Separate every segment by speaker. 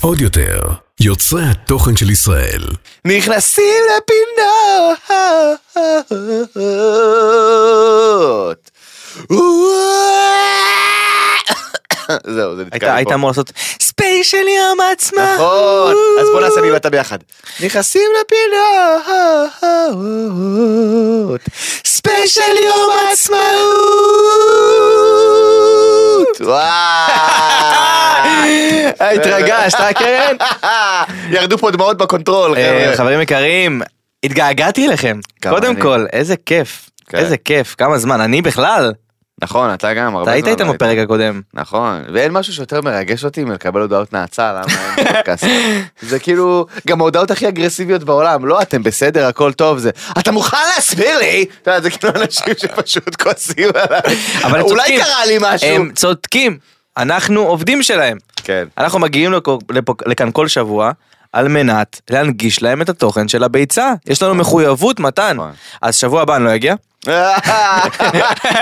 Speaker 1: עוד יותר, יוצרי התוכן של ישראל.
Speaker 2: נכנסים לפינות. זהו, זה
Speaker 3: היית
Speaker 2: נתקע לי
Speaker 3: היית
Speaker 2: פה.
Speaker 3: אמור לעשות ספייס של יום העצמאות.
Speaker 2: נכון, אז בוא נעשה לי ואתה ביחד. נכנסים לפינות. ספיישל יום עצמאות. וואי.
Speaker 3: התרגשת, אה, קרן?
Speaker 2: ירדו פה דמעות בקונטרול,
Speaker 3: אה,
Speaker 2: חבר'ה.
Speaker 3: חברים יקרים, התגעגעתי אליכם.
Speaker 2: אוקיי, כמה
Speaker 3: קודם
Speaker 2: אני.
Speaker 3: כל, איזה כיף.
Speaker 2: כן.
Speaker 3: איזה כיף, כמה זמן, אני בכלל.
Speaker 2: נכון, אתה גם הרבה
Speaker 3: אתה
Speaker 2: זמן.
Speaker 3: היית
Speaker 2: לא
Speaker 3: איתם בפרק הקודם.
Speaker 2: נכון, ואין משהו שיותר מרגש אותי מלקבל הודעות נאצה, למה אין פודקאסט. זה כאילו, גם ההודעות הכי אגרסיביות בעולם, לא אתם בסדר, הכל טוב, זה, אתה מוכן להסביר לי? אתה יודע, זה כאילו אנשים שפשוט כועסים עליי,
Speaker 3: אבל הם
Speaker 2: אולי
Speaker 3: צודקים.
Speaker 2: קרה לי משהו.
Speaker 3: הם צודקים, אנחנו עובדים שלהם.
Speaker 2: כן.
Speaker 3: אנחנו מגיעים לכו- לפה- לכאן כל שבוע. על מנת להנגיש להם את התוכן של הביצה. יש לנו מחויבות מתן.
Speaker 2: נכון.
Speaker 3: אז שבוע הבא אני לא אגיע.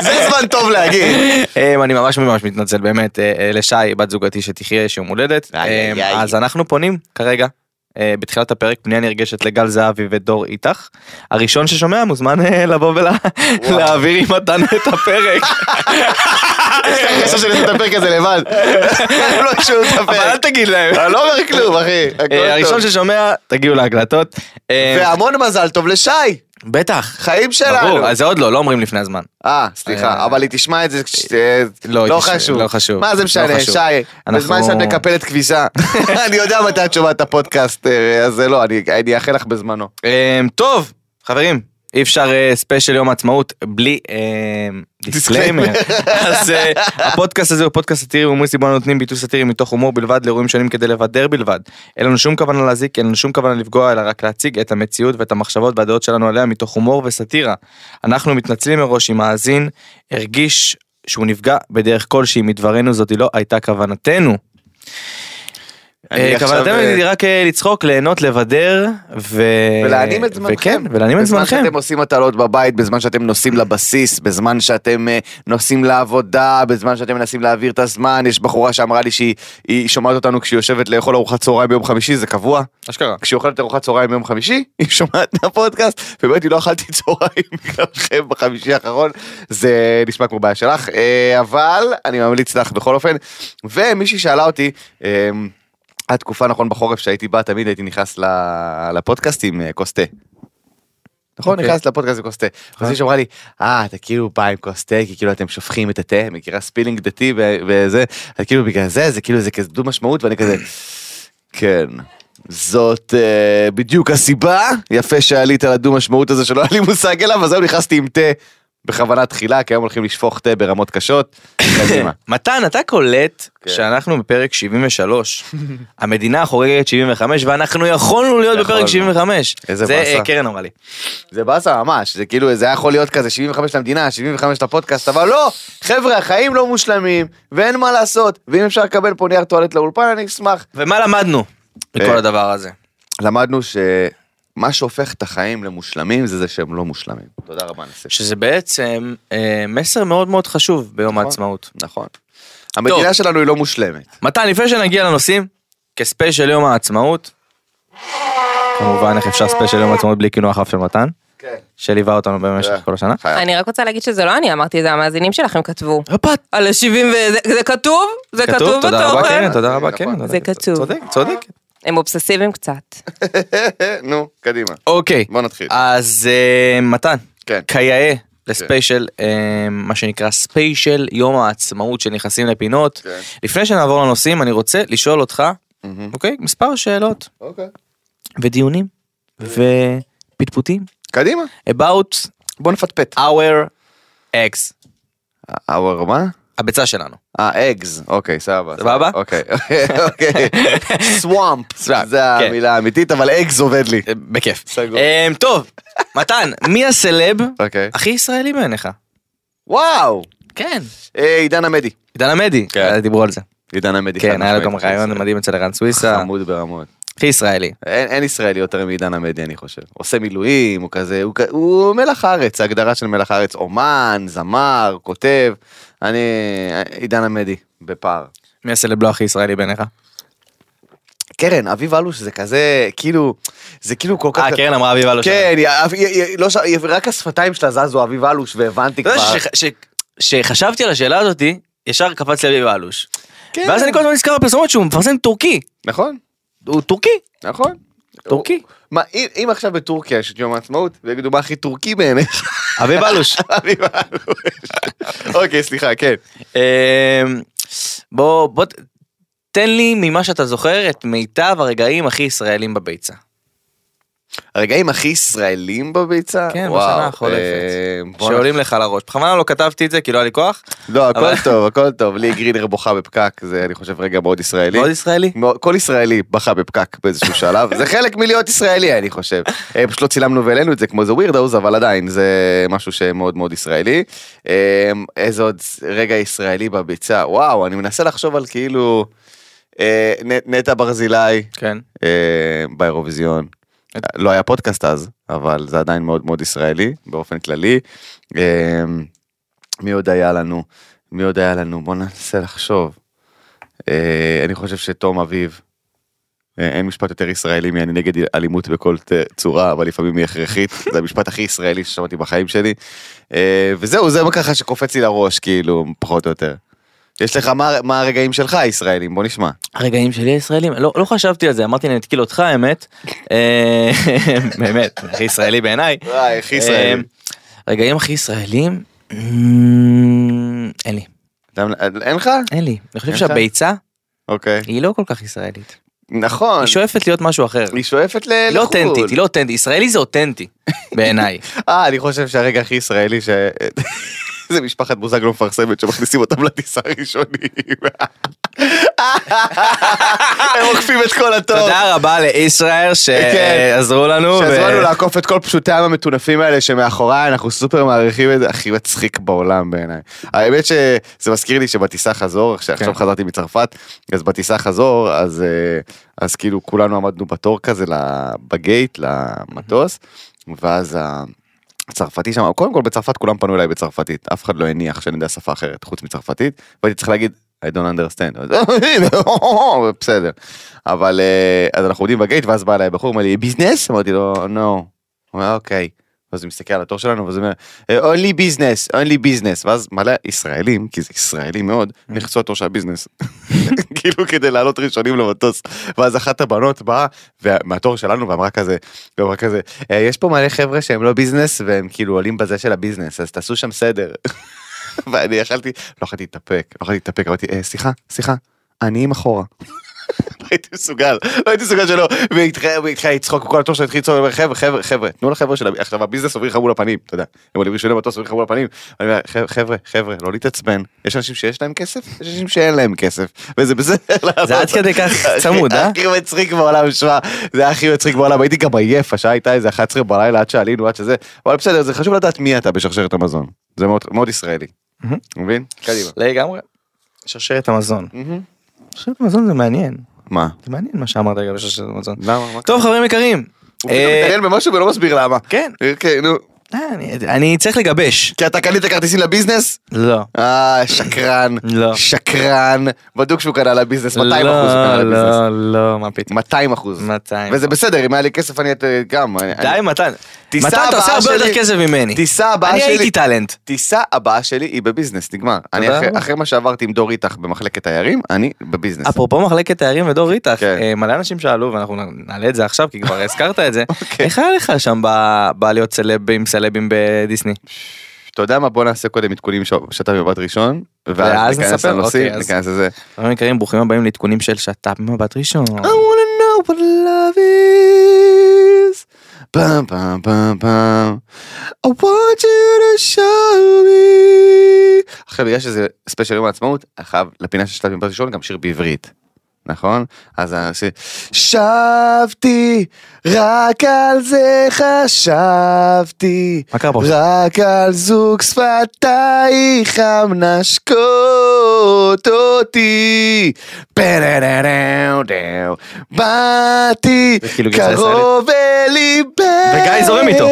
Speaker 2: זה זמן טוב להגיד.
Speaker 3: אמ, אני ממש ממש מתנצל באמת אה, אה, לשי בת זוגתי שתחיה יש יום הולדת
Speaker 2: איי,
Speaker 3: אמ,
Speaker 2: איי, איי.
Speaker 3: אז אנחנו פונים כרגע. אה, בתחילת הפרק פנייה נרגשת לגל זהבי ודור איתך. הראשון ששומע מוזמן אה, לבוא ולהעביר עם מתן את הפרק.
Speaker 2: אני חושב שאני עושה את הפרק הזה לבד. לא שהוא את
Speaker 3: אבל אל
Speaker 2: הפרק.
Speaker 3: תגיד להם.
Speaker 2: אני לא אומר כלום, אחי. הכל
Speaker 3: אה, הראשון
Speaker 2: טוב.
Speaker 3: ששומע תגיעו להקלטות. אה,
Speaker 2: והמון מזל טוב לשי,
Speaker 3: בטח.
Speaker 2: חיים שלנו.
Speaker 3: ברור, אז זה עוד לא, לא אומרים לפני הזמן.
Speaker 2: אה, סליחה,
Speaker 3: אה,
Speaker 2: אבל היא תשמע את זה כש... אה,
Speaker 3: לא,
Speaker 2: לא
Speaker 3: היא תשמע,
Speaker 2: חשוב.
Speaker 3: לא חשוב.
Speaker 2: מה זה
Speaker 3: לא
Speaker 2: משנה,
Speaker 3: חשוב.
Speaker 2: שי,
Speaker 3: אנחנו-
Speaker 2: בזמן שאת מקפלת כביסה. אני יודע מתי את שומעת את הפודקאסט, אה, אז זה לא, אני אני אאחל לך בזמנו.
Speaker 3: אמ, טוב, חברים, אי אפשר אה, ספיישל יום העצמאות בלי אמ, דיסקליימר. אז אה, הפודקאסט הזה הוא פודקאסט סאטירי והומוריסטי בו אנו נותנים ביטוי סאטירי מתוך הומור בלבד לאירועים שונים כדי לבדר בלבד. אין לנו שום כוונה להזיק, אין לנו שום כוונה לפגוע, אלא רק להציג את המציאות ואת המחשבות והדעות שלנו עליה מתוך הומור וסאטירה. אנחנו מתנצלים מראש אם מאזין הרגיש שהוא נפגע בדרך כלשהי מדברנו, זאת לא הייתה כוונתנו.
Speaker 2: אני
Speaker 3: אה,
Speaker 2: עכשיו,
Speaker 3: כוונתם
Speaker 2: אה,
Speaker 3: היא רק אה, לצחוק, ליהנות, לבדר, ו...
Speaker 2: ולהנים את זמנכם.
Speaker 3: אה, וכן, ולהנים את
Speaker 2: בזמן
Speaker 3: זמנכם.
Speaker 2: שאתם עושים הטלות בבית, בזמן שאתם נוסעים לבסיס, בזמן שאתם אה, נוסעים לעבודה, בזמן שאתם מנסים להעביר את הזמן, יש בחורה שאמרה לי שהיא היא שומעת אותנו כשהיא יושבת לאכול ארוחת צהריים ביום חמישי, זה קבוע.
Speaker 3: אשכרה.
Speaker 2: כשהיא אוכלת ארוחת צהריים ביום חמישי, היא שומעת את הפודקאסט, ובאמת היא לא אכלתי צהריים בגללכם בחמישי האחרון, זה נשמע כמו בעיה שלך, אה, אבל אני ממליץ לך בכל אופן. ומישהי שאלה אותי, אה, התקופה נכון בחורף שהייתי בא, תמיד הייתי נכנס ל- לפודקאסט עם אה, כוס תה. נכון,
Speaker 3: אוקיי.
Speaker 2: נכנס לפודקאסט עם כוס תה. אז מישהו אמרה לי, אה, אתה כאילו בא עם כוס תה, כי כאילו אתם שופכים את התה, מכירה ספילינג דתי ו- וזה, אז כאילו בגלל זה, זה כאילו זה כזה דו משמעות, ואני כזה, כן. זאת אה, בדיוק הסיבה, יפה שעלית על הדו משמעות הזה שלא היה לי מושג אליו, אז היום נכנסתי עם תה בכוונה תחילה, כי היום הולכים לשפוך תה ברמות קשות. קדימה.
Speaker 3: מתן, אתה קולט
Speaker 2: כן.
Speaker 3: שאנחנו בפרק 73, המדינה חוגגת 75, ואנחנו יכולנו להיות בפרק
Speaker 2: יכולנו.
Speaker 3: 75.
Speaker 2: איזה
Speaker 3: זה
Speaker 2: באסה.
Speaker 3: אה, קרן אמרה לי.
Speaker 2: זה באסה ממש, זה כאילו, זה היה יכול להיות כזה 75 למדינה, 75 לפודקאסט, אבל לא, חבר'ה, החיים לא מושלמים, ואין מה לעשות, ואם אפשר לקבל פה נייר טואלט לאולפן, אני אשמח.
Speaker 3: ומה למדנו מכל
Speaker 2: אה.
Speaker 3: הדבר הזה?
Speaker 2: למדנו שמה שהופך את החיים למושלמים זה זה שהם לא מושלמים. תודה רבה, נשיא.
Speaker 3: שזה בעצם אה, מסר מאוד מאוד חשוב ביום
Speaker 2: נכון.
Speaker 3: העצמאות.
Speaker 2: נכון. המדינה שלנו היא לא מושלמת.
Speaker 3: מתן, לפני שנגיע לנושאים, כספיישל יום העצמאות, כמובן איך אפשר ספיישל יום העצמאות בלי קינוח אף של מתן,
Speaker 2: כן.
Speaker 3: שליווה אותנו במשך כל השנה.
Speaker 2: חייב.
Speaker 4: אני רק רוצה להגיד שזה לא אני אמרתי, זה המאזינים שלכם כתבו.
Speaker 3: הופה,
Speaker 4: על ה-70 ו... זה- זה כתוב? זה כתוב בתוכן.
Speaker 3: תודה רבה כן. קרן, תודה רבה
Speaker 2: נכון.
Speaker 3: קרן.
Speaker 4: זה כתוב.
Speaker 3: צודק, צודק.
Speaker 4: הם אובססיביים קצת.
Speaker 2: נו, קדימה.
Speaker 3: אוקיי,
Speaker 2: בוא נתחיל.
Speaker 3: אז אה, מתן,
Speaker 2: כן.
Speaker 3: כיאה לספיישל, אה, מה שנקרא ספיישל יום העצמאות שנכנסים לפינות.
Speaker 2: כן.
Speaker 3: לפני שנעבור לנושאים, אני רוצה לשאול אותך,
Speaker 2: מהמם.
Speaker 3: אוקיי, מספר שאלות
Speaker 2: אוקיי.
Speaker 3: ודיונים כן. ופטפוטים
Speaker 2: קדימה.
Speaker 3: about
Speaker 2: בוא נפטפט.
Speaker 3: our eggs,
Speaker 2: האוור מה?
Speaker 3: הביצה שלנו.
Speaker 2: אה, אגז. אוקיי, סבבה.
Speaker 3: סבבה?
Speaker 2: אוקיי. אוקיי. סוואמפ.
Speaker 3: Swamp,
Speaker 2: זה
Speaker 3: כן.
Speaker 2: המילה האמיתית, אבל אגז עובד לי.
Speaker 3: אה, בכיף.
Speaker 2: סגור.
Speaker 3: אה, טוב, מתן, מי הסלב
Speaker 2: אוקיי.
Speaker 3: הכי ישראלי בעיניך?
Speaker 2: וואו!
Speaker 3: כן.
Speaker 2: אה, עידן עמדי.
Speaker 3: עידן עמדי,
Speaker 2: כן.
Speaker 3: אה, דיברו על זה.
Speaker 2: עידן עמדי.
Speaker 3: כן,
Speaker 2: חד
Speaker 3: היה לו גם
Speaker 2: משמעית.
Speaker 3: רעיון מדהים אצל ערן סוויסה.
Speaker 2: חמוד ברמות.
Speaker 3: הכי ישראלי.
Speaker 2: אין, אין ישראלי יותר מעידן עמדי אני חושב. עושה מילואים, הוא כזה, הוא, כ- הוא מלח הארץ, ההגדרה של מלח הארץ, אומן, זמר, כותב. אני עידן עמדי, בפער.
Speaker 3: מי הסלב לא הכי ישראלי בעיניך?
Speaker 2: קרן, אביב אלוש זה כזה, כאילו, זה כאילו כל כך...
Speaker 3: אה, קרן אמרה אביב אלוש.
Speaker 2: כן, היא- היא- היא- לא ש- היא- רק השפתיים שלה זזו אביב אלוש, והבנתי
Speaker 3: אתה
Speaker 2: כבר.
Speaker 3: יודע שש- ש- שחשבתי על השאלה הזאתי, ישר קפץ לי אביב אלוש.
Speaker 2: כן.
Speaker 3: ואז אני כל הזמן נזכר בפרסומת שהוא מפרסם טורקי.
Speaker 2: נכון,
Speaker 3: הוא טורקי.
Speaker 2: נכון.
Speaker 3: טורקי.
Speaker 2: מה, אם אם עכשיו בטורקיה יש את יום העצמאות, ויגידו מה הכי טורקי בעיניך?
Speaker 3: אביב אלוש.
Speaker 2: אביב אלוש. אוקיי, סליחה, כן.
Speaker 3: אמ, בוא, בוא, ת- תן לי ממה שאתה זוכר את מיטב הרגעים הכי ישראלים בביצה.
Speaker 2: הרגעים הכי ישראלים בביצה?
Speaker 3: כן,
Speaker 2: וואו,
Speaker 3: בשנה החולפת.
Speaker 2: אה, בוא
Speaker 3: שעולים לך לראש. בכוונה לא כתבתי את זה כי לא היה לי כוח.
Speaker 2: לא,
Speaker 3: אבל-
Speaker 2: הכל טוב, הכל טוב. לי גרינר בוכה בפקק, זה אני חושב רגע מאוד ישראלי.
Speaker 3: מאוד ישראלי.
Speaker 2: מאוד- כל ישראלי בכה בפקק באיזשהו שלב, זה חלק מלהיות ישראלי אני חושב. אה, פשוט לא צילמנו והעלינו את זה כמו איזה ווירדאוז, אבל עדיין זה משהו שמאוד מאוד ישראלי. אה, איזה עוד רגע ישראלי בביצה, וואו, אני מנסה לחשוב על כאילו אה, נ- נטע ברזילי
Speaker 3: כן.
Speaker 2: אה, באירוויזיון. לא היה פודקאסט אז, אבל זה עדיין מאוד מאוד ישראלי באופן כללי. אה, מי עוד היה לנו? מי עוד היה לנו? בוא ננסה לחשוב. אה, אני חושב שתום אביב, אה, אין משפט יותר ישראלי מ"אני נגד אלימות בכל ת- צורה, אבל לפעמים היא הכרחית", זה המשפט הכי ישראלי ששמעתי בחיים שלי. אה, וזהו, זה מה ככה שקופץ לי לראש, כאילו, פחות או יותר. יש לך, מה- מה הרגעים שלך הישראלים? בוא נשמע.
Speaker 3: הרגעים שלי הישראלים, לא, לא חשבתי על זה, אמרתי אני אתקיל אותך האמת. אה, באמת, הכי ישראלי בעיניי.
Speaker 2: וואי, הכי ישראלי.
Speaker 3: אה, רגעים הכי ישראלים? אמ, אין לי,
Speaker 2: אתה- אה, אין לך?
Speaker 3: אין לי. אני חושב
Speaker 2: אין לך?
Speaker 3: שהביצה
Speaker 2: אוקיי.
Speaker 3: היא לא כל כך ישראלית.
Speaker 2: נכון.
Speaker 3: היא שואפת להיות משהו אחר.
Speaker 2: היא שואפת ל...
Speaker 3: לא
Speaker 2: לחו"ל.
Speaker 3: אותנטית, היא לא אותנטית. ישראלי זה אותנטי, בעיניי.
Speaker 2: אה, אני חושב שהרגע הכי ישראלי ש... זה משפחת בוזגלו מפרסמת שמכניסים אותם לטיסה הראשונים. הם עוקפים את כל התור.
Speaker 3: תודה רבה לישראל כן, שעזרו לנו. ו-
Speaker 2: שעזרו לנו לעקוף את כל פשוטי העם המטונפים האלה שמאחוריי אנחנו סופר מעריכים את זה, הכי מצחיק בעולם בעיניי. האמת שזה מזכיר לי שבטיסה חזור, שעכשיו
Speaker 3: כן.
Speaker 2: חזרתי מצרפת, אז בטיסה חזור, אז אה, אז כאילו כולנו עמדנו בתור כזה ל- בגייט למטוס, ואז ה- הצרפתי שם, קודם כל בצרפת כולם פנו אליי בצרפתית, אף אחד לא הניח שאני יודע שפה אחרת חוץ מצרפתית, והייתי צריך להגיד, I don't understand, אז, בסדר. אבל אה, אז אנחנו עומדים בגייט ואז בא אליי בחור, אומר לי ביזנס? אמרתי לו, no. הוא אומר אוקיי. ואז הוא מסתכל על התור שלנו ואז הוא אומר, "אה, only business, only business, ואז מלא ישראלים, כי זה ישראלי מאוד, נחצו התור של הביזנס. כאילו כדי לעלות ראשונים למטוס. ואז אחת הבנות באה וה- מהתור שלנו ואמרה כזה, ואמרה כזה, "אה, יש פה מלא חבר'ה שהם לא ביזנס והם כאילו עולים בזה של הביזנס, אז תעשו שם סדר. ואני יכלתי, לא יכולתי להתאפק, לא יכולתי להתאפק, אמרתי, "אה, סליחה, סליחה, אני עם אחורה. לא הייתי מסוגל, לא הייתי מסוגל שלא, והתחיל לצחוק, כל התור שלו התחיל לצחוק, אומר, חבר'ה, חבר'ה, חבר'ה, תנו לחבר'ה של, ה- עכשיו הביזנס עוברים לך מול הפנים, אתה יודע, הם עולים ראשוני מטוס עוברים לך מול הפנים, אני אומר, "חבר'ה, חבר'ה, חבר'ה, לא להתעצבן, יש אנשים שיש להם כסף, יש אנשים שאין להם כסף, וזה בסדר.
Speaker 3: זה עד כדי כך צמוד, אה?
Speaker 2: הכי מצחיק בעולם, שמע, זה היה הכי מצחיק בעולם, הייתי גם עייף, השעה הייתה איזה 11 בלילה עד שעלינו, עד שזה, אבל בסדר, זה חשוב לדעת מי אתה בשרשרת המזון, זה מאוד- מאוד ישראלי, מבין? קדימה.
Speaker 3: לגמרי. שרשרת המזון.
Speaker 2: מהמם.
Speaker 3: שרשרת המזון זה מעניין.
Speaker 2: מה?
Speaker 3: זה מעניין מה שאמרת לגבי שרשרת המזון.
Speaker 2: למה? מה?
Speaker 3: טוב חברים יקרים.
Speaker 2: הוא פתאום
Speaker 3: אה,
Speaker 2: מתעניין במשהו ולא מסביר למה.
Speaker 3: כן.
Speaker 2: אוקיי, נו.
Speaker 3: אה, אני- אני צריך לגבש.
Speaker 2: כי אתה קנית כרטיסים לביזנס?
Speaker 3: לא.
Speaker 2: אה, שקרן.
Speaker 3: לא.
Speaker 2: שקרן. בדוק שהוא קנה לביזנס, 200 אחוז הוא קנה
Speaker 3: לא,
Speaker 2: לביזנס.
Speaker 3: לא, לא, מה פתאום.
Speaker 2: 200 אחוז.
Speaker 3: 200.
Speaker 2: וזה בסדר, אם היה לי כסף אני הייתי גם. אני-
Speaker 3: די
Speaker 2: אני-
Speaker 3: מתן.
Speaker 2: טיסה
Speaker 3: מתן אתה עושה
Speaker 2: הבאה
Speaker 3: הרבה יותר
Speaker 2: שלי-
Speaker 3: כסף ממני.
Speaker 2: טיסה הבאה
Speaker 3: אני
Speaker 2: שלי.
Speaker 3: הייתי טאלנט.
Speaker 2: טיסה הבאה שלי היא בביזנס, נגמר. אני
Speaker 3: תודה
Speaker 2: אחרי-
Speaker 3: רבה.
Speaker 2: אחרי מה שעברתי עם דור איתך במחלקת תיירים, אני בביזנס.
Speaker 3: אפרופו מחלקת תיירים ודור איתך,
Speaker 2: כן.
Speaker 3: אה, מלא אנשים שאלו ואנחנו נ- נעלה את זה עכשיו כי כבר הזכרת את זה, איך היה לך שם ב- בעליות סלב עם סלבים בדיסני?
Speaker 2: אתה יודע מה? בוא נעשה קודם עדכונים ש- שאתה במבט ראשון,
Speaker 3: ואז
Speaker 2: ואז ניכנס
Speaker 3: נספר?
Speaker 2: לנושאים,
Speaker 3: אוקיי, אז-
Speaker 2: ניכנס לזה.
Speaker 3: חברים יקרים, ברוכים הבאים לעדכונים של שת"פ במבט ראשון.
Speaker 2: I wanna know what love is. Bum, bum, bum, bum. I want you to show me. עכשיו בגלל שזה ספיישל יום העצמאות, אני חייב לפינה של שתיים פעמים ראשון גם שיר בעברית. נכון? אז השיר, שבתי, רק על זה חשבתי,
Speaker 3: מה קרה פה?
Speaker 2: רק על זוג שפתייך המנשקות אותי. פררררררר. באתי
Speaker 3: זה כאילו גרסה
Speaker 2: קרוב אל ליבך.
Speaker 3: וגיא זורם איתו.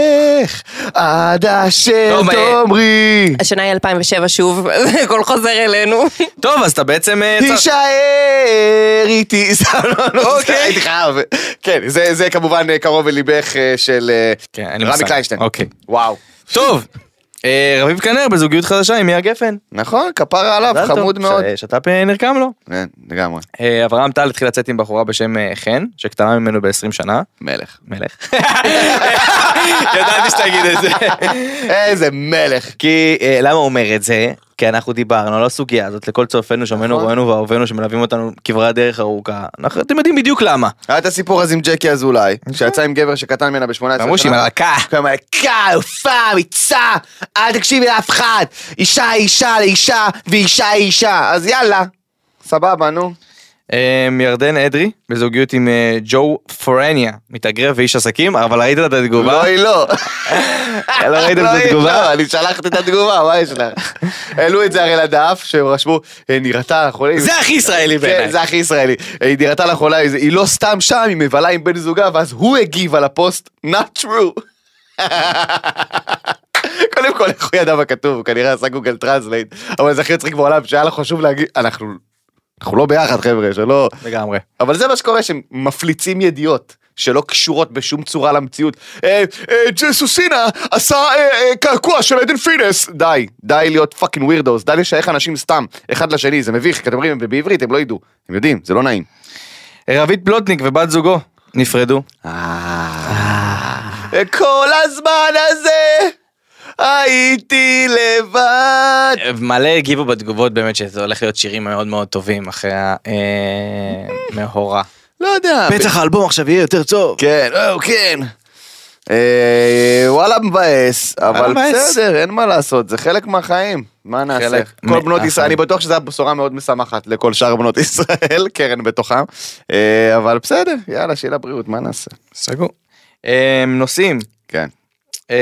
Speaker 2: עד אשר
Speaker 3: טוב, אה,
Speaker 2: תאמרי.
Speaker 4: השנה היא 2007 שוב, זה הכל חוזר אלינו.
Speaker 3: טוב, אז אתה בעצם... אה, צר-
Speaker 2: תישאר איתי, סתם לא, לא,
Speaker 3: אוקיי.
Speaker 2: זה- הייתי חייב. כן, זה זה כמובן אה, קרוב אל ליבך אה, של אה,
Speaker 3: כן, אין לי
Speaker 2: רמי
Speaker 3: מושג.
Speaker 2: קליינשטיין.
Speaker 3: אוקיי.
Speaker 2: וואו.
Speaker 3: טוב, אה, רביב כנר בזוגיות חדשה עם מיה גפן.
Speaker 2: נכון, כפרה עליו,
Speaker 3: מזל טוב.
Speaker 2: חמוד מאוד.
Speaker 3: ש- שת"פ אה, נרקם לו.
Speaker 2: כן, לגמרי,
Speaker 3: אה, אברהם טל התחיל לצאת עם בחורה בשם אה, חן, שקטנה ממנו ב-20 שנה.
Speaker 2: מלך.
Speaker 3: מלך. ידעתי שתגיד את זה.
Speaker 2: איזה מלך.
Speaker 3: כי אה, למה הוא אומר את זה? כי אנחנו דיברנו על הסוגיה הזאת לכל צופינו, שומענו,
Speaker 2: נכון.
Speaker 3: רואינו ואהובינו שמלווים אותנו כברת דרך ארוכה. אנחנו- אתם יודעים בדיוק למה.
Speaker 2: היה את הסיפור הזה עם ג'קי אזולאי,
Speaker 3: נכון.
Speaker 2: שיצא עם גבר שקטן ממנה ב-18 שנה.
Speaker 3: אמרו שהיא מלכה.
Speaker 2: כל מלכה, אלופה, "כן, אמיצה, אל תקשיבי לאף אחד. אישה היא אישה לאישה, ואישה היא אישה. אז יאללה. סבבה, נו.
Speaker 3: אה, ירדן אדרי בזוגיות עם אה, ג'ו פרניה, מתאגרף ואיש עסקים, אבל ראית את התגובה?
Speaker 2: לא, היא לא.
Speaker 3: לא ראיתם את
Speaker 2: היא
Speaker 3: התגובה?
Speaker 2: לא, אני שלחתי את התגובה, מה יש לך? העלו את זה הרי לדף, שהם רשמו, "אה, נראתה לחולה.
Speaker 3: זה הכי ישראלי
Speaker 2: כן,
Speaker 3: בעיניי.
Speaker 2: זה הכי ישראלי. אה, היא נראתה לחולה, היא- היא לא סתם שם, היא מבלה עם בן זוגה, ואז הוא הגיב על הפוסט, not true. קודם כל, איך הוא ידע מה כתוב, הוא כנראה עשה גוגל טרנסלייט, אבל זה הכי מצחיק בעולם, שהיה לך חשוב להגיד, אנחנו אנחנו לא ביחד, חבר'ה, שלא...
Speaker 3: לגמרי.
Speaker 2: אבל זה מה שקורה, שהם מפליצים ידיעות. שלא קשורות בשום צורה למציאות. אה, אה, ג'סוסינה עשה אה, אה, קעקוע של עדן פינס. די, די להיות פאקינג ווירדוס, די לשייך אנשים סתם, אחד לשני, זה מביך, כי אתם אומרים, ובעברית הם לא ידעו, הם יודעים, זה לא נעים.
Speaker 3: רבית פלוטניק ובת זוגו נפרדו.
Speaker 2: אה, כל הזמן הזה הייתי לבד.
Speaker 3: מלא הגיבו בתגובות באמת שזה הולך להיות שירים מאוד מאוד טובים אחרי אה, המאורע.
Speaker 2: לא יודע.
Speaker 3: האלבום עכשיו יהיה יותר טוב.
Speaker 2: כן, או, כן. אה, וואלה מבאס, אבל
Speaker 3: מבאס.
Speaker 2: בסדר, אין מה לעשות, זה חלק מהחיים, מה נעשה?
Speaker 3: חלק
Speaker 2: כל בנות
Speaker 3: מהחיים.
Speaker 2: ישראל, אני בטוח שזו בשורה מאוד משמחת לכל שאר בנות ישראל, קרן בתוכם, אה, אבל בסדר, יאללה, שיהיה לה בריאות, מה נעשה?
Speaker 3: סגור. נוסעים.
Speaker 2: כן.
Speaker 3: אה,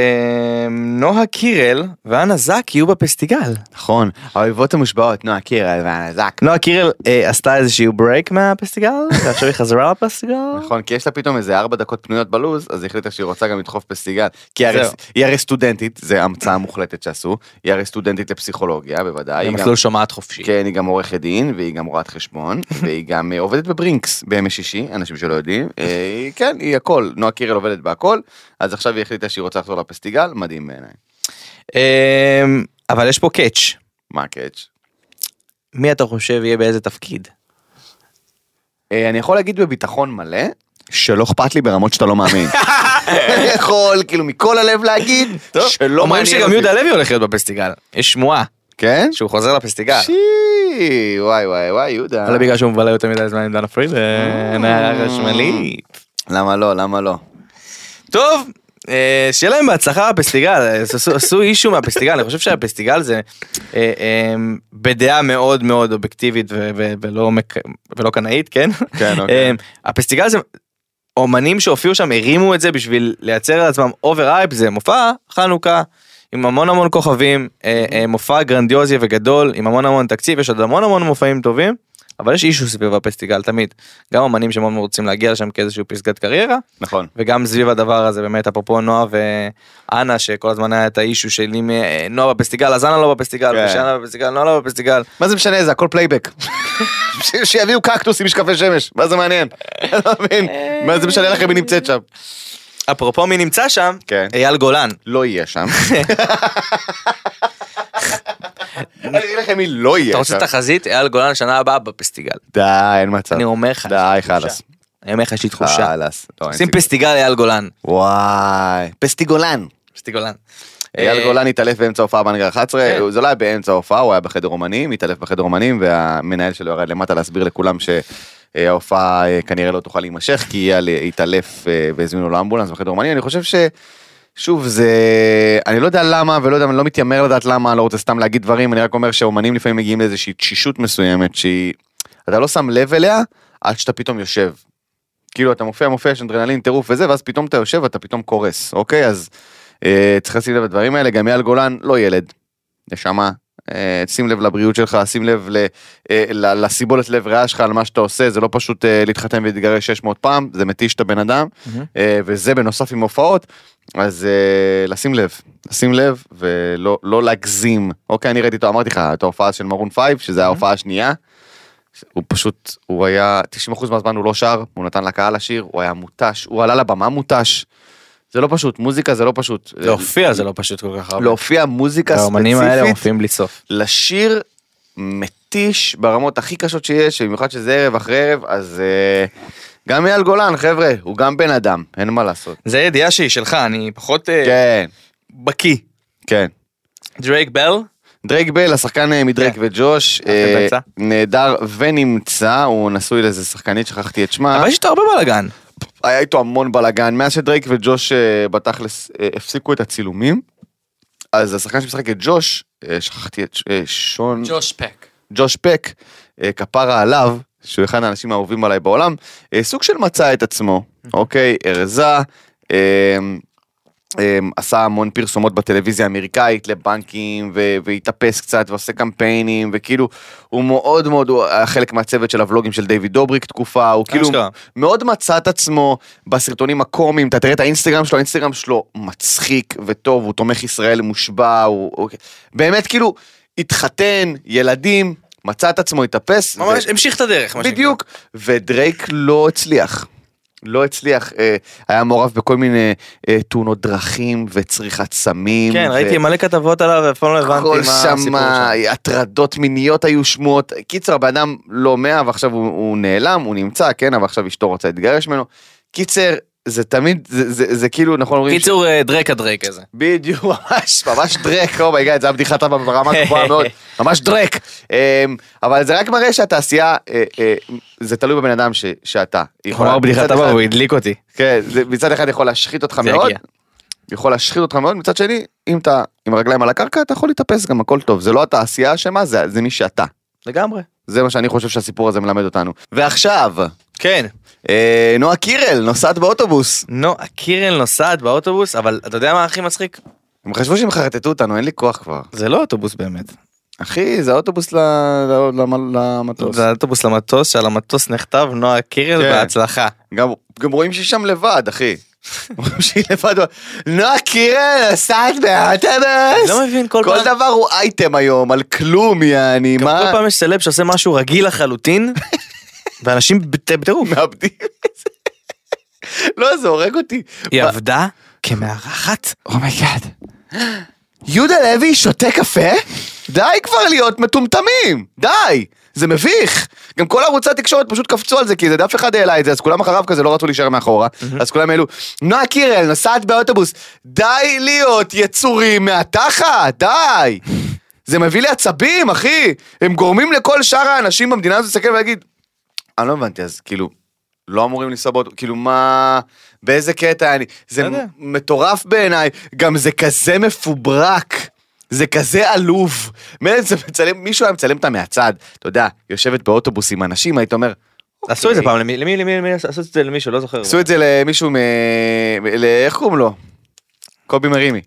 Speaker 3: אמ, נועה קירל ואנה זק יהיו בפסטיגל.
Speaker 2: נכון, האויבות המושבעות, נועה קירל והנזק.
Speaker 3: נועה קירל אה, עשתה איזשהו ברייק מהפסטיגל, ועכשיו היא חזרה לפסטיגל.
Speaker 2: נכון, כי יש לה פתאום איזה ארבע דקות פנויות בלוז, אז היא החליטה שהיא רוצה גם לדחוף פסטיגל. כי הרי-
Speaker 3: זהו.
Speaker 2: היא הרי סטודנטית, זו המצאה מוחלטת שעשו, היא הרי סטודנטית לפסיכולוגיה, בוודאי. היא גם-
Speaker 3: במסלול שומעת חופשי.
Speaker 2: כן, היא גם עורכת דין, והיא גם רואת חשבון, והיא גם אה, עובדת בברינקס בימי שישי, אנשים שלא יודעים. אה, היא- כן, היא הכל, נועה קירל עובדת בהכל, אז עכשיו היא החליטה שהיא רוצה לחזור לפסטיגל, מדהים בעיניי.
Speaker 3: אה, אבל יש פה קאץ'.
Speaker 2: מה הקאץ'?
Speaker 3: מי אתה חושב יהיה באיזה תפקיד?
Speaker 2: אה, אני יכול להגיד בביטחון מלא, שלא אכפת לי ברמות שאתה לא מאמין. אני יכול, כאילו, מכל הלב להגיד, לא, שלא מעניין
Speaker 3: אומרים שגם
Speaker 2: אותי.
Speaker 3: יהודה לוי הולך להיות בפסטיגל. יש שמועה
Speaker 2: כן?
Speaker 3: שהוא חוזר לפסטיגל.
Speaker 2: שי, וואי וואי וואי, יהודה.
Speaker 3: אבל בגלל שהוא מבלה יותר מדי זמן עם דנה אה, פרידן, החשמלית.
Speaker 2: למה לא, למה לא?
Speaker 3: טוב, אה, שיהיה להם בהצלחה בפסטיגל, אה, עשו- עשו אישו מהפסטיגל, אני חושב שהפסטיגל זה אה, אה, בדעה מאוד מאוד אובייקטיבית ו- ו- ולא מק- ולא קנאית, כן?
Speaker 2: כן, אוקיי.
Speaker 3: אה, הפסטיגל זה... אומנים שהופיעו שם הרימו את זה בשביל לייצר לעצמם אובר הייפ זה מופע חנוכה עם המון המון כוכבים אה, אה, מופע גרנדיוזי וגדול עם המון המון תקציב יש עוד המון המון מופעים טובים אבל יש אישו סביב הפסטיגל תמיד גם אמנים שמאוד רוצים להגיע לשם כאיזשהו פסגת קריירה
Speaker 2: נכון.
Speaker 3: וגם סביב הדבר הזה באמת אפרופו נועה ואנה שכל הזמן היה את האישו של אם אה, נועה בפסטיגל אז אנה לא בפסטיגל
Speaker 2: כן.
Speaker 3: ושאנה בפסטיגל נועה לא בפסטיגל
Speaker 2: מה זה משנה, זה הכל פלייבק. ש- שיביאו קקטוס עם משקפי שמש, מה זה מעניין? אני לא מבין, מה זה משנה לכם מי נמצאת שם?
Speaker 3: אפרופו מי נמצא שם
Speaker 2: כן.
Speaker 3: אייל גולן
Speaker 2: לא יהיה שם. אני אגיד לכם מי לא
Speaker 3: אתה
Speaker 2: יהיה שם.
Speaker 3: רוצה תחזית אייל גולן שנה הבאה בפסטיגל
Speaker 2: די, אין מצב.
Speaker 3: אני אומר לך
Speaker 2: די,
Speaker 3: יש לי
Speaker 2: חלאס.
Speaker 3: תחושה. אני אומר לך יש לי תחושה
Speaker 2: חלאס. לא, אין
Speaker 3: עושים
Speaker 2: סיכוי.
Speaker 3: פסטיגל אייל גולן
Speaker 2: וואי. פסטיגולן.
Speaker 3: פסטיגולן.
Speaker 2: אייל
Speaker 3: אה,
Speaker 2: גולן התעלף באמצע ההופעה בנגר 11,
Speaker 3: כן.
Speaker 2: הוא- זה לא היה באמצע ההופעה, הוא היה בחדר אומנים, התעלף בחדר אומנים, והמנהל שלו ירד למטה להסביר לכולם שההופעה אה, כנראה לא תוכל להימשך, כי אייל אה, התעלף אה, והזמינו לו אמבולנס בחדר אומנים, אני חושב ש... שוב, זה... אני לא יודע למה, ולא יודע, אני לא מתיימר לדעת למה, אני לא רוצה סתם להגיד דברים, אני רק אומר שהאומנים לפעמים מגיעים לאיזושהי תשישות מסוימת, שהיא... אתה לא שם לב אליה, עד שאתה פתאום יושב. כאילו אתה מופיע, מופיע, יש אדרנלין, טירוף וזה, ואז פתאום אתה יושב ואתה פתאום קורס, אוקיי? אז אה, צריך לשים לב לדברים האלה, גם אייל גולן לא ילד. נשמה, אה, שים לב לבריאות שלך, שים לב ל, אה, ל, לסיבולת לב ריאה שלך, על מה שאתה עושה, זה לא פשוט אה, להתחתן ולהתגרש 600 פעם, זה מתיש את הבן אדם,
Speaker 3: מהמם.
Speaker 2: אה, וזה בנוסף עם הופעות, אז אה, לשים לב, לשים לב ולא לא להגזים. אוקיי, אני ראיתי אותו, אמרתי לך, את ההופעה של מרון פייב, שזה ההופעה השנייה. הוא פשוט, הוא היה, 90% מהזמן הוא לא שר, הוא נתן לקהל לשיר, הוא היה מותש, הוא עלה לבמה מותש. זה לא פשוט, מוזיקה זה לא פשוט.
Speaker 3: להופיע זה לא פשוט כל כך הרבה.
Speaker 2: להופיע מוזיקה
Speaker 3: האומנים האלה
Speaker 2: ספציפית,
Speaker 3: מופיעים בלי סוף.
Speaker 2: לשיר מתיש ברמות הכי קשות שיש, במיוחד שזה ערב אחרי ערב, אז אה, גם אייל גולן, חבר'ה, הוא גם בן אדם, אין מה לעשות.
Speaker 3: זה ידיעה שהיא שלך, אני פחות אה,
Speaker 2: כן,
Speaker 3: בקיא.
Speaker 2: כן.
Speaker 3: דרייק בל?
Speaker 2: דרייק בל, השחקן אה, מדרייק
Speaker 3: כן.
Speaker 2: וג'וש,
Speaker 3: אכן
Speaker 2: אה,
Speaker 3: נמצא.
Speaker 2: נהדר ונמצא, הוא נשוי לאיזה שחקנית, שכחתי את שמה.
Speaker 3: אבל יש איתו הרבה בלאגן.
Speaker 2: היה איתו המון בלאגן, מאז שדרייק וג'וש אה, בתכלס אה, הפסיקו את הצילומים, אז השחקן שמשחק את ג'וש, אה, שכחתי את ש- אה, שון,
Speaker 5: ג'וש פק.
Speaker 2: ג'וש פק, אה, כפרה עליו, שהוא אחד האנשים האהובים עליי בעולם, אה, סוג של מצא את עצמו, אוקיי, ארזה, אה, אה, עשה המון פרסומות בטלוויזיה האמריקאית לבנקים, ו- והתאפס קצת ועושה קמפיינים, וכאילו, הוא מאוד מאוד, הוא היה חלק מהצוות של הוולוגים של דיוויד דובריק תקופה, הוא כאילו
Speaker 3: אשכרה.
Speaker 2: מאוד מצא את עצמו בסרטונים הקומיים, אתה תראה את האינסטגרם שלו, האינסטגרם שלו מצחיק וטוב, הוא תומך ישראל מושבע, הוא, הוא אוקיי. באמת כאילו התחתן, ילדים, מצא את עצמו, התאפס.
Speaker 3: ממש
Speaker 2: ו-
Speaker 3: המשיך את הדרך. מה שנקרא.
Speaker 2: בדיוק, ודרייק לא הצליח. לא הצליח, אה, היה מעורב בכל מיני אה, תאונות דרכים וצריכת סמים.
Speaker 3: כן,
Speaker 2: ו-
Speaker 3: ראיתי מלא כתבות עליו, אף פעם לא הבנתי מה
Speaker 2: הכל
Speaker 3: הסיפור
Speaker 2: שמה,
Speaker 3: שם.
Speaker 2: הטרדות מיניות היו שמועות. קיצר, הבן אדם לא מאה, ועכשיו הוא, הוא נעלם, הוא נמצא, כן, אבל עכשיו אשתו רוצה להתגרש ממנו. קיצר, זה תמיד, זה, זה, זה, זה כאילו, נכון, אומרים... ש-
Speaker 3: קיצור, אה, דרייק הדרייק הזה.
Speaker 2: בדיוק, ממש, ממש דרק, אומייגאד, זו הבדיחת אבא ברמה גבוהה מאוד, ממש דרק. אמ, אבל זה רק מראה שהתעשייה, אה, אה, זה תלוי בבן אדם ש- שאתה. היא יכולה- מצד אחד-
Speaker 3: הדליק אותי.
Speaker 2: כן, זה מצד אחד יכול להשחית אותך
Speaker 3: זה
Speaker 2: מאוד,
Speaker 3: יגיע.
Speaker 2: יכול להשחית אותך מאוד, מצד שני, אם אתה עם הרגליים על הקרקע, אתה יכול להתאפס גם, הכל טוב. זה לא התעשייה אשמה, זה זה מי שאתה.
Speaker 3: לגמרי.
Speaker 2: זה מה שאני חושב שהסיפור הזה מלמד אותנו. ועכשיו,
Speaker 3: כן.
Speaker 2: אה, נועה קירל נוסעת באוטובוס.
Speaker 3: נו, קירל נוסעת באוטובוס, אבל אתה יודע מה הכי מצחיק?
Speaker 2: הם חשבו שהם חרטטו אותנו, אין לי כוח כבר.
Speaker 3: זה לא אוטובוס באמת.
Speaker 2: אחי, זה האוטובוס ל- ל- למ- למטוס.
Speaker 3: זה אוטובוס למטוס, שעל המטוס נכתב נועה קירל
Speaker 2: כן.
Speaker 3: בהצלחה.
Speaker 2: גם, גם רואים שהיא שם לבד, אחי. רואים שהיא לבד. נועה קירל נוסעת באוטובוס.
Speaker 3: לא מבין, כל
Speaker 2: כל
Speaker 3: פעם-
Speaker 2: דבר הוא אייטם היום, על כלום, יעני,
Speaker 3: גם כל
Speaker 2: מה?
Speaker 3: פעם יש סלב שעושה משהו רגיל לחלוטין, ואנשים בט- בטירוף.
Speaker 2: מאבדים את זה. לא, זה הורג אותי.
Speaker 3: היא
Speaker 2: מה-
Speaker 3: עבדה כמארחת.
Speaker 2: אומייגאד. יהודה לוי שותה קפה? די כבר להיות מטומטמים, די. זה מביך. גם כל ערוצי התקשורת פשוט קפצו על זה, כי זה דף אחד העלה את זה, אז כולם אחריו כזה לא רצו להישאר מאחורה. אז כולם העלו, נועה קירל נוסעת באוטובוס, די להיות יצורים מהתחת, די. זה מביא לי עצבים, אחי. הם גורמים לכל שאר האנשים במדינה הזאת להסתכל ולהגיד, אני לא הבנתי, אז כאילו, לא אמורים לנסוע באוטו, כאילו מה, באיזה קטע אני, זה
Speaker 3: לא יודע.
Speaker 2: מטורף בעיניי, גם זה כזה מפוברק, זה כזה עלוב. מילא זה מצלם, מישהו היה מצלם אותה מהצד, אתה יודע, יושבת באוטובוס עם אנשים, היית אומר,
Speaker 3: עשו את זה פעם, למי, למי, למי, למי, אוקיי. עשו את זה למישהו, לא זוכר.
Speaker 2: עשו את זה למישהו מ... ל... איך קוראים לו? קובי מרימי.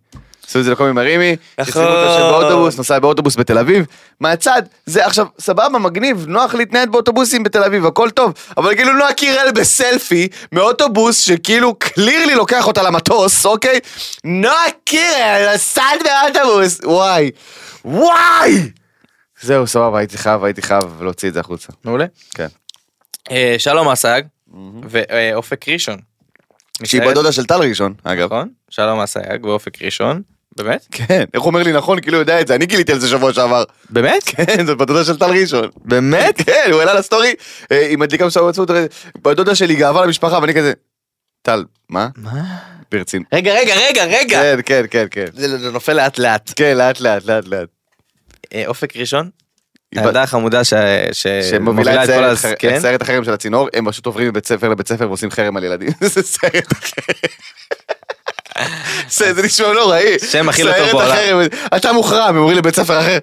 Speaker 2: עשו את זה לקובי מרימי,
Speaker 3: נכון.
Speaker 2: יצילו אותו יושב באוטובוס, נוסע באוטובוס בתל אביב, מהצד, זה עכשיו, סבבה, מגניב, נוח להתנייד באוטובוסים בתל אביב, הכל טוב, אבל כאילו נועה קירל בסלפי, מאוטובוס שכאילו קלירלי לוקח אותה למטוס, אוקיי? נועה קירל, נוסעת באוטובוס, וואי, וואי! זהו, סבבה, הייתי חייב, הייתי חייב להוציא את זה החוצה.
Speaker 3: מעולה.
Speaker 2: כן.
Speaker 3: אה, שלום אסג ואופק ראשון.
Speaker 2: שהיא
Speaker 3: מצטערת,
Speaker 2: בת דודה של טל ראשון, אגב.
Speaker 3: נכון? שלום אסג ואופק ראשון. באמת?
Speaker 2: כן, איך הוא אומר לי נכון, כאילו הוא יודע את זה, אני גיליתי על זה שבוע שעבר.
Speaker 3: באמת?
Speaker 2: כן, זאת בדודה של טל ראשון. באמת? כן, הוא העלה לסטורי, אה, היא מדליקה משהו בעצמות, בדודה שלי גאווה למשפחה, ואני כזה, טל, מה?
Speaker 3: מה?
Speaker 2: ברצינות.
Speaker 3: רגע, רגע, רגע, רגע.
Speaker 2: כן, כן, כן, כן.
Speaker 3: זה זה נופל לאט לאט.
Speaker 2: כן, לאט לאט, לאט לאט.
Speaker 3: אה, אופק ראשון?
Speaker 2: היא בת-
Speaker 3: הילדה החמודה ש-
Speaker 2: שמובילה את
Speaker 3: ה-
Speaker 2: סיירת הח-
Speaker 3: כן?
Speaker 2: את סיירת החרם של הצינור, הם פשוט עוברים מבית ספר לבית ספר ועושים חרם על ילדים. זה סיירת החרם. זה זה נשמע נוראי.
Speaker 3: שם הכי לא טוב
Speaker 2: סיירת
Speaker 3: בעולם.
Speaker 2: החרם, אתה מוחרם, הם אומרים לבית ספר אחר.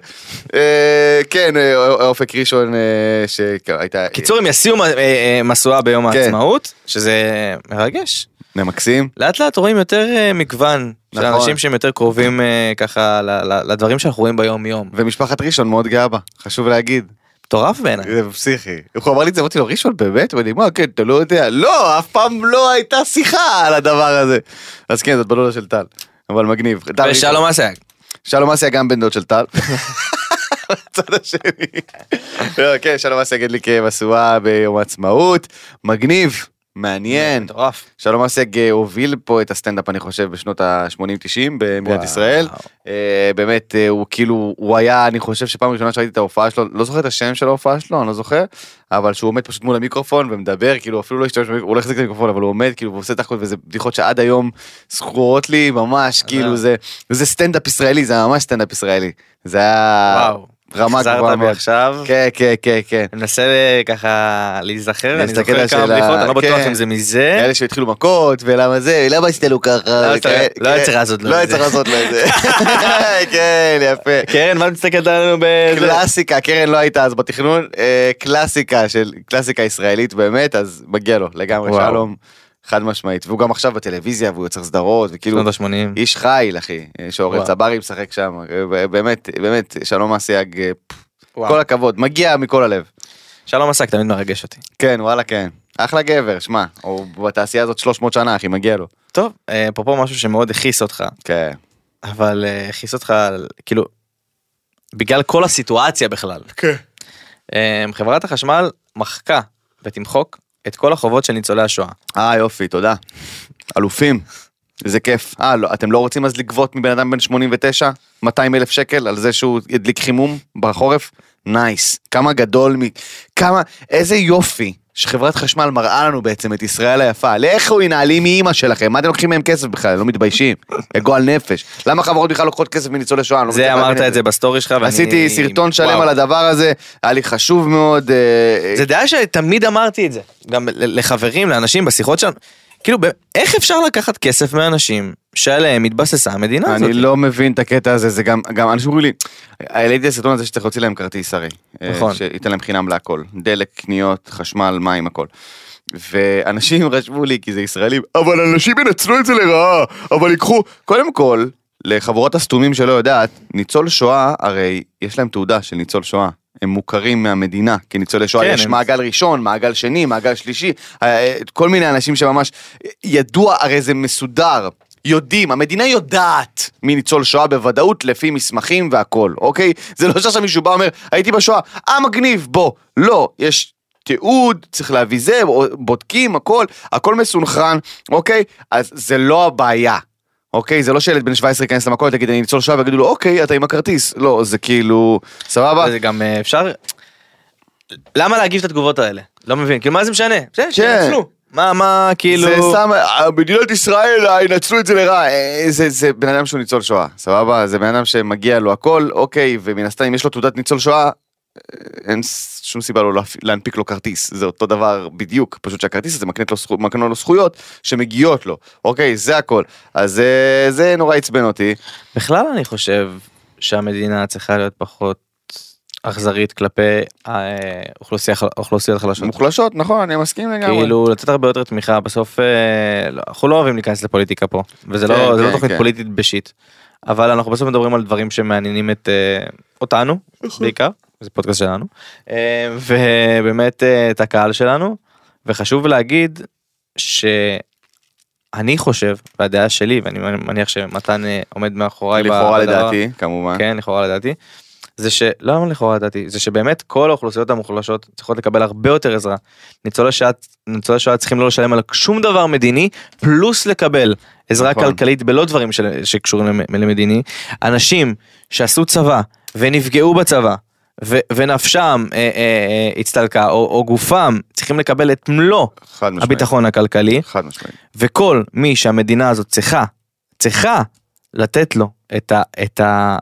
Speaker 2: אה, כן, אה, אופק ראשון אה, שהייתה...
Speaker 3: קיצור, הם יסיעו אה, אה, משואה ביום
Speaker 2: כן.
Speaker 3: העצמאות, שזה מרגש.
Speaker 2: זה מקסים.
Speaker 3: לאט לאט רואים יותר אה, מגוון של
Speaker 2: נכון.
Speaker 3: אנשים שהם יותר קרובים אה, ככה ל- ל- לדברים שאנחנו רואים ביום יום.
Speaker 2: ומשפחת ראשון מאוד גאה בה, חשוב להגיד.
Speaker 3: מטורף בעיניי.
Speaker 2: זה פסיכי. הוא אמר לי את זה, אמרתי לו, ראשון באמת? הוא אמר לי, מה, כן, אתה לא יודע. לא, אף פעם לא הייתה שיחה על הדבר הזה. אז כן, זאת בלולה של טל. אבל מגניב. טל ראשון.
Speaker 3: ושלום אסייג.
Speaker 2: שלום אסיה גם בן דוד של טל. בצד השני. לא, כן, שלום אסיה גדליק משואה ביום העצמאות. מגניב, מעניין.
Speaker 3: מטורף.
Speaker 2: שלום אסייג אה, הוביל פה את הסטנדאפ אני חושב בשנות ה-80-90 במדינת
Speaker 3: וואו.
Speaker 2: ישראל. אה, באמת אה, הוא כאילו הוא היה אני חושב שפעם ראשונה שראיתי את ההופעה שלו לא זוכר את השם של ההופעה שלו אני לא זוכר אבל שהוא עומד פשוט מול המיקרופון ומדבר כאילו אפילו לא השתמש במיקרופון הוא לא החזיק את המיקרופון אבל הוא עומד כאילו ועושה תחקות וזה בדיחות שעד היום זכורות לי ממש כאילו זה זה סטנדאפ ישראלי זה ממש סטנדאפ ישראלי זה היה
Speaker 3: וואו.
Speaker 2: רמה גבוהה
Speaker 3: חזרת בי
Speaker 2: מאוד.
Speaker 3: עכשיו.
Speaker 2: כן כן כן כן.
Speaker 3: אני מנסה אה, ככה להיזכר, אני
Speaker 2: להסתכל
Speaker 3: זוכר
Speaker 2: על
Speaker 3: כמה
Speaker 2: השאלה,
Speaker 3: בדיחות, אני לא בטוח
Speaker 2: כן.
Speaker 3: אם זה מזה.
Speaker 2: אלה שהתחילו מכות ולמה זה למה עשית לו ככה.
Speaker 3: אה? לא,
Speaker 2: כן,
Speaker 3: לא היה
Speaker 2: כן.
Speaker 3: צריך לעשות לו
Speaker 2: לא היה
Speaker 3: את זה.
Speaker 2: צריך לעשות לו את זה. כן יפה.
Speaker 3: קרן, מה את מסתכלת עלינו בזה?
Speaker 2: קלאסיקה קרן לא הייתה אז בתכנון אה, קלאסיקה של קלאסיקה ישראלית באמת אז מגיע לו לגמרי
Speaker 3: וואו.
Speaker 2: שלום חד משמעית והוא גם עכשיו בטלוויזיה והוא יוצר סדרות וכאילו
Speaker 3: שנות ה-80.
Speaker 2: איש חיל אחי אה, שאורל
Speaker 3: וואו.
Speaker 2: צברי משחק שם אה, ב- באמת באמת שלום אסיאג אה, פ-
Speaker 3: וואו.
Speaker 2: כל הכבוד מגיע מכל הלב
Speaker 3: שלום עסק תמיד מרגש אותי.
Speaker 2: כן וואלה כן אחלה גבר שמע הוא בתעשייה הזאת 300 שנה אחי מגיע לו
Speaker 3: טוב, אה, אפרופו משהו שמאוד הכעיס אותך,
Speaker 2: כן
Speaker 3: אבל אה, הכעיס אותך על- כאילו, בגלל כל הסיטואציה בכלל. כן. חברת החשמל מחקה ותמחוק את כל החובות של ניצולי השואה.
Speaker 2: אה יופי תודה אלופים. איזה כיף. אה, לא, אתם לא רוצים אז לגבות מבן אדם בן 89 200 אלף שקל על זה שהוא הדליק חימום בחורף? נייס. כמה גדול מ... כמה... איזה יופי שחברת חשמל מראה לנו בעצם את ישראל היפה. לכו הנעלים מאימא שלכם, מה אתם לוקחים מהם כסף בכלל? הם לא מתביישים. זה גועל נפש. למה חברות בכלל לוקחות כסף מניצולי שואה? אני לא
Speaker 3: זה
Speaker 2: מצליח
Speaker 3: אמרת
Speaker 2: להבין
Speaker 3: את זה בסטורי שלך ואני...
Speaker 2: עשיתי סרטון שלם
Speaker 3: וואו.
Speaker 2: על הדבר הזה, היה לי חשוב מאוד. אה, אה,
Speaker 3: זה דעה שתמיד אמרתי את זה, גם ל- לחברים, לאנשים, בשיחות שלנו. כאילו, ב- איך אפשר לקחת כסף מאנשים שעליהם התבססה המדינה הזאת?
Speaker 2: אני לא מבין את הקטע הזה, זה גם, גם אנשים אומרים לי, העליתי את הסרטון הזה שצריך להוציא להם כרטיס הרי. אה,
Speaker 3: נכון.
Speaker 2: שייתן להם חינם להכל, דלק, קניות, חשמל, מים, הכל. ואנשים רשמו לי, כי זה ישראלים, אבל אנשים ינצלו את זה לרעה, אבל ייקחו, קודם כל, לחבורת הסתומים שלא יודעת, ניצול שואה, הרי יש להם תעודה של ניצול שואה. הם מוכרים מהמדינה כניצולי שואה,
Speaker 3: כן,
Speaker 2: יש
Speaker 3: הם-
Speaker 2: מעגל ראשון, מעגל שני, מעגל שלישי, אה, אה, כל מיני אנשים שממש ידוע, הרי זה מסודר, יודעים, המדינה יודעת מי ניצול שואה בוודאות לפי מסמכים והכל, אוקיי? זה לא שעכשיו מישהו בא ואומר, הייתי בשואה, אה מגניב, בוא. לא, יש תיעוד, צריך להביא זה, בודקים, הכל, הכל מסונכרן, אוקיי? אז זה לא הבעיה. אוקיי, זה לא שילד בן 17 ייכנס למכולת, יגיד אני ניצול שואה, ויגידו לו אוקיי, אתה עם הכרטיס. לא, זה כאילו, סבבה?
Speaker 3: זה גם אה, אפשר... למה להגיב את התגובות האלה? לא מבין, כאילו מה זה משנה? בסדר, שינצלו. מה, מה, כאילו...
Speaker 2: כן. זה שם, מדינת ישראל אה, ינצלו את זה לרעה, אה, זה, זה בן אדם שהוא ניצול שואה, סבבה? זה בן אדם שמגיע לו הכל, אוקיי, ומן הסתם אם יש לו תעודת ניצול שואה, אה, אין ס- שום סיבה לא להפ- להנפיק לו כרטיס, זה אותו דבר בדיוק, פשוט שהכרטיס הזה מקנה לו, זכו- מקנה לו זכויות שמגיעות לו, אוקיי, זה הכל. אז אה, זה נורא עצבן אותי.
Speaker 3: בכלל אני חושב שהמדינה צריכה להיות פחות אכזרית כלפי אה, אוכלוסייה חל- אוכלוסיות חלשות.
Speaker 2: מוחלשות, נכון, אני מסכים לגמרי.
Speaker 3: כאילו לתת הרבה יותר תמיכה בסוף אה, לא, אנחנו לא אוהבים להיכנס לפוליטיקה פה וזה לא
Speaker 2: כן,
Speaker 3: זה לא
Speaker 2: כן,
Speaker 3: תוכנית
Speaker 2: כן.
Speaker 3: פוליטית בשיט. אבל אנחנו בסוף מדברים על דברים שמעניינים את אה, אותנו
Speaker 2: נכון.
Speaker 3: בעיקר זה פודקאסט שלנו אה, ובאמת אה, את הקהל שלנו וחשוב להגיד שאני חושב והדעה שלי ואני מניח שמתן אה, עומד מאחוריי ב-
Speaker 2: לכאורה
Speaker 3: בדבר.
Speaker 2: לדעתי, כמובן.
Speaker 3: כן לכאורה לדעתי. זה שלא לכאורה לדעתי זה שבאמת כל האוכלוסיות המוחלשות צריכות לקבל הרבה יותר עזרה. ניצולי שואה ניצולי שואה צריכים לא לשלם על שום דבר מדיני פלוס לקבל עזרה
Speaker 2: נכון.
Speaker 3: כלכלית בלא דברים של, שקשורים למ- למדיני אנשים שעשו צבא ונפגעו בצבא. ו- ונפשם אה, אה, אה, הצטלקה או, או גופם צריכים לקבל את מלוא
Speaker 2: חד משמעית.
Speaker 3: הביטחון הכלכלי
Speaker 2: חד משמעית.
Speaker 3: וכל מי שהמדינה הזאת צריכה, צריכה לתת לו את ה... את ה...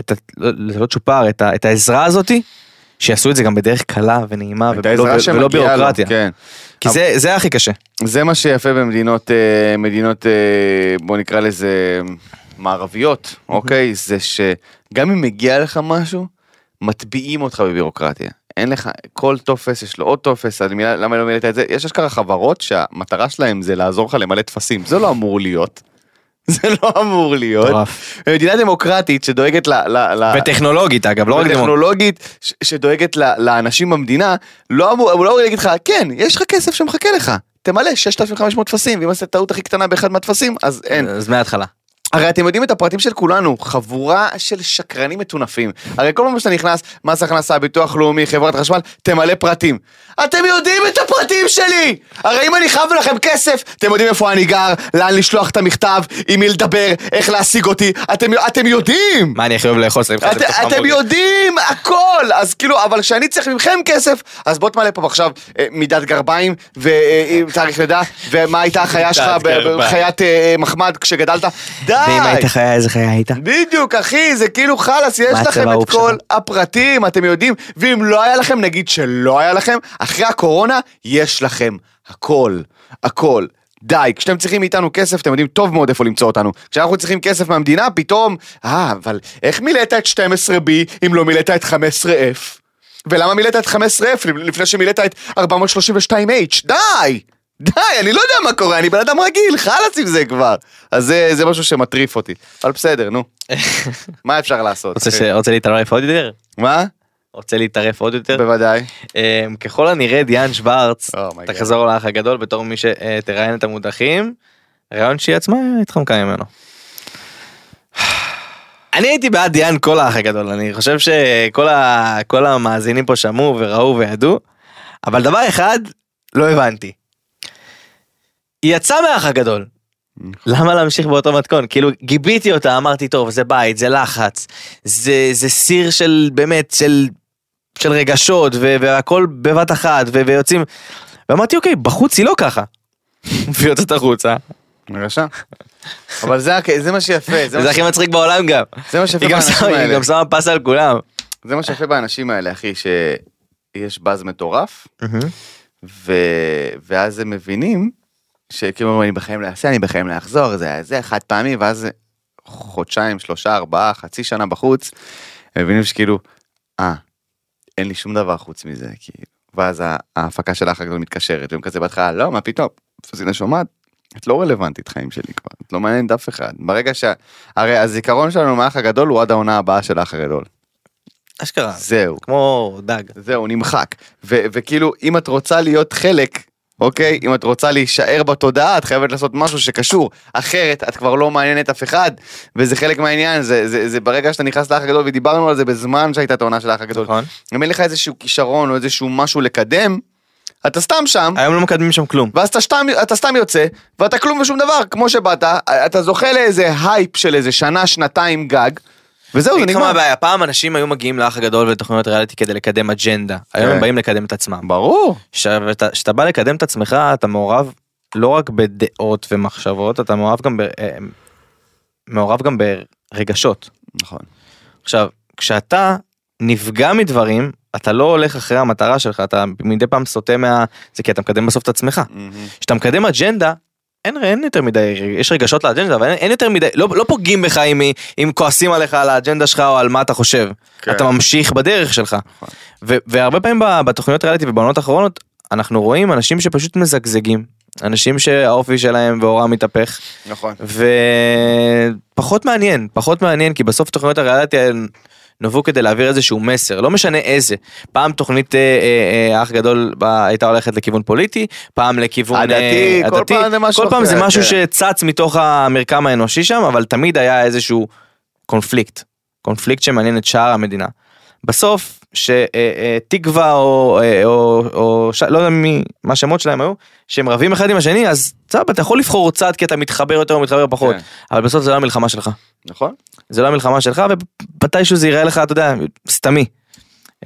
Speaker 3: את ה... לא- לא צ'ופר, את, ה, את העזרה הזאתי, שיעשו את זה גם בדרך קלה ונעימה
Speaker 2: את
Speaker 3: ולא
Speaker 2: העזרה
Speaker 3: ולא
Speaker 2: שמגיעה לו,
Speaker 3: ביורוקרטיה.
Speaker 2: כן.
Speaker 3: כי זה- זה הכי קשה.
Speaker 2: זה מה שיפה במדינות, אה, מדינות, אה, בוא נקרא לזה מערביות, אוקיי? זה שגם אם מגיע לך משהו, מטביעים אותך בבירוקרטיה. אין לך, כל טופס יש לו עוד טופס, אז מילה- למה לא מילאת את זה? יש אשכרה חברות שהמטרה שלהם זה לעזור לך למלא טפסים, זה לא אמור להיות. זה לא אמור להיות.
Speaker 3: מטורף.
Speaker 2: מדינה דמוקרטית שדואגת ל... ל- ל-
Speaker 3: וטכנולוגית אגב, לא רק דמוקרטיה.
Speaker 2: טכנולוגית ש- שדואגת ל- לאנשים במדינה, לא אמור, הוא לא אמור להגיד לך, כן, יש לך כסף שמחכה לך, תמלא 6,500 טפסים, ואם עשית טעות הכי קטנה באחד מהטפסים, אז אין.
Speaker 3: אז מההתחלה.
Speaker 2: הרי אתם יודעים את הפרטים של כולנו, חבורה של שקרנים מטונפים. הרי כל פעם שאתה נכנס, מס הכנסה, ביטוח לאומי, חברת חשמל, תמלא פרטים. אתם יודעים את הפרטים שלי! הרי אם אני חייב לכם כסף, אתם יודעים איפה אני גר, לאן לשלוח את המכתב, עם מי לדבר, איך להשיג אותי, אתם, אתם יודעים!
Speaker 3: מה אני הכי אוהב לאכול? שמים לך את זה
Speaker 2: את,
Speaker 3: בתוך
Speaker 2: אתם
Speaker 3: המבורגר.
Speaker 2: יודעים הכל אז כאילו אבל כשאני צריך מכם כסף אז בוא תמלא פה עכשיו אה, מידת גרביים ותאריך לידה ומה הייתה החיה שלך ב- ב-
Speaker 3: גרביים.
Speaker 2: חיית אה, מחמד כשגדלת די
Speaker 3: ואם היית חיה, איזה חיה היית?
Speaker 2: בדיוק אחי זה כאילו חלאס יש
Speaker 3: מה
Speaker 2: לכם
Speaker 3: הצבע
Speaker 2: את
Speaker 3: האהוב
Speaker 2: כל
Speaker 3: שלך?
Speaker 2: הפרטים אתם יודעים ואם לא היה לכם נגיד שלא היה לכם אחרי הקורונה יש לכם הכל הכל. די, כשאתם צריכים מאיתנו כסף, אתם יודעים טוב מאוד איפה למצוא אותנו. כשאנחנו צריכים כסף מהמדינה, פתאום, אה, אבל איך מילאת את 12B אם לא מילאת את 15F? ולמה מילאת את 15F לפני שמילאת את 432H? די! די, אני לא יודע מה קורה, אני בן אדם רגיל, חלאס עם זה כבר. אז זה, זה משהו שמטריף אותי. אבל בסדר, נו. מה אפשר לעשות?
Speaker 3: רוצה ש- רוצה להתערף עוד יותר?
Speaker 2: מה?
Speaker 3: רוצה להתערף עוד יותר?
Speaker 2: בוודאי.
Speaker 3: אמ, ככל הנראה דיאן שוורץ
Speaker 2: Oh my God.
Speaker 3: תחזור לאח הגדול בתור מי שתראיין את המודחים. רעיון שהיא עצמה התחמקה ממנו. אני הייתי בעד דיאן כל האח הגדול אני חושב שכל ה... כל המאזינים פה שמעו וראו וידעו. אבל דבר אחד לא הבנתי. היא יצאה מהאח הגדול. למה להמשיך באותו מתכון? כאילו גיביתי אותה, אמרתי טוב זה בית, זה לחץ, זה, זה סיר של באמת של של רגשות ו- והכל בבת אחת ו- ויוצאים. ואמרתי אוקיי בחוץ היא לא ככה. והיא יוצאת החוצה.
Speaker 2: בבקשה. אבל זה, הכ- זה מה שיפה, זה,
Speaker 3: וזה
Speaker 2: מה, ש...
Speaker 3: הכי מצחיק בעולם גם.
Speaker 2: זה מה שיפה
Speaker 3: היא גם שמה-
Speaker 2: באנשים
Speaker 3: היא
Speaker 2: האלה.
Speaker 3: גם שמה פס על כולם.
Speaker 2: זה מה שיפה באנשים האלה, אחי, שיש באז מטורף, ו... ואז הם מבינים שכאילו אומרים, אני בחיים לא אעשה, אני בחיים לא אחזור, זה היה זה, חד פעמי, ואז חודשיים, שלושה, ארבעה, חצי שנה בחוץ, הם מבינים שכאילו, אה, אין לי שום דבר חוץ מזה, כאילו. ואז ה- ההפקה של האח הגדול מתקשרת, והם כזה בהתחלה, לא, מה פתאום, פוזינה שומעת, את לא רלוונטית חיים שלי כבר, את לא מעניינת אף אחד. ברגע שה... הרי הזיכרון שלנו מהאח הגדול הוא עד העונה הבאה של האח הגדול.
Speaker 3: אשכרה.
Speaker 2: זהו.
Speaker 3: כמו דג.
Speaker 2: זהו, נמחק. ו- וכאילו, אם את רוצה להיות חלק, אוקיי? אם את רוצה להישאר בתודעה, את חייבת לעשות משהו שקשור. אחרת, את כבר לא מעניינת אף אחד, וזה חלק מהעניין. זה, זה, זה ברגע שאתה נכנס לאח הגדול, ודיברנו על זה בזמן שהייתה את העונה של האח הגדול.
Speaker 3: נכון.
Speaker 2: אם אין לך איזשהו כישרון או איזשהו משהו לקדם, אתה סתם שם.
Speaker 3: היום לא מקדמים שם כלום.
Speaker 2: ואז אתה סתם, אתה סתם יוצא, ואתה כלום ושום דבר, כמו שבאת, אתה זוכה לאיזה הייפ של איזה שנה, שנתיים גג, וזהו, זה
Speaker 3: אני אגיד לך מה
Speaker 2: נגמר.
Speaker 3: הבעיה, פעם אנשים היו מגיעים לאח הגדול ולתוכניות ריאליטי כדי לקדם אג'נדה. היום
Speaker 2: כן.
Speaker 3: הם באים לקדם את עצמם.
Speaker 2: ברור.
Speaker 3: כשאתה בא לקדם את עצמך אתה מעורב לא רק בדעות ומחשבות אתה מעורב גם ב... אה, מעורב גם ברגשות.
Speaker 2: נכון.
Speaker 3: עכשיו, כשאתה נפגע מדברים, אתה לא הולך אחרי המטרה שלך, אתה מדי פעם סוטה מה... זה כי אתה מקדם בסוף את עצמך. כשאתה מקדם אג'נדה, אין, אין יותר מדי, יש רגשות לאג'נדה, אבל אין, אין יותר מדי, לא, לא פוגעים בך אם, אם כועסים עליך על האג'נדה שלך או על מה אתה חושב.
Speaker 2: כן.
Speaker 3: כן. אתה ממשיך בדרך שלך. ו, והרבה פעמים ב- בתוכניות ריאליטי ובעונות האחרונות, אנחנו רואים אנשים שפשוט מזגזגים. אנשים שהאופי שלהם ועורם מתהפך.
Speaker 2: נכון.
Speaker 3: ופחות מעניין, פחות מעניין, כי בסוף תוכניות הריאליטי האלה נבעו כדי להעביר איזשהו מסר, לא משנה איזה. פעם תוכנית אה, אה, אה, אח גדול ב- הייתה הולכת לכיוון פוליטי, פעם לכיוון
Speaker 2: עדתי,
Speaker 3: אה,
Speaker 2: כל פעם זה משהו
Speaker 3: כל פעם זה
Speaker 2: אחר,
Speaker 3: משהו
Speaker 2: כן.
Speaker 3: שצץ מתוך המרקם האנושי שם, אבל תמיד היה איזשהו קונפליקט, קונפליקט שמעניין את שאר המדינה. בסוף, שתקווה או, אה, או, או ש... לא יודע מי, מה השמות שלהם היו, שהם רבים אחד עם השני, אז סבבה, אתה יכול לבחור צד כי אתה מתחבר יותר או מתחבר פחות,
Speaker 2: כן.
Speaker 3: אבל בסוף זה לא המלחמה שלך.
Speaker 2: נכון.
Speaker 3: זה לא המלחמה שלך, ומתישהו זה ייראה לך, אתה יודע, סתמי.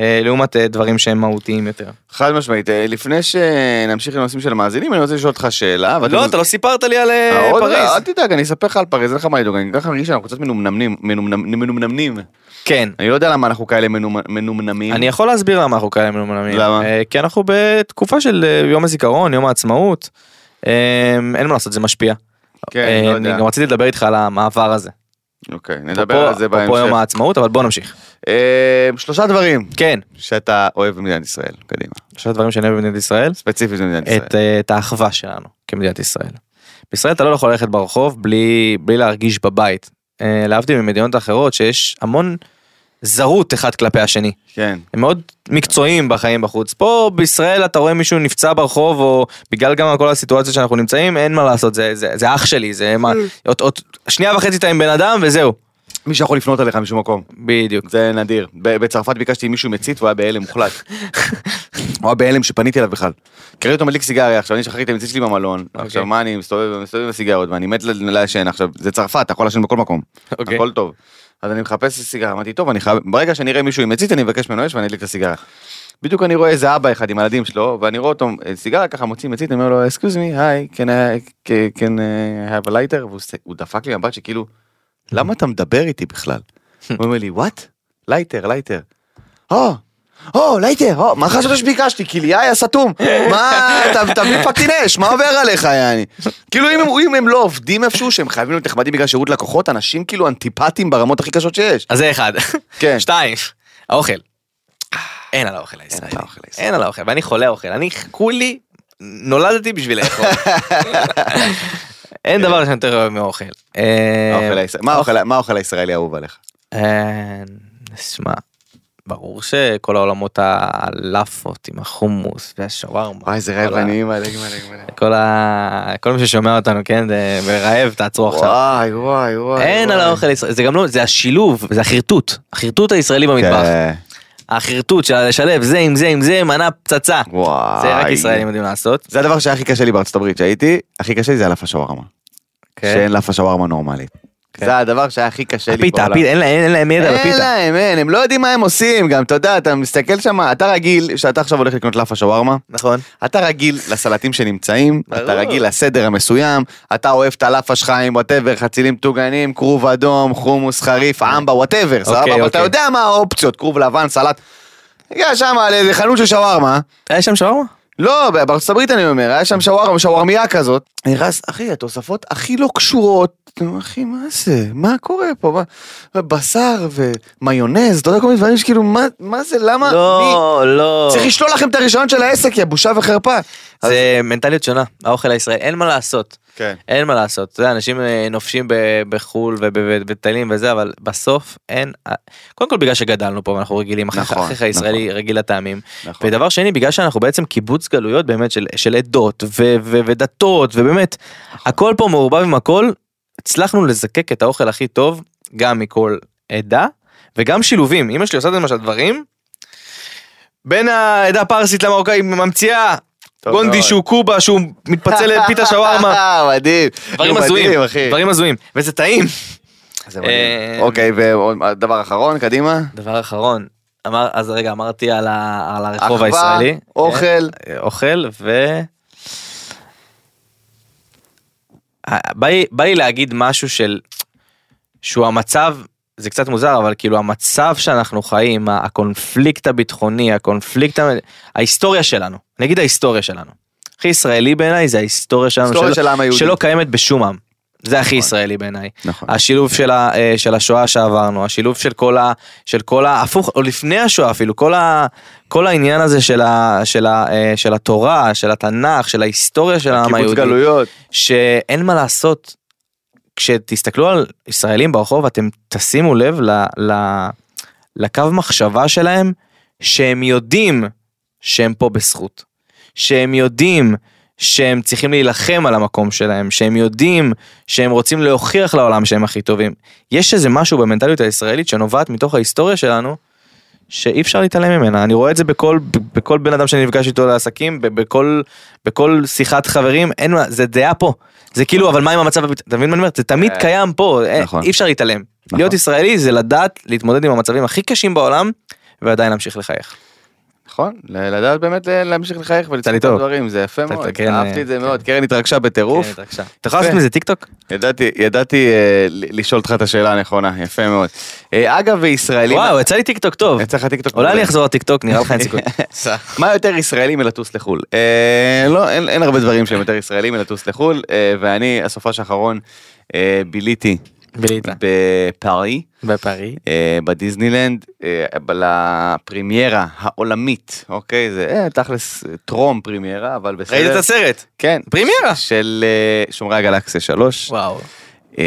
Speaker 3: אה, לעומת אה, דברים שהם מהותיים יותר.
Speaker 2: חד משמעית, אה, לפני שנמשיך לנושאים של המאזינים, אני רוצה לשאול אותך שאלה. ואתה
Speaker 3: לא,
Speaker 2: מוז-
Speaker 3: אתה לא סיפרת לי על אה,
Speaker 2: אה, עוד-
Speaker 3: פריז.
Speaker 2: אל תדאג, אני אספר לך על פריז, אין לך מה לדאוג, אני ככה מרגיש שאנחנו קצת מנומנמים, מנומנמ- מנומנמים.
Speaker 3: כן.
Speaker 2: אני לא יודע למה אנחנו כאלה מנומ- מנומנמים.
Speaker 3: אני יכול להסביר למה אנחנו כאלה מלומלמים.
Speaker 2: למה?
Speaker 3: אה, כי אנחנו בתקופה של אה, יום הזיכרון, יום העצמאות. אה, אין מה לעשות, זה משפיע.
Speaker 2: כן,
Speaker 3: אה,
Speaker 2: לא
Speaker 3: אני
Speaker 2: יודע.
Speaker 3: גם רציתי לדבר איתך על המעבר הזה.
Speaker 2: אוקיי, נדבר על זה
Speaker 3: אפרופו- אפרופו
Speaker 2: בהמשך.
Speaker 3: יום העצמאות, אבל בוא נמשיך.
Speaker 2: אה, שלושה דברים
Speaker 3: כן,
Speaker 2: שאתה אוהב במדינת ישראל, קדימה.
Speaker 3: שלושה דברים שאני אוהב במדינת ישראל.
Speaker 2: ספציפית במדינת ישראל.
Speaker 3: את, אה, את האחווה שלנו כמדינת ישראל. בישראל אתה לא יכול ללכת ברחוב בלי, בלי להרגיש בבית. אה, להבדיל ממדינות אחרות שיש המון זרות אחד כלפי השני.
Speaker 2: כן.
Speaker 3: הם מאוד מקצועיים בחיים בחוץ. פה בישראל אתה רואה מישהו נפצע ברחוב או בגלל גם כל הסיטואציה שאנחנו נמצאים אין מה לעשות זה, זה, זה אח שלי זה מה
Speaker 2: Mm.
Speaker 3: עוד, עוד שנייה וחצי אתה עם בן אדם וזהו.
Speaker 2: מי שיכול לפנות אליך משום מקום.
Speaker 3: בדיוק.
Speaker 2: זה נדיר. ב- בצרפת ביקשתי מישהו מצית והוא היה בהלם מוחלט. הוא היה בהלם שפניתי אליו בכלל. קראתי אותו מדליק סיגריה עכשיו, אני שכחתי את המצית שלי במלון. עכשיו מה אני מסתובב מסתובב עם הסיגריות ואני מת ל- לעשן עכשיו. זה צרפת, אתה יכול לעשן בכל מקום.
Speaker 3: אוקיי.
Speaker 2: הכל טוב. אז אני מחפש סיגריה, אמרתי טוב, אני חייב, ברגע שאני אראה מישהו עם מצית אני אבקש ממנו אש ואני אדליק את הסיגריה. בדיוק אני רואה איזה אבא אחד עם הילדים שלו ואני רואה אותו אה, סיגריה ככה מוציא מצית אני אומר לו אסקיוז מי היי כן כן have a lighter והוא ס- הוא דפק לי מבט שכאילו למה אתה מדבר איתי בכלל. הוא אומר לי וואט לייטר לייטר. או או לייטר או מה חשבת שביקשתי כליה יא סתום מה אתה אתה בלי פטינש מה עובר עליך יעני. כאילו אם הם, אם הם לא עובדים איפשהו שהם חייבים להיות נחמדים בגלל שירות לקוחות אנשים כאילו אנטיפטיים ברמות הכי קשות שיש.
Speaker 3: אז זה אחד.
Speaker 2: כן.
Speaker 3: שתיים, האוכל. אין על האוכל הישראלי.
Speaker 2: על האוכל הישראלי.
Speaker 3: אין על האוכל, ואני חולה אוכל. אני כולי נולדתי בשביל לאכול. אין דבר שאני יותר אוהב מאוכל. אה,
Speaker 2: האוכל הישראל- מה האוכל- מה האוכל הישראלי האהוב עליך?
Speaker 3: אה, נשמע. ברור שכל העולמות הלאפות עם החומוס והשווארמה.
Speaker 2: וואי איזה
Speaker 3: כל ה-
Speaker 2: רעב אני מלא מלא מלא.
Speaker 3: כל ה... כל מי ששומע אותנו, כן, זה רעב, תעצרו עכשיו.
Speaker 2: וואי וואי וואי.
Speaker 3: אין על
Speaker 2: וואי.
Speaker 3: האוכל הישראלי, זה גם לא, זה השילוב, זה החרטוט, החרטוט הישראלי במטבח.
Speaker 2: כן.
Speaker 3: החרטוט של לשלב זה עם זה עם זה מנה פצצה.
Speaker 2: וואי.
Speaker 3: זה רק ישראלים יודעים לעשות.
Speaker 2: זה הדבר שהיה הכי קשה לי בארצות הברית שהייתי, הכי קשה לי זה על אף השווארמה. שאין לאף השווארמה נורמלית.
Speaker 3: כן.
Speaker 2: זה הדבר שהיה הכי קשה לי
Speaker 3: הפיתה,
Speaker 2: בעולם.
Speaker 3: הפיתה, אין להם- אין להם ידע על
Speaker 2: אין
Speaker 3: הפיתה.
Speaker 2: להם, אין, הם לא יודעים מה הם עושים גם, אתה יודע, אתה מסתכל שם, אתה רגיל, שאתה עכשיו הולך לקנות לאפה שווארמה,
Speaker 3: נכון.
Speaker 2: אתה רגיל לסלטים שנמצאים,
Speaker 3: ברור.
Speaker 2: אתה רגיל לסדר המסוים, אתה אוהב את הלאפה שלך עם וואטאבר, חצילים טוגנים, כרוב אדום, חומוס חריף, אמבה, וואטאבר, סבבה? אבל אתה
Speaker 3: אוקיי.
Speaker 2: יודע מה האופציות, כרוב לבן, סלט. הגיע שם לאיזה חנות של שווארמה,
Speaker 3: היה שם שווארמה?
Speaker 2: לא, בארצות הברית אני אומר, היה שם שווארמה, שווארמיה כזאת. נכנס, אחי, התוספות הכי לא קשורות. נו, אחי, מה זה? מה קורה פה? מה- בשר ומיונז, אתה יודע, כל מיני דברים שכאילו, מה- מה זה? למה?
Speaker 3: לא, לא.
Speaker 2: אה, מי? צריך לשלול לכם את הרישיון של העסק, יא בושה וחרפה.
Speaker 3: זה מנטליות שונה, האוכל הישראלי, אין מה לעשות.
Speaker 2: כן.
Speaker 3: אין מה לעשות, אתה יודע, אנשים אה, נופשים ב- בחו"ל ובטלים וזה, אבל בסוף אין, קודם כל בגלל שגדלנו פה ואנחנו רגילים, החך-
Speaker 2: נכון,
Speaker 3: החך הישראלי רגיל לטעמים,
Speaker 2: נכון.
Speaker 3: ודבר שני, בגלל שאנחנו בעצם קיבוץ גלויות באמת של, של עדות ו, ו, ודתות, ובאמת, הכל פה מעורבב עם הכל, הצלחנו לזקק את האוכל הכי טוב, גם מכל עדה, וגם שילובים. אמא שלי עושה למשל דברים, בין העדה הפרסית למרוקאית, ממציאה
Speaker 2: טוב
Speaker 3: גונדי
Speaker 2: מאוד.
Speaker 3: שהוא קובה, שהוא מתפצל לפיתה שווארמה,
Speaker 2: אה, מדהים.
Speaker 3: דברים
Speaker 2: נו,
Speaker 3: הזויים,
Speaker 2: מדהים, אחי.
Speaker 3: דברים הזויים, וזה טעים.
Speaker 2: זה מדהים.
Speaker 3: אה,
Speaker 2: אוקיי, ודבר אחרון, קדימה.
Speaker 3: דבר אחרון, אמר, אז רגע, אמרתי על, ה, על הרחוב
Speaker 2: אחווה,
Speaker 3: הישראלי.
Speaker 2: אוכל.
Speaker 3: אוכל ו... ה- בא לי, בא לי להגיד משהו של... שהוא המצב, זה קצת מוזר, אבל כאילו המצב שאנחנו חיים, ה- הקונפליקט הביטחוני, הקונפליקט, המ- ההיסטוריה שלנו, אני אגיד ההיסטוריה שלנו. הכי ישראלי בעיניי זה ההיסטוריה שלנו,
Speaker 2: היסטוריה של העם היהודי.
Speaker 3: שלא קיימת בשום עם. זה הכי ישראלי בעיניי.
Speaker 2: נכון.
Speaker 3: השילוב של, ה, אה, של השואה שעברנו, השילוב של כל ה... של כל ה... הפוך, או לפני השואה אפילו, כל, ה, כל העניין הזה של, ה, של, ה, אה, של התורה, של התנ"ך, של ההיסטוריה של העם
Speaker 2: קיבוץ
Speaker 3: היהודי.
Speaker 2: גלויות.
Speaker 3: שאין מה לעשות. כשתסתכלו על ישראלים ברחוב, אתם תשימו לב ל, ל, לקו מחשבה שלהם, שהם יודעים שהם פה בזכות. שהם יודעים שהם צריכים להילחם על המקום שלהם, שהם יודעים שהם רוצים להוכיח לעולם שהם הכי טובים. יש איזה משהו במנטליות הישראלית שנובעת מתוך ההיסטוריה שלנו, שאי אפשר להתעלם ממנה. אני רואה את זה בכל, בכל בן אדם שאני נפגש איתו לעסקים, ב- בכל, בכל שיחת חברים, אין מה, זה דעה פה. זה כאילו, אבל מה עם המצב, הביט- אתה מבין מה אני אומר? זה תמיד
Speaker 2: אה,
Speaker 3: קיים פה, אה,
Speaker 2: נכון.
Speaker 3: אי אפשר להתעלם. להיות ישראלי זה לדעת להתמודד עם המצבים הכי קשים בעולם, ועדיין להמשיך
Speaker 2: כן,
Speaker 3: לחייך.
Speaker 2: נכון, ל- לדעת באמת ל- להמשיך לחייך
Speaker 3: לי
Speaker 2: ולצעוק את
Speaker 3: טוב.
Speaker 2: הדברים, זה יפה
Speaker 3: אתה-
Speaker 2: מאוד,
Speaker 3: קרן,
Speaker 2: אהבתי את זה
Speaker 3: אה,
Speaker 2: מאוד, קרן התרגשה בטירוף,
Speaker 3: כן, התרגשה. אתה יכול לעשות מזה טיק טוק?
Speaker 2: ידעתי, ידעתי אה, ל- לשאול אותך את השאלה הנכונה, יפה מאוד. אה, אגב, וישראלים...
Speaker 3: וואו, יצא לי טיק טוק טוב.
Speaker 2: יצא לך טיקטוק.
Speaker 3: אולי
Speaker 2: מעולה.
Speaker 3: אני אחזור לטיק טוק, נראה לך אין סיכוי.
Speaker 2: מה יותר ישראלי מלטוס לחו"ל? אה, לא, אין, אין הרבה דברים שהם יותר ישראלים מלטוס לחו"ל, אה, ואני, הסופש האחרון, אה, ביליתי
Speaker 3: בליטה.
Speaker 2: בפארי,
Speaker 3: בפריז.
Speaker 2: אה, בדיסנילנד, אה, ב- לפרימיירה העולמית, אוקיי? זה אה, תכלס אה, טרום פרימיירה, אבל בסדר.
Speaker 3: ראית את הסרט?
Speaker 2: כן.
Speaker 3: פרימיירה?
Speaker 2: של אה, שומרי הגלקסיה 3.
Speaker 3: וואו.
Speaker 2: אה,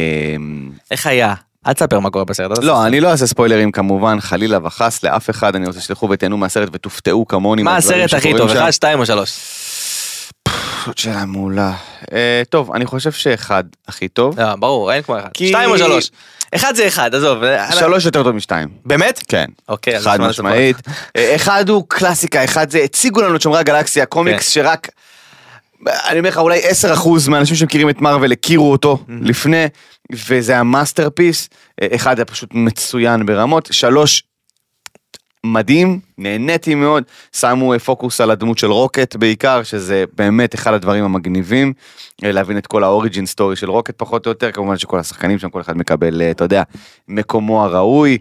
Speaker 3: איך היה? אל תספר מה קורה בסרט הזה.
Speaker 2: לא, אני לא אעשה ספוילרים כמובן, חלילה וחס לאף אחד, אני רוצה שתלכו ותהנו מהסרט ותופתעו כמוני.
Speaker 3: מה
Speaker 2: מהדברים
Speaker 3: הסרט הכי
Speaker 2: שקורים
Speaker 3: טוב?
Speaker 2: שם.
Speaker 3: אחד, שתיים או שלוש?
Speaker 2: זאת שאלה מעולה. אה, טוב, אני חושב שאחד הכי טוב.
Speaker 3: לא, ברור, אין כמו אחד.
Speaker 2: כי-
Speaker 3: שתיים או שלוש? אחד זה אחד, עזוב. אה,
Speaker 2: שלוש יותר טוב משתיים.
Speaker 3: באמת?
Speaker 2: כן.
Speaker 3: אוקיי, אז
Speaker 2: חד
Speaker 3: נשמע את זה
Speaker 2: משמעית. אה, אחד הוא קלאסיקה, אחד זה, הציגו לנו את שומרי הגלקסיה, קומיקס שרק, אני אומר לך, אולי 10% מהאנשים שמכירים את מארוול הכירו אותו לפני, וזה המאסטרפיס. אה, אחד היה פשוט מצוין ברמות, שלוש, מדהים, נהניתי מאוד, שמו אה, פוקוס על הדמות של רוקט בעיקר, שזה באמת אחד הדברים המגניבים, אה, להבין את כל האוריג'ין סטורי של רוקט פחות או יותר, כמובן שכל השחקנים שם, כל אחד מקבל, אה, אתה יודע, מקומו הראוי.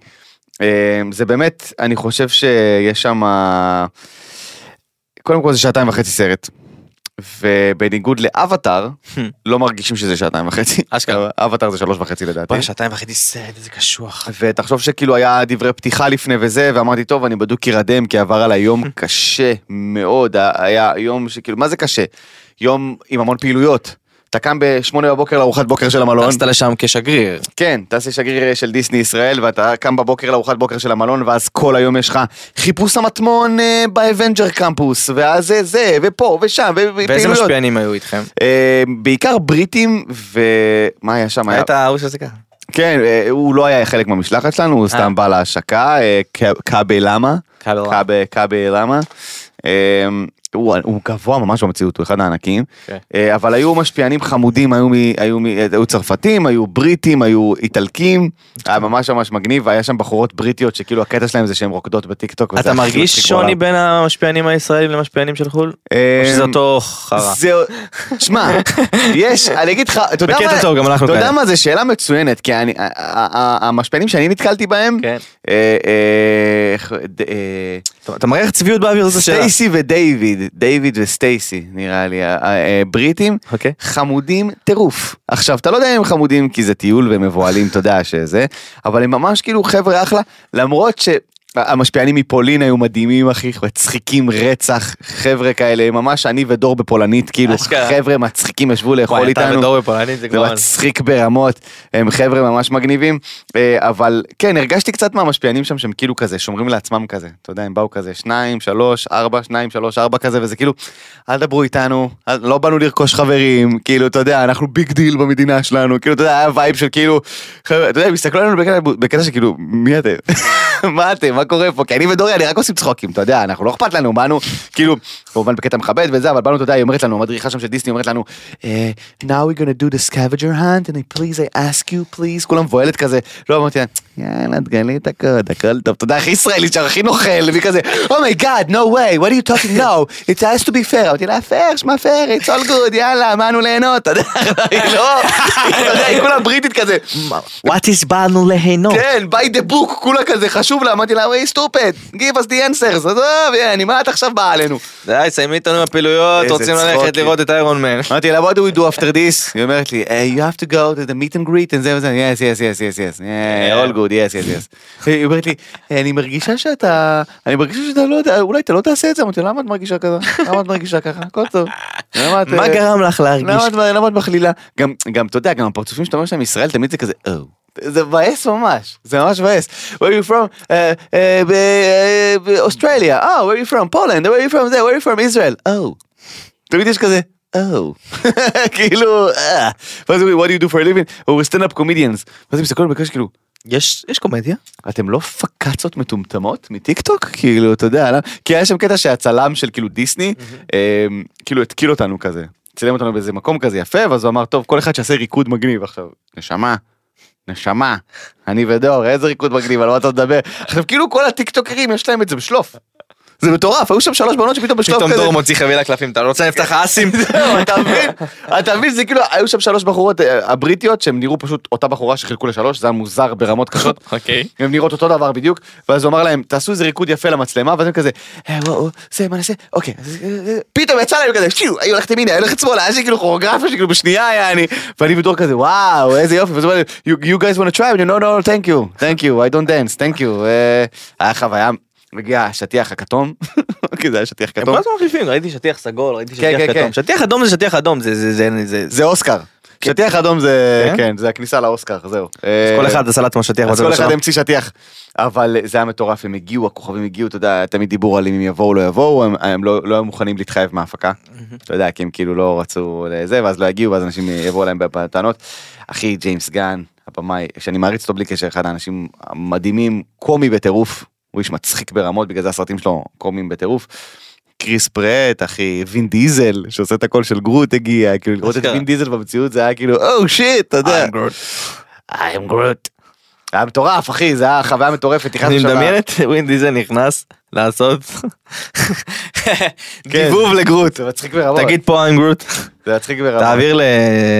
Speaker 2: אה, זה באמת, אני חושב שיש שם, קודם כל זה שעתיים וחצי סרט, ובניגוד לאבטאר, לא מרגישים שזה שעתיים וחצי,
Speaker 3: אשכרה.
Speaker 2: אבטאר זה שלוש וחצי לדעתי.
Speaker 3: וואי, שעתיים וחצי סרט, איזה קשוח.
Speaker 2: ותחשוב שכאילו היה דברי פתיחה לפני וזה, ואמרתי, טוב, אני בדוק ירדם, כי עבר עליי יום קשה מאוד, היה- היה יום שכאילו, מה זה קשה? יום עם המון פעילויות. אתה קם בשמונה בבוקר לארוחת בוקר של המלון.
Speaker 3: טסת לשם כשגריר.
Speaker 2: כן, תעשה שגריר של דיסני ישראל, ואתה קם בבוקר לארוחת בוקר של המלון, ואז כל היום יש לך חיפוש המטמון אה, באבנג'ר קמפוס, ואז זה זה, ופה, ושם, ו-
Speaker 3: ואיזה
Speaker 2: ופעילויות.
Speaker 3: משפיענים היו איתכם?
Speaker 2: אה, בעיקר בריטים, ומה היה שם? היה-
Speaker 3: היה את ההוא שעושה ככה.
Speaker 2: כן, אה, הוא לא היה חלק מהמשלחת שלנו, הוא סתם בא להשקה, אה, ק- קאבי למה.
Speaker 3: אה. קאבי למה.
Speaker 2: קאבי- קאבי למה. אה, הוא הוא גבוה ממש במציאות, הוא אחד הענקים.
Speaker 3: כן.
Speaker 2: אה, אבל היו משפיענים חמודים, היו מ- היו מ- היו צרפתים, היו בריטים, היו איטלקים. היה ממש ממש מגניב, והיה שם בחורות בריטיות שכאילו הקטע שלהם זה שהן רוקדות בטיקטוק. וזה
Speaker 3: אתה
Speaker 2: הכי
Speaker 3: מרגיש
Speaker 2: מצחיק
Speaker 3: שוני
Speaker 2: בעולם.
Speaker 3: בין המשפיענים הישראלים למשפיענים של חו"ל?
Speaker 2: אה,
Speaker 3: או שזה אותו חרא?
Speaker 2: זה... שמע, יש, אני אגיד לך, אתה יודע
Speaker 3: בקטע
Speaker 2: מה-
Speaker 3: טוב, גם אנחנו
Speaker 2: אתה יודע
Speaker 3: כאלה.
Speaker 2: מה, זו שאלה מצוינת, כי אני- ה- ה- ה- המשפיענים שאני נתקלתי בהם,
Speaker 3: כן.
Speaker 2: אה, אה, איך- ד- אה,
Speaker 3: אתה- אתה מריח צביעות באוויר זו שאלה.
Speaker 2: סטייסי ודייוויד, דיוויד וסטייסי נראה לי, ה- ה- אה, בריטים,
Speaker 3: אוקיי.
Speaker 2: חמודים טירוף. עכשיו, אתה לא יודע אם הם חמודים כי זה טיול והם מבוהלים, אתה יודע שזה, אבל הם ממש כאילו חבר'ה אחלה, למרות ש... המשפיענים מפולין היו מדהימים אחי, מצחיקים רצח, חבר'ה כאלה, ממש אני ודור בפולנית, כאילו
Speaker 3: אשכרה.
Speaker 2: חבר'ה מצחיקים ישבו לאכול
Speaker 3: וואי, אתה
Speaker 2: איתנו.
Speaker 3: ודור בפולנית זה
Speaker 2: זה
Speaker 3: כבר...
Speaker 2: מצחיק ברמות, הם חבר'ה ממש מגניבים, אה, אבל כן, הרגשתי קצת מהמשפיענים שם שהם כאילו כזה, שומרים לעצמם כזה, אתה יודע, הם באו כזה שניים, שלוש, ארבע, שניים, שלוש, ארבע כזה, וזה כאילו, אל דברו איתנו, אל- לא באנו לרכוש חברים, כאילו, אתה יודע, אנחנו ביג דיל במדינה שלנו, כאילו, אתה יודע, היה וייב של כאילו, חבר'ה, אתה יודע, הם הסתכלו עלינו בקטע, בקטע שכאילו, מי אתם? מה אתם? מה קורה פה? כי אני ודורי, אני רק עושים צחוקים, אתה יודע, אנחנו לא אכפת לנו, באנו, כאילו, כמובן בקטע מכבד וזה, אבל באנו, אתה יודע, היא אומרת לנו, המדריכה שם של דיסני אומרת לנו, "אה, Now we're gonna do the scavenger hunt, and I please I ask you please, כולם מבוהלת כזה, לא אמרתי לה, יאללה, תגלי את הקוד, הכל טוב, אתה יודע, הכי ישראלית שם, הכי נוכל, והיא כזה, Oh my god, no way, what are you talking now? It has to be fair, אמרתי לה, fair, שמע fair, it's all good, יאללה, באנו ליהנות, אתה יודע, היא לא, אתה יודע, היא כולה בריטית כזה,
Speaker 3: What is באנו ליהנות?
Speaker 2: כן, by the book, כולה כזה חשוב לה, אמרתי לה, וואי סטופד, give us the answers, עזוב, יעני, מה את עכשיו באה עלינו?
Speaker 3: די, סיימי איתנו עם הפעילויות,
Speaker 2: איזה
Speaker 3: רוצים ללכת
Speaker 2: צחוקים.
Speaker 3: לראות את איירון מן.
Speaker 2: אמרתי לה, what do we do after this? היא אומרת לי, "Eh, you have to go to the meet and greet, and זה וזה, yes, yes, yes, yes, yes, yeah, all good, yes, yes, yes. היא אומרת לי, אני מרגישה שאתה, אני מרגישה שאתה לא יודע, אולי אתה לא תעשה את זה, אמרתי לה, למה את מרגישה ככה? למה את מרגישה ככה? הכל טוב. למה את,
Speaker 3: מה
Speaker 2: אה,
Speaker 3: גרם לך להרגיש?
Speaker 2: למה את- למה את מכלילה? גם, גם, אתה יודע, גם הפרצופים שאתה אומר שם ישראל תמיד זה כזה, או. זה מבאס ממש, זה ממש מבאס. where are you from? אה, אה, ב- אה, באוסטרליה, אה, where are you from? פולנד, where are you from? זה, where are you from? "Oh." ישראל, או. תמיד יש כזה, או. כאילו, אה. ואז הוא אומר, what do you do for a living? הוא סטנדאפ קומדיאנס. ואז הם מסתכלים בקשר כאילו,
Speaker 3: יש יש קומדיה?
Speaker 2: אתם לא פקצות מטומטמות מטיקטוק? כאילו, אתה יודע, לא? כי היה שם קטע שהצלם של כאילו דיסני,
Speaker 3: Mm-hmm.
Speaker 2: אמ, כאילו התקיל אותנו כזה. צילם אותנו באיזה מקום כזה יפה, ואז הוא אמר, טוב, כל אחד שיעשה ריקוד מגניב עכשיו. נשמה, נשמה, אני ודור, איזה ריקוד מגניב, על מה אתה מדבר? עכשיו כאילו כל הטיקטוקרים יש להם את זה בשלוף. זה מטורף, היו שם שלוש בנות שפתאום בשלוף
Speaker 3: פתאום
Speaker 2: כזה. כן.
Speaker 3: דור מוציא חבילה קלפים, אתה לא רוצה לפתח אסים?
Speaker 2: זהו, אתה מבין? אתה מבין, זה כאילו, היו שם שלוש בחורות אה, הבריטיות, שהן נראו פשוט אותה בחורה שחילקו לשלוש, זה היה מוזר ברמות קשות.
Speaker 3: אוקיי.
Speaker 2: הן נראות אותו דבר בדיוק, ואז הוא אמר להם, תעשו איזה ריקוד יפה למצלמה, ואז הם כזה, "אה, וואו, וואו, זה, מה נעשה, אוקיי. אז, אה, אה, פתאום יצא להם כזה, שיו, היא הולכת ימינה, היא הולכת שמאלה, היה שכאילו כוריאוגרפיה שכאילו בשנייה היה אני, ואני בדור כזה, וואו, איזה יופי, ואז הוא אמר לי, "You- you guys want to try, it?" no, no, thank you, thank you, I don't dance, thank you. אה, היה חוויה, מגיע השטיח הכתום, כי זה היה שטיח
Speaker 3: הם
Speaker 2: כתום.
Speaker 3: כל הזמן מחליפים, ראיתי שטיח סגול, ראיתי
Speaker 2: כן, כן,
Speaker 3: שטיח
Speaker 2: כן.
Speaker 3: כתום. שטיח אדום זה שטיח אדום, זה- זה- זה... זה-
Speaker 2: זה אוסקר. שטיח אדום זה,
Speaker 3: כן?
Speaker 2: כן, זה הכניסה לאוסקר, זהו.
Speaker 3: אז כל אחד עשה לעצמו שטיח
Speaker 2: אה, אז
Speaker 3: בצד
Speaker 2: כל אחד
Speaker 3: שלו.
Speaker 2: המציא שטיח. אבל זה היה מטורף, הם הגיעו, הכוכבים הגיעו, אתה יודע, תמיד דיבור על אם הם יבואו או לא יבואו, הם, הם לא, לא היו מוכנים להתחייב מההפקה. אתה יודע, כי הם כאילו לא רצו לזה, ואז לא הגיעו, ואז אנשים יבואו להם בטענות. אחי, ג'יימס גן, הבמאי, שאני מעריץ אותו בלי קשר, אחד האנשים המדהימים, קומי בטירוף, הוא איש מצחיק ברמות, בגלל זה הסרטים שלו קומיים בטירוף. קריס פרט, אחי, וין דיזל, שעושה את הקול של גרוט הגיע, כאילו לראות את
Speaker 3: אשכרה.
Speaker 2: וין דיזל במציאות זה היה כאילו, או שיט, אתה יודע. I am Groot. היה מטורף אחי זה היה חוויה מטורפת. נכנסנו
Speaker 3: אני
Speaker 2: שם ל-
Speaker 3: מדמיין את ווין דיזל נכנס לעשות
Speaker 2: כן.
Speaker 3: דיבוב לגרוט.
Speaker 2: זה מצחיק ברמות.
Speaker 3: תגיד פה I'm גרוט,
Speaker 2: זה מצחיק ברמות.
Speaker 3: תעביר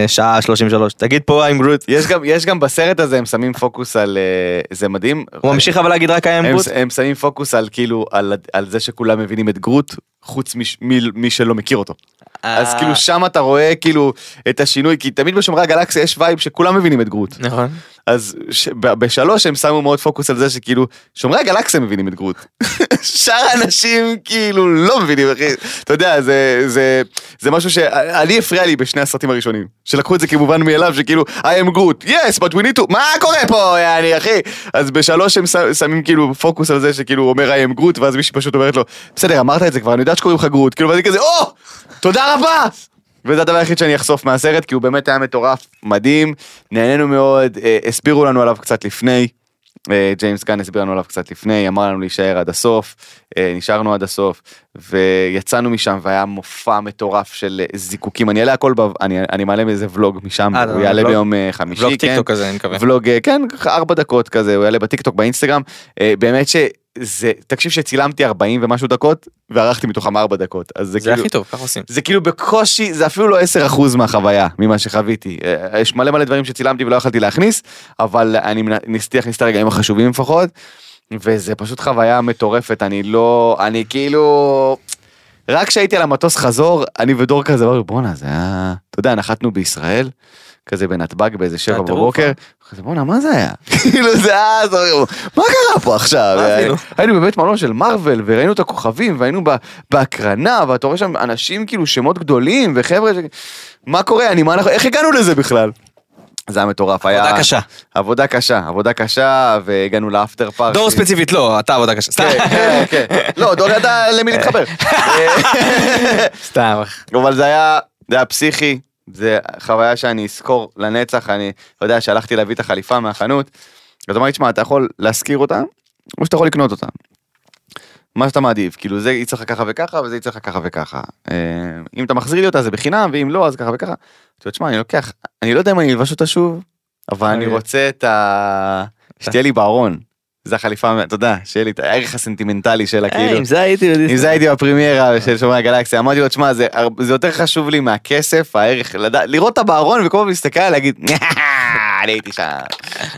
Speaker 3: לשעה 33, תגיד פה I'm גרוט.
Speaker 2: יש גם יש גם בסרט הזה הם שמים פוקוס על אה, זה מדהים.
Speaker 3: הוא ממשיך אבל להגיד רק I'm
Speaker 2: הם,
Speaker 3: גרוט.
Speaker 2: הם שמים פוקוס על כאילו על, על זה שכולם מבינים את גרוט חוץ מש- מי, מי שלא מכיר אותו. אז
Speaker 3: אה,
Speaker 2: כאילו שם אתה רואה כאילו את השינוי כי תמיד בשומרי הגלקסיה יש וייב שכולם מבינים את גרוט.
Speaker 3: נכון.
Speaker 2: אז ש... ב- בשלוש הם שמו מאוד פוקוס על זה שכאילו שומרי הגלקסיה מבינים את גרוט. שאר האנשים כאילו לא מבינים אחי. אתה יודע זה זה זה משהו שאני הפריע לי בשני הסרטים הראשונים שלקחו את זה כמובן מאליו שכאילו I am גרוט yes but we need to מה קורה פה יעני אחי אז בשלוש הם ש- שמים כאילו פוקוס על זה שכאילו הוא אומר I am גרוט ואז מישהי פשוט אומרת לו בסדר אמרת את זה כבר אני יודעת שקוראים לך גרוט כאילו ואני כזה או תודה רבה וזה הדבר היחיד שאני אחשוף מהסרט, כי הוא באמת היה מטורף, מדהים, נהנינו מאוד, אה, הסבירו לנו עליו קצת לפני, אה, ג'יימס קאן הסביר לנו עליו קצת לפני, אמר לנו להישאר עד הסוף, אה, נשארנו עד הסוף, ויצאנו משם, והיה מופע מטורף של אה, זיקוקים, אני אעלה הכל, ב... אני, אני מעלה איזה ולוג משם,
Speaker 3: אה, אתה
Speaker 2: הוא
Speaker 3: מעלה
Speaker 2: יעלה
Speaker 3: ולוג?
Speaker 2: ביום אה, חמישי,
Speaker 3: ולוג
Speaker 2: כן,
Speaker 3: טיקטוק כזה אני מקווה.
Speaker 2: ולוג, אה, כן, ככה ארבע דקות כזה, הוא יעלה בטיקטוק, באינסטגרם, אה, באמת שזה, תקשיב שצילמתי 40 ומשהו דקות, וערכתי מתוכם ארבע דקות, אז זה
Speaker 3: זה
Speaker 2: כאילו...
Speaker 3: הכי טוב, ככה עושים.
Speaker 2: זה כאילו בקושי, זה אפילו לא 10% מהחוויה, ממה שחוויתי. אה, יש מלא מלא דברים שצילמתי ולא יכולתי להכניס, אבל אני מנ- ניסיתי להכניס את הרגעים החשובים לפחות, וזה פשוט חוויה מטורפת, אני לא, אני כאילו... רק כשהייתי על המטוס חזור, אני ודור כזה, אמרנו, בואנה, זה היה... אתה יודע, נחתנו בישראל, כזה בנתב"ג באיזה שבע
Speaker 3: הטירוף,
Speaker 2: בבוקר,
Speaker 3: אה?
Speaker 2: כזה, בואנה, מה זה היה? כאילו, זה היה... זה היה- מה קרה פה עכשיו?
Speaker 3: מה עשינו?
Speaker 2: היינו בבית מלון של מארוול, וראינו את הכוכבים, והיינו בה- בהקרנה, ואתה רואה שם אנשים כאילו שמות גדולים, וחבר'ה, ש- מה קורה? אני, מה אנחנו... איך הגענו לזה בכלל? זה היה מטורף, היה...
Speaker 3: עבודה קשה.
Speaker 2: עבודה קשה, עבודה קשה, והגענו לאפטר פארק.
Speaker 3: דור ספציפית לא, אתה עבודה קשה. סתם.
Speaker 2: כן, כן. לא, דור ידע למי להתחבר.
Speaker 3: סתם.
Speaker 2: אבל זה היה, זה היה פסיכי, זה חוויה שאני אזכור לנצח, אני אתה יודע שהלכתי להביא את החליפה מהחנות, אז אמרתי, שמע, אתה יכול להשכיר אותה, או שאתה יכול לקנות אותה. מה שאתה מעדיף, כאילו זה יצא לך ככה וככה, וזה יצא לך ככה וככה. אה, אם אתה מחזיר לי אותה זה בחינם, ואם לא אז ככה וככה. אתה יודע, שמע, אני לוקח, אני לא יודע אם אני אלבש אותה שוב, אבל אני
Speaker 3: אוקיי.
Speaker 2: רוצה את ה... שתהיה לי בארון. זה החליפה, אתה יודע, שיהיה לי את הערך הסנטימנטלי שלה, כאילו.
Speaker 3: אה, אם זה הייתי...
Speaker 2: אם זה הייתי בפרימיירה של שומרי הגלקסיה, אמרתי לו, תשמע, זה, הר- זה יותר חשוב לי מהכסף, הערך, לדע, לראות אותה בארון וכל פעם להסתכל עליה, להגיד, "נה, אני הייתי שם.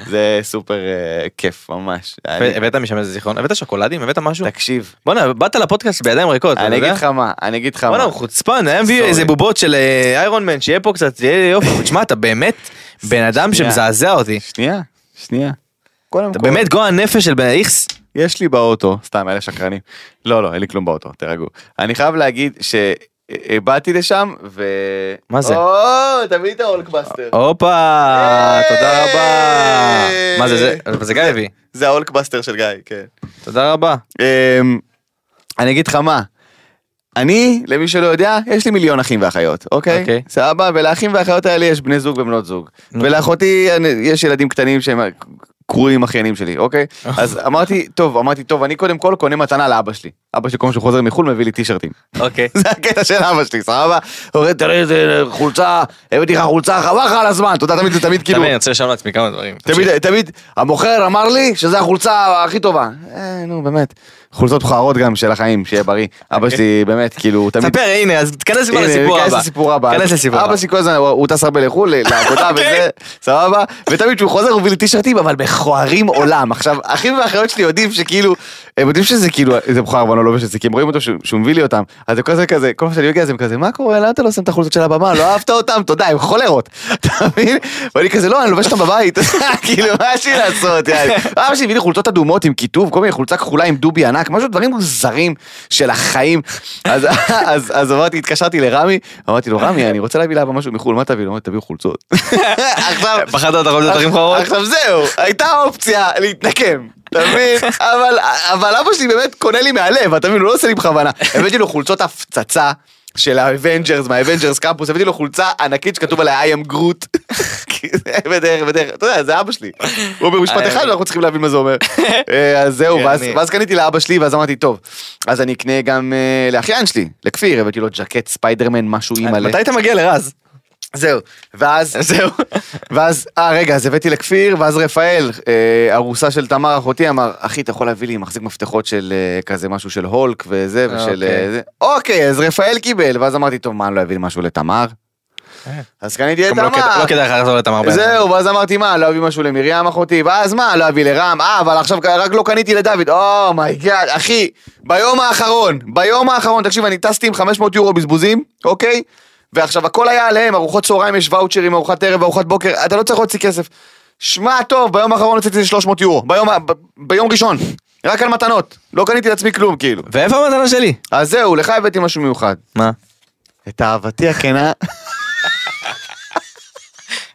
Speaker 2: זה סופר אה, כיף, ממש. אני-
Speaker 3: הבאת משם איזה זיכרון? הבאת שוקולדים? הבאת משהו?
Speaker 2: תקשיב,
Speaker 3: בואנה, באת לפודקאסט בידיים ריקות. אתה
Speaker 2: אני אגיד
Speaker 3: יודע?
Speaker 2: לך מה, אני אגיד לך
Speaker 3: וואלה
Speaker 2: מה.
Speaker 3: הוא חוצפן, היה מביא
Speaker 2: סורי.
Speaker 3: איזה בובות של אה, איירון מן, שיהיה פה קצת, שיהיה יופי. תשמע, אתה באמת בן אדם
Speaker 2: שנייה.
Speaker 3: שמזעזע אותי.
Speaker 2: שנייה, שנייה. קודם
Speaker 3: אתה
Speaker 2: כל,
Speaker 3: באמת גועל נפש של בן איכס.
Speaker 2: יש לי באוטו, סתם, אלה שקרנים. לא, לא, אין לי כלום באוטו, תירגעו. אני חייב להגיד ש... אה, באתי לשם ו...
Speaker 3: מה זה?
Speaker 2: או, תביא את ההולקבאסטר.
Speaker 3: הופה, תודה רבה.
Speaker 2: אה.
Speaker 3: מה זה, זה, אבל זה גיא הביא.
Speaker 2: זה ההולקבאסטר של גיא, כן.
Speaker 3: תודה רבה.
Speaker 2: אמ, אני אגיד לך מה, אני, למי שלא יודע, יש לי מיליון אחים ואחיות, אוקיי?
Speaker 3: אוקיי.
Speaker 2: סבבה, ולאחים והאחיות האלה יש בני זוג ובנות זוג. ולאחותי אני- יש ילדים קטנים שהם קרויים עם אחיינים שלי, אוקיי? אז אמרתי, טוב, אמרתי, טוב, אני קודם כל קונה מתנה לאבא שלי. אבא שלי כל פעם שהוא חוזר מחו"ל מביא לי טישרטים.
Speaker 3: אוקיי.
Speaker 2: זה הקטע של אבא שלי, סבבה? הוא אומר, תראה איזה חולצה, הבאתי לך חולצה, חבל לך על הזמן, אתה יודע, תמיד זה תמיד כאילו...
Speaker 3: תמיד אני רוצה לשאול לעצמי כמה דברים.
Speaker 2: תמיד, תמיד, המוכר אמר לי שזו החולצה הכי טובה. אה, נו, באמת. חולצות בכורות גם של החיים, שיהיה בריא. אבא שלי, באמת, כאילו, הוא תמיד...
Speaker 3: אוקיי. ספר, הנה, אז תיכנס כבר
Speaker 2: הנה,
Speaker 3: לסיפור
Speaker 2: ניכנס
Speaker 3: הבא.
Speaker 2: לסיפור הבא.
Speaker 3: תיכנס לסיפור הבא. אוקיי.
Speaker 2: אבא שלי כל הזמן, הוא הוא טס הרבה לחו"ל, לעבודה וזה, סבבה? ותמיד כשהוא חוזר הוא מביא לי טישרטים, אבל מכוערים עולם. עכשיו, אחים ואחיות שלי יודעים שכאילו, הם יודעים שזה כאילו, זה מכוער, אבל אני לא לובש את זה, כי הם רואים אותו שהוא שהוא מביא לי אותם. אז הם כל הזמן כזה, כל פעם שאני מגיע, אז הם כזה, מה קורה, למה אתה לא שם את החולצות של הבמה? לא אהבת אותם, תודה, הם חולרות. אתה מבין? ואני כזה, לא, אני לובש אותם בבית. כאילו, מה יש לי לעשות, יאללה. אבא שלי הביא לי חולצות אדומות עם כיתוב, כל מיני חולצה כחולה עם דובי ענק, משהו דברים מוזרים של החיים. אז- אז אז אמרתי, התקשרתי לרמי, אמרתי לו, רמי, אני רוצה להביא לאבא משהו מחו"ל, מה תביא לו? הוא אמר, תביאו חולצות. עכשיו...
Speaker 3: פחדת אתה יכול להיות אחים חורות?
Speaker 2: עכשיו זהו, הייתה אופציה להתנקם, אתה מבין? אבל, אבל אבא שלי באמת קונה לי מהלב, אתה מבין? הוא לא עושה לי בכוונה. הבאתי לו חולצות הפצצה. של האבנג'רס, מהאבנג'רס קמפוס, הבאתי לו חולצה ענקית שכתוב עליה I am Groot. כי זה בדרך, בדרך, אתה יודע, זה אבא שלי. הוא אומר משפט אחד ואנחנו צריכים להבין מה זה אומר. אה, אז זהו, ואז-
Speaker 3: גאוני.
Speaker 2: ואז קניתי לאבא שלי, ואז אמרתי, טוב, אז אני אקנה גם אה, לאחיין שלי, לכפיר, הבאתי לו ג'קט ספיידרמן, משהו עם מלא.
Speaker 3: מתי אתה מגיע לרז?
Speaker 2: אה, זהו, ואז, זהו, ואז, אה רגע, אז הבאתי לכפיר, ואז רפאל, אה, ארוסה של תמר אחותי, אמר, אחי, אתה יכול להביא לי מחזיק מפתחות של אה, כזה משהו של הולק וזה,
Speaker 3: אה,
Speaker 2: ושל
Speaker 3: אוקיי.
Speaker 2: אה, זה, אוקיי, אז רפאל קיבל, ואז אמרתי, טוב, מה, אני לא אביא לי משהו לתמר? אז קניתי את
Speaker 3: גם לא כדאי-
Speaker 2: תמר.
Speaker 3: לא כדאי לך לחזור לתמר בעד.
Speaker 2: זהו, ואז אמרתי, מה, לא אביא משהו למרים אחותי, ואז מה, לא אביא לרם, אה, אבל עכשיו רק לא קניתי לדוד, אומייגאד, אחי, ביום האחרון, ביום האחרון, תקשיב, אני טסתי עם 500 יורו בזבוזים, אוקיי? ועכשיו הכל היה עליהם, ארוחות צהריים יש ואוצ'רים, ארוחת ערב, ארוחת בוקר, אתה לא צריך להוציא כסף. שמע טוב, ביום האחרון הוצאתי 300 יורו, ביום, ה- ב- ביום ראשון, רק על מתנות, לא קניתי לעצמי כלום, כאילו.
Speaker 3: ואיפה המתנה שלי?
Speaker 2: אז זהו, לך הבאתי משהו מיוחד.
Speaker 3: מה?
Speaker 2: את אהבתי הכנה,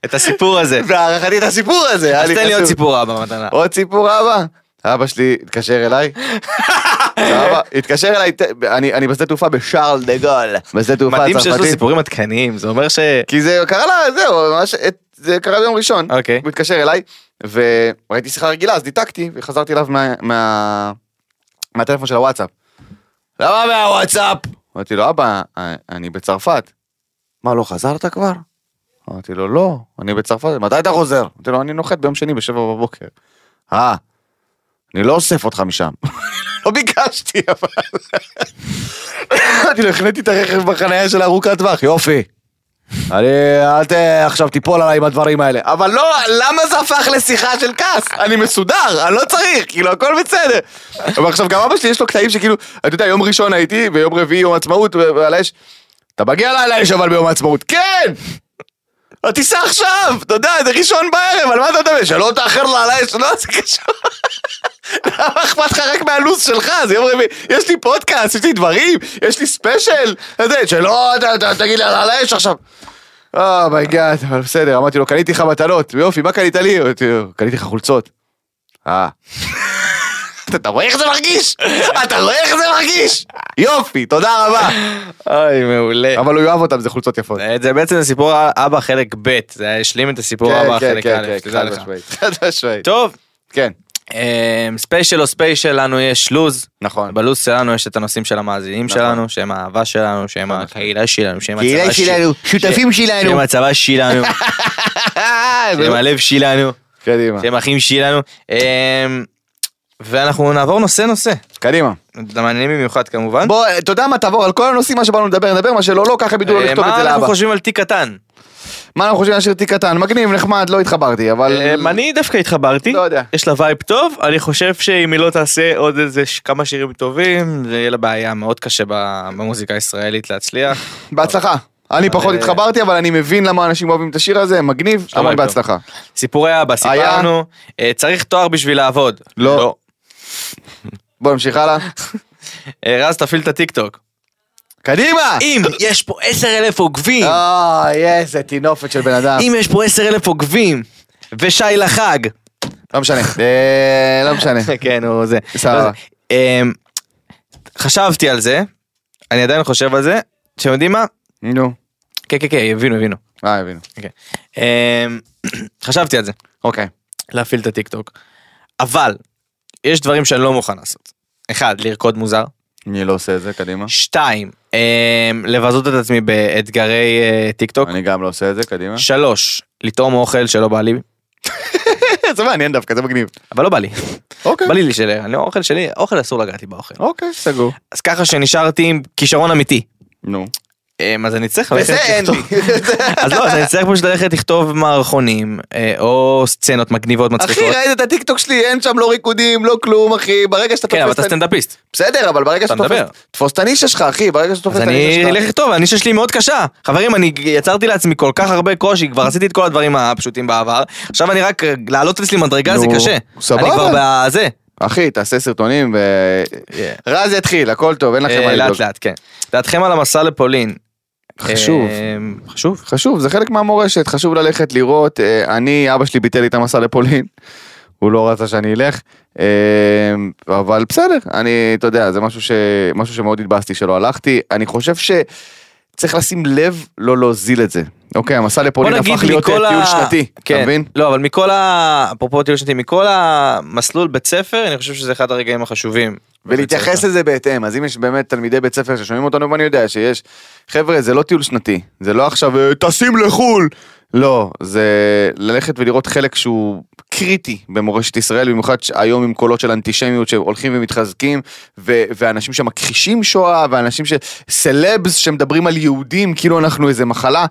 Speaker 3: את הסיפור הזה.
Speaker 2: והערכתי את הסיפור הזה, היה
Speaker 3: אז
Speaker 2: לי
Speaker 3: תן לי עוד
Speaker 2: חשוב.
Speaker 3: סיפור רע במתנה.
Speaker 2: עוד סיפור אבא? אבא שלי התקשר אליי, סבבה, התקשר אליי, ת- אני אני בשדה תעופה בשארל דה גול, בשדה תעופה
Speaker 3: מדהים שיש לו
Speaker 2: הצרפתי,
Speaker 3: סיפורים עדכניים, זה אומר ש...
Speaker 2: כי זה קרה לה, זהו, ממש, את- זה קרה ביום ראשון,
Speaker 3: אוקיי.
Speaker 2: הוא התקשר אליי, וראיתי שיחה רגילה, אז ניתקתי, וחזרתי אליו מה- מה- מהטלפון של הוואטסאפ. למה מהוואטסאפ? אמרתי לו, אבא, אני בצרפת. מה, לא חזרת כבר? אמרתי לו, לא, אני בצרפת, מתי אתה חוזר? אמרתי לו, אני נוחת ביום שני בשבע בבוקר. אה, אני לא אוסף אותך משם. לא ביקשתי, אבל... אמרתי לו, החניתי את הרכב בחנייה של ארוכת טווח, יופי. אני, אל ת... עכשיו תיפול עליי עם הדברים האלה. אבל לא, למה זה הפך לשיחה של כעס? אני מסודר, אני לא צריך, כאילו, הכל בסדר. אבל עכשיו, גם אבא שלי יש לו קטעים שכאילו, אתה יודע, יום ראשון הייתי, ויום רביעי יום עצמאות, ו- ועל האש. אתה מגיע אליי על האש אבל ביום העצמאות, כן! הטיסה עכשיו, אתה יודע, זה ראשון בערב, על מה אתה מדבר? שלא תאחר לה על האש, לא, זה קשור. למה אכפת לך רק מהלו"ז שלך? זה יום רביעי. יש לי פודקאסט, יש לי דברים, יש לי ספיישל. אתה יודע, שלא, אתה- אתה- תגיד לי על האש עכשיו. אומייגאד, Oh אבל בסדר, אמרתי לו, קניתי לך מתנות, יופי, מה קנית לי? אמרתי לו, קניתי לך חולצות. אה. אתה רואה איך זה מרגיש? אתה רואה איך זה מרגיש? יופי, תודה רבה.
Speaker 3: אוי, מעולה.
Speaker 2: אבל הוא יאהב אותם, זה חולצות יפות.
Speaker 3: זה בעצם סיפור אבא חלק ב', זה השלים את הסיפור
Speaker 2: כן,
Speaker 3: אבא חלק א', תדע
Speaker 2: חד
Speaker 3: לך.
Speaker 2: משמעית. חד משמעית.
Speaker 3: טוב,
Speaker 2: כן,
Speaker 3: אמ, ספיישל או ספיישל, לנו יש לו"ז.
Speaker 2: נכון.
Speaker 3: בלו"ז שלנו יש את הנושאים של המאזינים
Speaker 2: נכון.
Speaker 3: שלנו, שהם האהבה שלנו, שהם הקהילה שלנו, שהם הצבא
Speaker 2: קהילה שלנו, שותפים שלנו. אה,
Speaker 3: שהם הצבא שלנו,
Speaker 2: לא-
Speaker 3: שהם הלב שלנו,
Speaker 2: קדימה.
Speaker 3: שהם אחים שלנו. אמ, ואנחנו נעבור נושא נושא,
Speaker 2: קדימה.
Speaker 3: מעניינים במיוחד כמובן.
Speaker 2: בוא, אתה יודע מה, תעבור על כל הנושאים, מה שבאנו לדבר, נדבר, מה שלא, לא, ככה בדיוק
Speaker 3: אה,
Speaker 2: לכתוב את
Speaker 3: מה
Speaker 2: זה
Speaker 3: אנחנו
Speaker 2: לאבא.
Speaker 3: חושבים על תיק קטן?
Speaker 2: מה אנחנו חושבים על שיר תיק קטן? מגניב, נחמד, לא התחברתי, אבל...
Speaker 3: אמ, אני דווקא התחברתי,
Speaker 2: לא יודע.
Speaker 3: יש לה וייב טוב, אני חושב שאם היא לא תעשה עוד איזה ש- כמה שירים טובים, זה יהיה לה בעיה מאוד קשה ב- במוזיקה הישראלית להצליח.
Speaker 2: בהצלחה. אני פחות התחברתי, אבל אני מבין למה אנשים אוהבים את השיר הזה, מגניב,
Speaker 3: לא
Speaker 2: המון
Speaker 3: בעיה.
Speaker 2: בהצלחה.
Speaker 3: סיפורי אבא, סיפרנו, אה, צריך תואר בשביל לעבוד.
Speaker 2: לא. בוא נמשיך הלאה.
Speaker 3: אה, רז תפעיל את הטיקטוק.
Speaker 2: קדימה!
Speaker 3: אם יש פה עשר אלף עוקבים,
Speaker 2: אה. אוי, איזה טינופת של בן אדם.
Speaker 3: אם יש פה עשר אלף עוקבים, ושי לחג.
Speaker 2: לא משנה. אה, לא משנה.
Speaker 3: כן, הוא זה.
Speaker 2: סבבה.
Speaker 3: לא זה. אמ, חשבתי על זה, אני עדיין חושב על זה, אתם יודעים מה?
Speaker 2: נו.
Speaker 3: כן, כן, כן, הבינו, הבינו.
Speaker 2: אה, הבינו.
Speaker 3: אוקיי. אמ, חשבתי על זה.
Speaker 2: אוקיי.
Speaker 3: להפעיל את הטיקטוק. אבל, יש דברים שאני לא מוכן לעשות. אחד, לרקוד מוזר.
Speaker 2: אני לא עושה את זה, קדימה.
Speaker 3: שתיים, אה, לבזות את עצמי באתגרי אה, טיקטוק.
Speaker 2: אני גם לא עושה את זה, קדימה.
Speaker 3: שלוש, לטעום אוכל שלא בא לי,
Speaker 2: זה מעניין דווקא, זה מגניב.
Speaker 3: אבל לא בא לי.
Speaker 2: אוקיי.
Speaker 3: בא לי לי שלי, אני אוכל שלי, אוכל אסור לגעת לי באוכל.
Speaker 2: אוקיי, סגור.
Speaker 3: אז ככה שנשארתי עם כישרון אמיתי.
Speaker 2: נו.
Speaker 3: אמ, אז אני צריך
Speaker 2: וזה
Speaker 3: ללכת
Speaker 2: אין
Speaker 3: לכתוב,
Speaker 2: לי.
Speaker 3: אז לא, אז אני צריך פשוט ללכת לכתוב מערכונים, אה, או סצנות מגניבות
Speaker 2: אחי,
Speaker 3: מצחיקות.
Speaker 2: ראית את הטיקטוק שלי, אין שם לא ריקודים, לא כלום, אחי. ברגע שאתה תופס...
Speaker 3: כן, אבל
Speaker 2: את
Speaker 3: אתה
Speaker 2: ה-
Speaker 3: סטנדאפיסט.
Speaker 2: בסדר, אבל ברגע שאתה
Speaker 3: מדבר.
Speaker 2: תופס... תפוס את הנישה שלך, אחי, ברגע שאתה תופס
Speaker 3: אז
Speaker 2: את הנישה
Speaker 3: אני
Speaker 2: שלך.
Speaker 3: אלך לכתוב, הנישה שלי מאוד קשה. חברים, אני יצרתי לעצמי כל כך הרבה קושי, כבר עשיתי את כל הדברים הפשוטים בעבר, עכשיו אני רק, לעלות אצלי מדרגה זה
Speaker 2: נו,
Speaker 3: קשה. אני
Speaker 2: סבבה.
Speaker 3: כבר בזה.
Speaker 2: אחי, תעשה סרטונים ו...
Speaker 3: אה,
Speaker 2: רז יתחיל, הכל טוב, אין לכם מה לדאוג.
Speaker 3: לאט לאט, כן. דעתכם על המסע לפולין.
Speaker 2: חשוב.
Speaker 3: אמ, חשוב.
Speaker 2: חשוב, זה חלק מהמורשת, חשוב ללכת לראות. אה, אני, אבא שלי ביטל לי את המסע לפולין, הוא לא רצה שאני אלך, אה, אבל בסדר, אני, אתה יודע, זה משהו, ש... משהו שמאוד התבאסתי שלא הלכתי. אני חושב שצריך לשים לב לא להוזיל את זה. אוקיי, המסע לפולין הפך להיות אה, טיול שנתי,
Speaker 3: כן.
Speaker 2: אתה מבין?
Speaker 3: לא, אבל מכל ה... אפרופו טיול שנתי, מכל המסלול בית ספר, אני חושב שזה אחד הרגעים החשובים. בבית
Speaker 2: ולהתייחס
Speaker 3: ספר.
Speaker 2: לזה בהתאם, אז אם יש באמת תלמידי בית ספר ששומעים אותנו, ואני יודע שיש, חבר'ה, זה לא טיול שנתי, זה לא עכשיו, "אה, טסים לחו"ל! לא, זה ללכת ולראות חלק שהוא קריטי במורשת ישראל, במיוחד ש- היום עם קולות של אנטישמיות שהולכים ומתחזקים, ו- ואנשים שמכחישים שואה, ואנשים ש... סלבס שמדברים על יהודים, כאילו אנחנו איזה מחלה.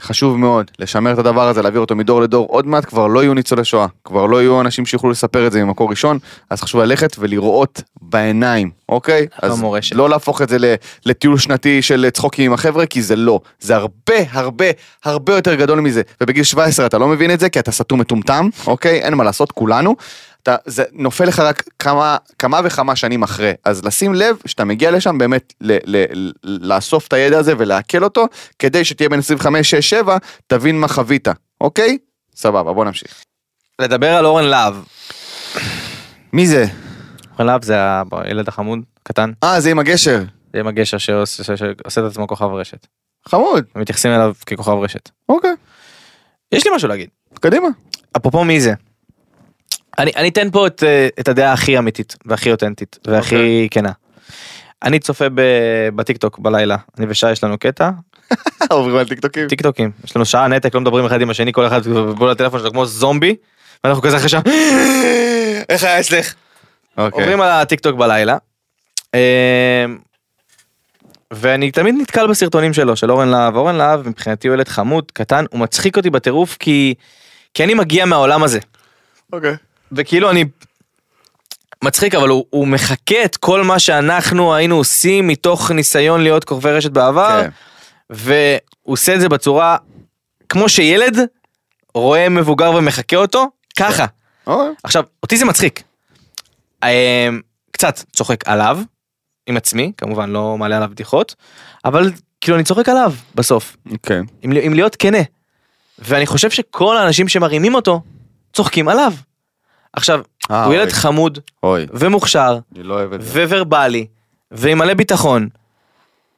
Speaker 2: חשוב מאוד לשמר את הדבר הזה, להעביר אותו מדור לדור. עוד מעט כבר לא יהיו ניצולי שואה, כבר לא יהיו אנשים שיוכלו לספר את זה ממקור ראשון, אז חשוב ללכת ולראות בעיניים, אוקיי? אז
Speaker 3: במורשת.
Speaker 2: לא להפוך את זה ל- לטיול שנתי של צחוקים עם החבר'ה, כי זה לא. זה הרבה הרבה הרבה יותר גדול מזה. ובגיל 17 אתה לא מבין את זה, כי אתה סתום מטומטם, אוקיי? אין מה לעשות, כולנו. אתה, זה נופל לך רק כמה, כמה וכמה שנים אחרי. אז לשים לב שאתה מגיע לשם באמת ל, ל, ל, לאסוף את הידע הזה ולעכל אותו, כדי שתהיה בן 25, 6, 7, תבין מה חווית, אוקיי? סבבה, בוא נמשיך.
Speaker 3: לדבר על אורן להב.
Speaker 2: מי זה?
Speaker 3: אורן להב זה הילד החמוד, קטן,
Speaker 2: אה, זה עם הגשר.
Speaker 3: זה עם הגשר שעוש- ש- שעושה את עצמו כוכב רשת.
Speaker 2: חמוד.
Speaker 3: הם מתייחסים אליו ככוכב רשת.
Speaker 2: אוקיי,
Speaker 3: יש לי משהו להגיד.
Speaker 2: קדימה.
Speaker 3: אפרופו מי זה. אני, אני אתן פה את, אה, את הדעה הכי אמיתית והכי אותנטית והכי כנה. אני צופה ב, בטיקטוק בלילה, אני ושי יש לנו קטע,
Speaker 2: עוברים על טיקטוקים.
Speaker 3: טיקטוקים, יש לנו שעה נתק, לא מדברים אחד עם השני, כל אחד בול לטלפון שלו כמו זומבי, ואנחנו כזה אחרי שעה, איך היה אצלך?
Speaker 2: אוקיי.
Speaker 3: עוברים על הטיקטוק בלילה. אמ, ואני תמיד נתקל בסרטונים שלו, של אורן להב. אורן להב מבחינתי הוא ילד חמוד, קטן, הוא מצחיק אותי בטירוף כי... כי אני מגיע מהעולם הזה.
Speaker 2: אוקיי.
Speaker 3: וכאילו אני מצחיק אבל הוא, הוא מחקה את כל מה שאנחנו היינו עושים מתוך ניסיון להיות כוכבי רשת בעבר
Speaker 2: כן.
Speaker 3: והוא עושה את זה בצורה כמו שילד רואה מבוגר ומחקה אותו ככה
Speaker 2: אוקיי.
Speaker 3: עכשיו אותי זה מצחיק. אמ, קצת צוחק עליו עם עצמי כמובן לא מעלה עליו בדיחות אבל כאילו אני צוחק עליו בסוף
Speaker 2: אוקיי.
Speaker 3: אם, אם להיות כנה. ואני חושב שכל האנשים שמרימים אותו צוחקים עליו. עכשיו
Speaker 2: אה,
Speaker 3: הוא ילד
Speaker 2: אוי.
Speaker 3: חמוד
Speaker 2: אוי,
Speaker 3: ומוכשר
Speaker 2: אני לא אוהב את זה.
Speaker 3: וורבלי ועם מלא ביטחון.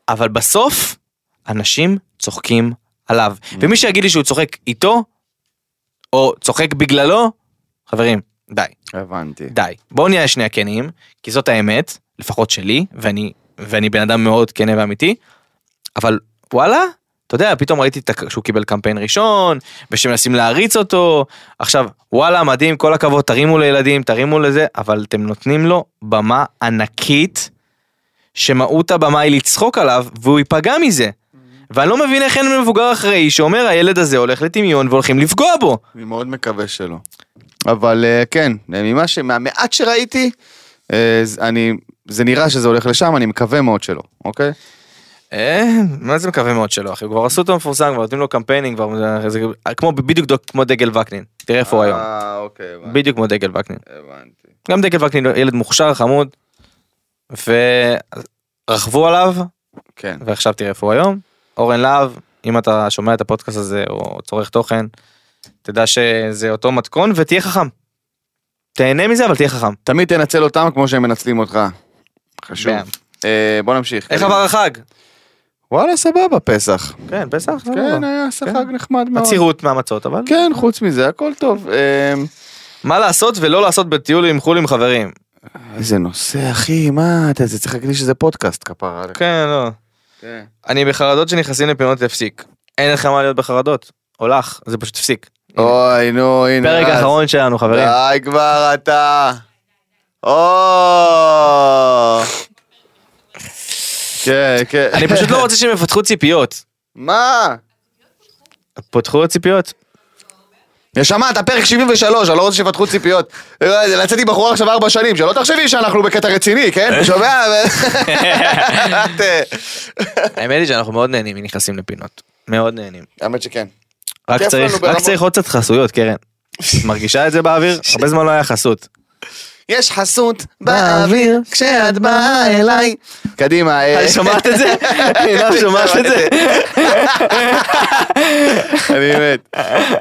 Speaker 3: אבל בסוף אנשים צוחקים עליו.
Speaker 2: Mm.
Speaker 3: ומי שיגיד לי שהוא צוחק איתו או צוחק בגללו, חברים, די,
Speaker 2: הבנתי.
Speaker 3: די. בואו נהיה שנייה כנים, כי זאת האמת, לפחות שלי, ואני, ואני בן אדם מאוד כנה ואמיתי, אבל וואלה, אתה יודע, פתאום ראיתי את הק- שהוא קיבל קמפיין ראשון, ושמנסים להריץ אותו. עכשיו, וואלה, מדהים, כל הכבוד, תרימו לילדים, תרימו לזה, אבל אתם נותנים לו במה ענקית, שמהות הבמה היא לצחוק עליו, והוא ייפגע מזה. ואני לא מבין איך אין מבוגר אחראי שאומר הילד הזה הולך לטמיון והולכים לפגוע בו.
Speaker 2: אני מאוד מקווה שלא. אבל אה, כן, אה, ממה ש... מהמעט שראיתי, אה, ז- אני... זה נראה שזה הולך לשם, אני מקווה מאוד שלא, אוקיי?
Speaker 3: אה, מה זה מקווה מאוד שלא אחי, כבר עשו אותו מפורסם, כבר נותנים לו קמפיינינג, כבר זה כמו בדיוק דוק- כמו דגל וקנין, תראה איפה הוא היום,
Speaker 2: אה, אוקיי, הבנתי.
Speaker 3: בדיוק כמו דגל וקנין,
Speaker 2: הבנתי.
Speaker 3: גם דגל וקנין הוא ילד מוכשר חמוד, ורכבו עליו,
Speaker 2: כן.
Speaker 3: ועכשיו תראה איפה הוא היום, אורן להב, אם אתה שומע את הפודקאסט הזה או צורך תוכן, תדע שזה אותו מתכון ותהיה חכם, תהנה מזה אבל תהיה חכם,
Speaker 2: תמיד תנצל אותם כמו שהם מנצלים אותך. חשוב.
Speaker 3: בהם.
Speaker 2: אה, בוא נמשיך.
Speaker 3: איך
Speaker 2: קדימה.
Speaker 3: עבר החג? וואלה, סבבה, פסח. כן, פסח,
Speaker 2: כן,
Speaker 3: סבבה.
Speaker 2: היה סחג נחמד מאוד.
Speaker 3: עצירות מהמצות, אבל...
Speaker 2: כן, חוץ מזה, הכל טוב. אמ,
Speaker 3: מה לעשות ולא לעשות בטיול עם חו"ל עם חברים.
Speaker 2: איזה נושא, אחי, מה אתה, זה צריך להקדיש איזה פודקאסט כפרה. עליך.
Speaker 3: כן, לא.
Speaker 2: כן.
Speaker 3: אני בחרדות שנכנסים לפינות תפסיק. אין לך מה להיות בחרדות. או לך, זה פשוט תפסיק.
Speaker 2: אוי, נו, הנה.
Speaker 3: פרק
Speaker 2: רז.
Speaker 3: האחרון שלנו, חברים.
Speaker 2: די כבר אתה. או. כן, כן.
Speaker 3: אני פשוט לא רוצה שהם יפתחו ציפיות.
Speaker 2: מה?
Speaker 3: פותחו ציפיות.
Speaker 2: נשמה, אתה פרק 73, אני לא רוצה שיפתחו ציפיות. לצאת עם בחורה עכשיו ארבע שנים, שלא תחשבי שאנחנו בקטע רציני, כן? שומע? את, אה,
Speaker 3: האמת היא שאנחנו מאוד נהנים מנכנסים לפינות. מאוד נהנים.
Speaker 2: האמת שכן.
Speaker 3: רק
Speaker 2: כיף
Speaker 3: צריך,
Speaker 2: לנו
Speaker 3: רק
Speaker 2: ברמות.
Speaker 3: צריך עוד קצת חסויות, קרן. את מרגישה את זה באוויר? הרבה זמן לא היה חסות.
Speaker 2: יש חסות באוויר כשאת באה אליי. קדימה. אה,
Speaker 3: היי, שמעת את זה? עינב, שומעת את זה?
Speaker 2: אני מת.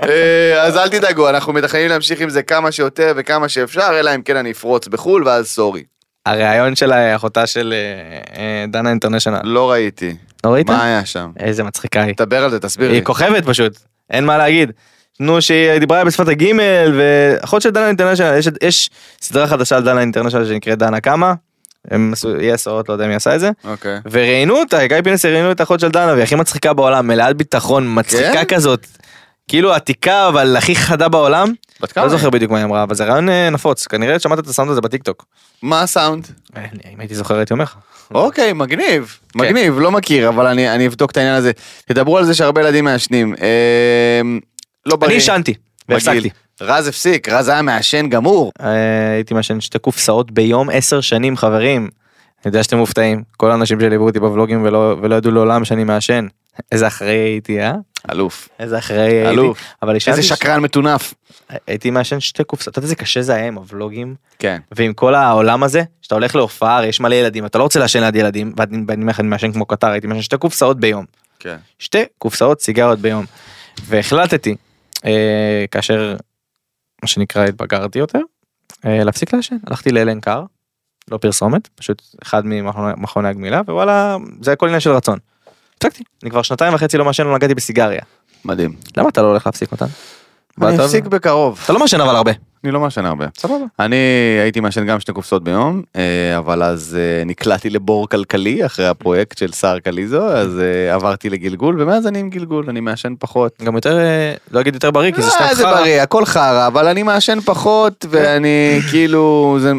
Speaker 2: אה, אז אל תדאגו, אנחנו מתכננים להמשיך עם זה כמה שיותר וכמה שאפשר, אלא אם כן אני אפרוץ בחו"ל ואז סורי.
Speaker 3: הריאיון של אחותה של אה, אה, דנה אינטרנשיונל.
Speaker 2: לא ראיתי.
Speaker 3: לא ראית?
Speaker 2: מה היה שם?
Speaker 3: איזה מצחיקה היא.
Speaker 2: תדבר על זה, תסביר לי.
Speaker 3: היא כוכבת פשוט, אין מה להגיד. נו, שהיא דיברה בשפת הגימל, ואחות של דנה אינטרנשיונל, יש, יש סדרה חדשה על דנה אינטרנשיונל שנקראת דנה קמה. הם עשו, היא הסעות, לא יודע מי עשה את זה.
Speaker 2: אוקיי.
Speaker 3: וראיינו אותה, גיא פינס ראיינו את האחות של דנה, והיא הכי מצחיקה בעולם, מלאת ביטחון, מצחיקה
Speaker 2: כן?
Speaker 3: כזאת. כאילו עתיקה, אבל הכי חדה בעולם.
Speaker 2: בת כמה
Speaker 3: לא
Speaker 2: היא?
Speaker 3: זוכר בדיוק מה היא אמרה, אבל זה רעיון אה, נפוץ. כנראה שמעת את הסאונד הזה בטיקטוק.
Speaker 2: מה הסאונד?
Speaker 3: אה, אני- אם הייתי זוכר הייתי אומר לך.
Speaker 2: אוקיי, מגניב.
Speaker 3: כן.
Speaker 2: מגניב, לא מכיר, אבל אני אני אבדוק את העניין הזה. תדברו על זה שהרבה ילדים מעשנים. אה, לא בריא.
Speaker 3: אני עישנתי,
Speaker 2: בגיל.
Speaker 3: והפסקתי.
Speaker 2: רז הפסיק, רז היה מעשן גמור.
Speaker 3: אה, הייתי מעשן שתי קופסאות ביום עשר שנים חברים. אני יודע שאתם מופתעים כל האנשים שליוו אותי בוולוגים ולא ולא ידעו לעולם שאני מעשן. איזה אחראי הייתי אה?
Speaker 2: אלוף.
Speaker 3: איזה אחראי הייתי.
Speaker 2: אלוף.
Speaker 3: אבל עישנתי.
Speaker 2: איזה
Speaker 3: ש-
Speaker 2: שקרן מטונף. עם
Speaker 3: הייתי מעשן שתי קופסאות. אתה יודע איזה קשה זה היה עם הוולוגים
Speaker 2: כן.
Speaker 3: ועם כל העולם הזה שאתה הולך להופעה הרי יש מלא ילדים אתה לא רוצה לעשן ליד ילדים ואני ואני אומר לך, אני מעשן כמו קטר הייתי מעשן שתי קופסאות ביום.
Speaker 2: כן.
Speaker 3: שתי קופסאות סיגריות ביום. והחלטתי אה, כאשר מה שנקרא התבגרתי יותר אה, להפסיק לעשן הלכתי לאלן קאר. לא פרסומת פשוט אחד ממכוני מכוני הגמילה ווואלה זה הכל עניין של רצון. הפסקתי אני כבר שנתיים וחצי לא מעשן לא נגעתי בסיגריה
Speaker 2: מדהים.
Speaker 3: למה אתה לא הולך להפסיק אותה?
Speaker 2: אני
Speaker 3: ואתה-
Speaker 2: אפסיק בקרוב.
Speaker 3: אתה לא מעשן אבל הרבה.
Speaker 2: אני לא מעשן הרבה.
Speaker 3: סבבה.
Speaker 2: אני הייתי מעשן גם שתי קופסאות ביום, אה, אבל אז אה, נקלעתי לבור כלכלי אחרי הפרויקט של סער קליזו, אז אה, עברתי לגלגול, ומאז אני עם גלגול, אני מעשן פחות.
Speaker 3: גם יותר אה, לא אגיד יותר בריא כי זה
Speaker 2: אה,
Speaker 3: סתם
Speaker 2: זה
Speaker 3: חרא.
Speaker 2: בריא, הכל חרא, כן. אבל אני מעשן פחות, ואני כאילו, זה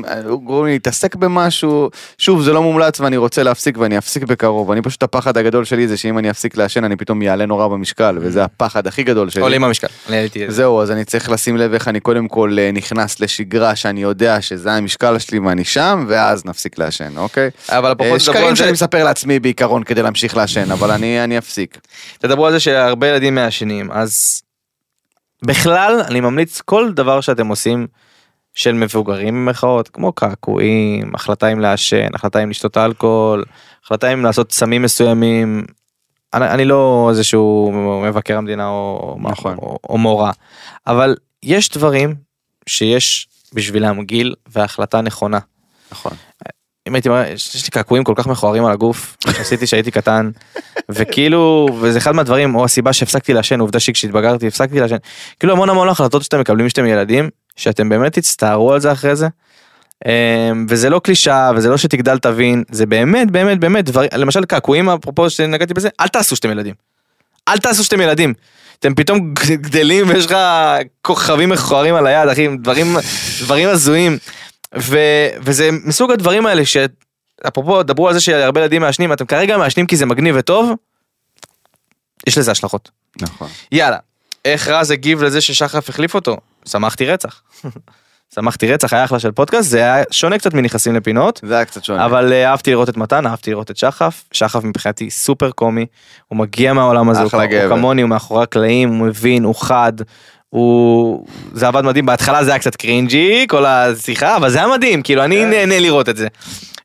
Speaker 2: גורם לי להתעסק במשהו. שוב, זה לא מומלץ ואני רוצה להפסיק ואני אפסיק בקרוב. אני פשוט, הפחד הגדול שלי זה שאם אני אפסיק לעשן, אני פתאום יעלה נורא במשקל, וזה הפחד הכי גדול שלי.
Speaker 3: עולים במשקל. אני הייתי-
Speaker 2: זהו, אז אני צריך לשים לב איך אני קודם כל אה, נכנס לשגרה, שאני יודע שזה המשקל שלי ואני שם, ואז נפסיק לעשן, אוקיי?
Speaker 3: אבל
Speaker 2: אה,
Speaker 3: פחות
Speaker 2: שקרים שאני מספר לעצמי בעיקרון כדי להמשיך לעשן, אבל אני אני אפסיק.
Speaker 3: תדברו על זה שהרבה ילדים מעשנים אז בכלל אני ממליץ כל דבר שאתם עושים של מבוגרים במרכאות כמו קעקועים החלטה אם לעשן החלטה אם לשתות אלכוהול החלטה אם לעשות סמים מסוימים. אני, אני לא איזשהו מבקר המדינה או,
Speaker 2: נכון.
Speaker 3: או, או מורה אבל יש דברים שיש בשבילם גיל והחלטה נכונה.
Speaker 2: נכון.
Speaker 3: אם הייתי אומר, יש יש לי קעקועים כל כך מכוערים על הגוף, שעשיתי שהייתי קטן, וכאילו, וזה אחד מהדברים, או הסיבה שהפסקתי לעשן, עובדה שכשהתבגרתי הפסקתי לעשן, כאילו המון המון החלטות שאתם מקבלים כשאתם ילדים, שאתם באמת תצטערו על זה אחרי זה. אמ, וזה לא קלישאה, וזה לא שתגדל תבין, זה באמת באמת באמת דברים, למשל קעקועים, אפרופו שנגעתי בזה, אל תעשו שאתם ילדים. אל תעשו שאתם ילדים. אתם פתאום גדלים ויש לך כוכבים מכוערים על היד, אחי, דברים, דברים הזויים. ו, וזה מסוג הדברים האלה ש... אפרופו, דברו על זה שהרבה ילדים מעשנים, אתם כרגע מעשנים כי זה מגניב וטוב, יש לזה השלכות.
Speaker 2: נכון.
Speaker 3: יאללה, איך רז הגיב לזה ששחף החליף אותו? שמחתי רצח. שמחתי רצח, היה אחלה של פודקאסט, זה היה שונה קצת מנכנסים לפינות.
Speaker 2: זה היה קצת שונה.
Speaker 3: אבל אה, אהבתי לראות את מתן, אהבתי לראות את שחף, שחף מבחינתי סופר קומי, הוא מגיע מהעולם הזה, הוא
Speaker 2: אחלה
Speaker 3: כ- הוא
Speaker 2: גבר.
Speaker 3: כמוני, הוא מאחורי הקלעים, הוא מבין, הוא חד, הוא... זה עבד מדהים, בהתחלה זה היה קצת קרינג'י, כל השיחה, אבל זה היה מדהים, כאילו אני
Speaker 2: כן.
Speaker 3: נהנה לראות את זה.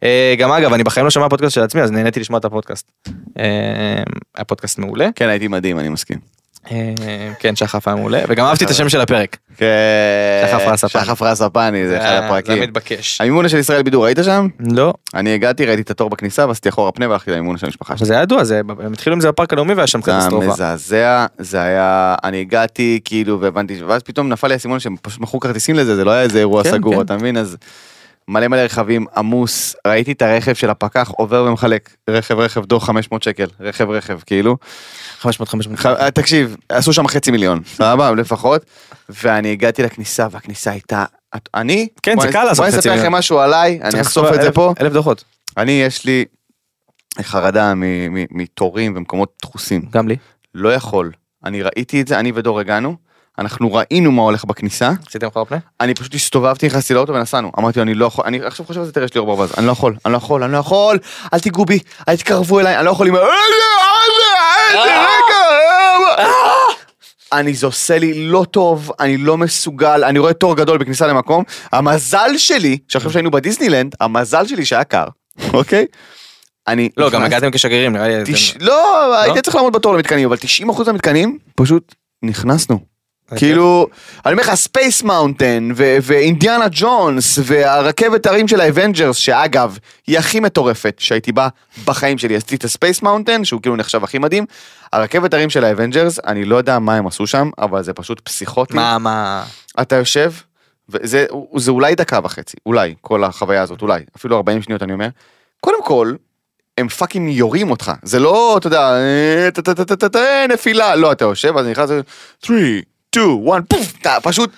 Speaker 3: אה, גם אגב, אני בחיים לא שומע פודקאסט של עצמי, אז נהניתי לשמוע את הפודקאסט. אה, היה פודקאסט מעולה.
Speaker 2: כן, הייתי מדהים, אני מסכים.
Speaker 3: אה, כן, שחף היה מעולה, וגם אהבתי את השם של הפרק.
Speaker 2: כן.
Speaker 3: שחף רס הפני.
Speaker 2: שחף רס הפני, זה אחד
Speaker 3: אה, זה
Speaker 2: הפרקים.
Speaker 3: מתבקש.
Speaker 2: המימונה של ישראל בידור, היית שם?
Speaker 3: לא,
Speaker 2: אני הגעתי, ראיתי את התור בכניסה, ועשיתי אחורה פנה והלכתי למימונה של המשפחה
Speaker 3: אבל זה היה ידוע, זה- הם התחילו עם זה בפארק הלאומי והיה שם
Speaker 2: זה היה
Speaker 3: קטסטרופה.
Speaker 2: מזעזע, זה היה, אני הגעתי כאילו והבנתי, ש- ואז פתאום נפל לי האסימון שהם פשוט מכרו כרטיסים לזה, זה לא היה איזה אירוע
Speaker 3: כן, כן.
Speaker 2: סגור, אתה מבין? אז מלא מלא רכבים, עמוס, ראיתי את הרכב של הפקח עובר ומחלק, רכב רכב דוח 500 שקל, רכב רכב, כאילו.
Speaker 3: 500, 500.
Speaker 2: ח- אה, תקשיב, עשו שם חצי מיליון, סבבה, לפחות, ואני הגעתי לכניסה והכניסה הייתה, את- אני?
Speaker 3: כן,
Speaker 2: בוא
Speaker 3: זה
Speaker 2: אני-
Speaker 3: קל לעשות
Speaker 2: בוא אני
Speaker 3: חצי
Speaker 2: אספר לכם
Speaker 3: מיליון.
Speaker 2: משהו עליי, אני
Speaker 3: צריך
Speaker 2: אחשוף
Speaker 3: לכתוב
Speaker 2: את זה
Speaker 3: אלף-
Speaker 2: פה.
Speaker 3: אלף דוחות.
Speaker 2: אני, יש לי חרדה מ- מ- מתורים ומקומות דחוסים.
Speaker 3: גם לי.
Speaker 2: לא יכול. אני ראיתי את זה, אני ודור הגענו, אנחנו ראינו מה הולך בכניסה,
Speaker 3: עשיתם חרא פנה?
Speaker 2: אני פשוט הסתובבתי, נכנסתי לאוטו ונסענו. אמרתי לו, אני לא יכול, אני עכשיו חושב על זה, תראה, יש לי אור ברווז, אני לא יכול, אני לא יכול, אני לא יכול, אל תיגעו בי, אל תתקרבו אליי, אני לא יכול עם ה... "אה, אה, אה, אה, רגע, אה, אה." אני, זה עושה לי לא טוב, אני לא מסוגל, אני רואה תור גדול בכניסה למקום. המזל שלי, שעכשיו שהיינו בדיסנילנד, המזל שלי שהיה קר, אוקיי? אני...
Speaker 3: לא, גם
Speaker 2: נכנסתי-
Speaker 3: הגעתם כשגרירים, נראה לי.
Speaker 2: תש...
Speaker 3: אתם-
Speaker 2: לא, היית צריך לעמוד בתור למתקנים, אבל 90% מהמתקנים פשוט נכנסנו.
Speaker 3: אוקיי.
Speaker 2: כאילו, אני אומר לך, ספייס מאונטן, ו- ואינדיאנה ג'ונס, והרכבת הרים של האבנג'רס, שאגב, היא הכי מטורפת שהייתי בה בחיים שלי. עשיתי את הספייס מאונטן, שהוא כאילו נחשב הכי מדהים. הרכבת הרים של האבנג'רס, אני לא יודע מה הם עשו שם, אבל זה פשוט פסיכוטי.
Speaker 3: מה, מה...
Speaker 2: אתה יושב, וזה זה אולי דקה וחצי, אולי, כל החוויה הזאת, אולי, אפילו 40 שניות אני אומר. קודם כל, הם פאקינג יורים אותך, זה לא, אתה יודע, אה, טה, טה, טה, טה, טה, טה, נפילה, לא, אתה יושב, אז נכנס, 3, 2, 1, פוף, אתה פשוט,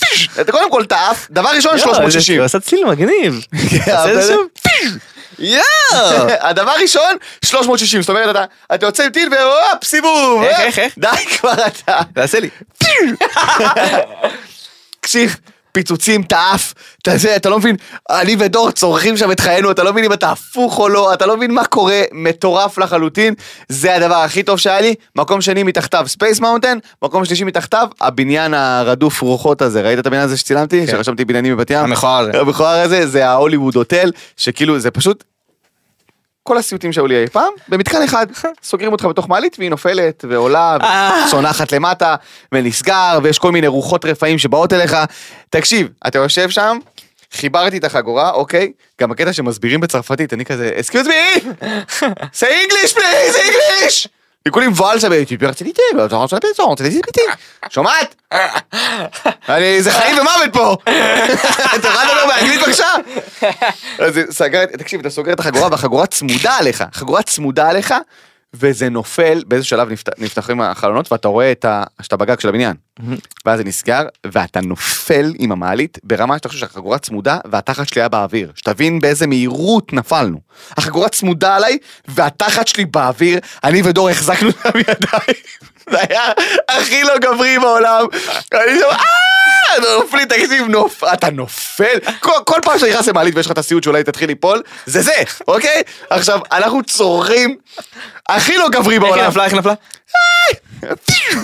Speaker 2: פיש, אתה קודם כל אתה עף, דבר ראשון 360.
Speaker 3: הוא עשה ציל מגניב.
Speaker 2: אבל-
Speaker 3: עשה איזה שם?
Speaker 2: יואו! הדבר ראשון, 360, זאת אומרת, אתה- אתה יוצא עם טיל והופ, סיבוב.
Speaker 3: איך,
Speaker 2: אה?
Speaker 3: איך, איך?
Speaker 2: די כבר אתה.
Speaker 3: תעשה
Speaker 2: כן,
Speaker 3: לי.
Speaker 2: פסיך, פיצוצים, טעף, אתה זה, אתה לא מבין, אני ודור צורכים שם את חיינו, אתה לא מבין אם אתה הפוך או לא, אתה לא מבין מה קורה, מטורף לחלוטין, זה הדבר הכי טוב שהיה לי, מקום שני מתחתיו ספייס מאונטן, מקום שלישי מתחתיו, הבניין הרדוף רוחות הזה, ראית את הבניין הזה שצילמתי?
Speaker 3: כן.
Speaker 2: שרשמתי בניינים בבת ים?
Speaker 3: המכוער הזה.
Speaker 2: המכוער הזה, זה ההוליווד הוטל, שכאילו זה פשוט... כל הסיוטים שהיו לי אי פעם, במתקן אחד, סוגרים אותך בתוך מעלית והיא נופלת ועולה וצונחת למטה ונסגר ויש כל מיני רוחות רפאים שבאות אליך. תקשיב, אתה יושב שם, חיברתי את החגורה, אוקיי? גם הקטע שמסבירים בצרפתית, אני כזה, אסקיוז מי! זה אינגליש פליז, אינגליש! וכולי מבוהל שם, הייתי ברצינית, ואתה לא רוצה לתת זו, רוצה לתת פיטי, שומעת? אני, זה חיים ומוות פה! אתה יכול לדבר באנגלית בבקשה? אז זה סגר, תקשיב, אתה סוגר את החגורה והחגורה צמודה עליך, חגורה צמודה עליך, וזה נופל, באיזה שלב נפת- נפתחים החלונות ואתה רואה את ה... שאתה בגג של הבניין. ואז זה נסגר, ואתה נופל עם המעלית ברמה שאתה חושב שהחגורה צמודה והתחת שלי היה באוויר. שתבין באיזה מהירות נפלנו. החגורה צמודה עליי והתחת שלי באוויר, אני ודור החזקנו אותה בידיים. זה היה הכי לא גברי בעולם. אני שם, "אה!" אתה נופל, תקשיב, נופ... אתה נופל. כל, כל פעם שאתה נכנס למעלית ויש לך את הסיוט שאולי תתחיל ליפול, זה זה, אוקיי? עכשיו, אנחנו צורכים הכי לא גברי
Speaker 3: איך היא
Speaker 2: בעולם.
Speaker 3: נפלה? איך היא נפלה?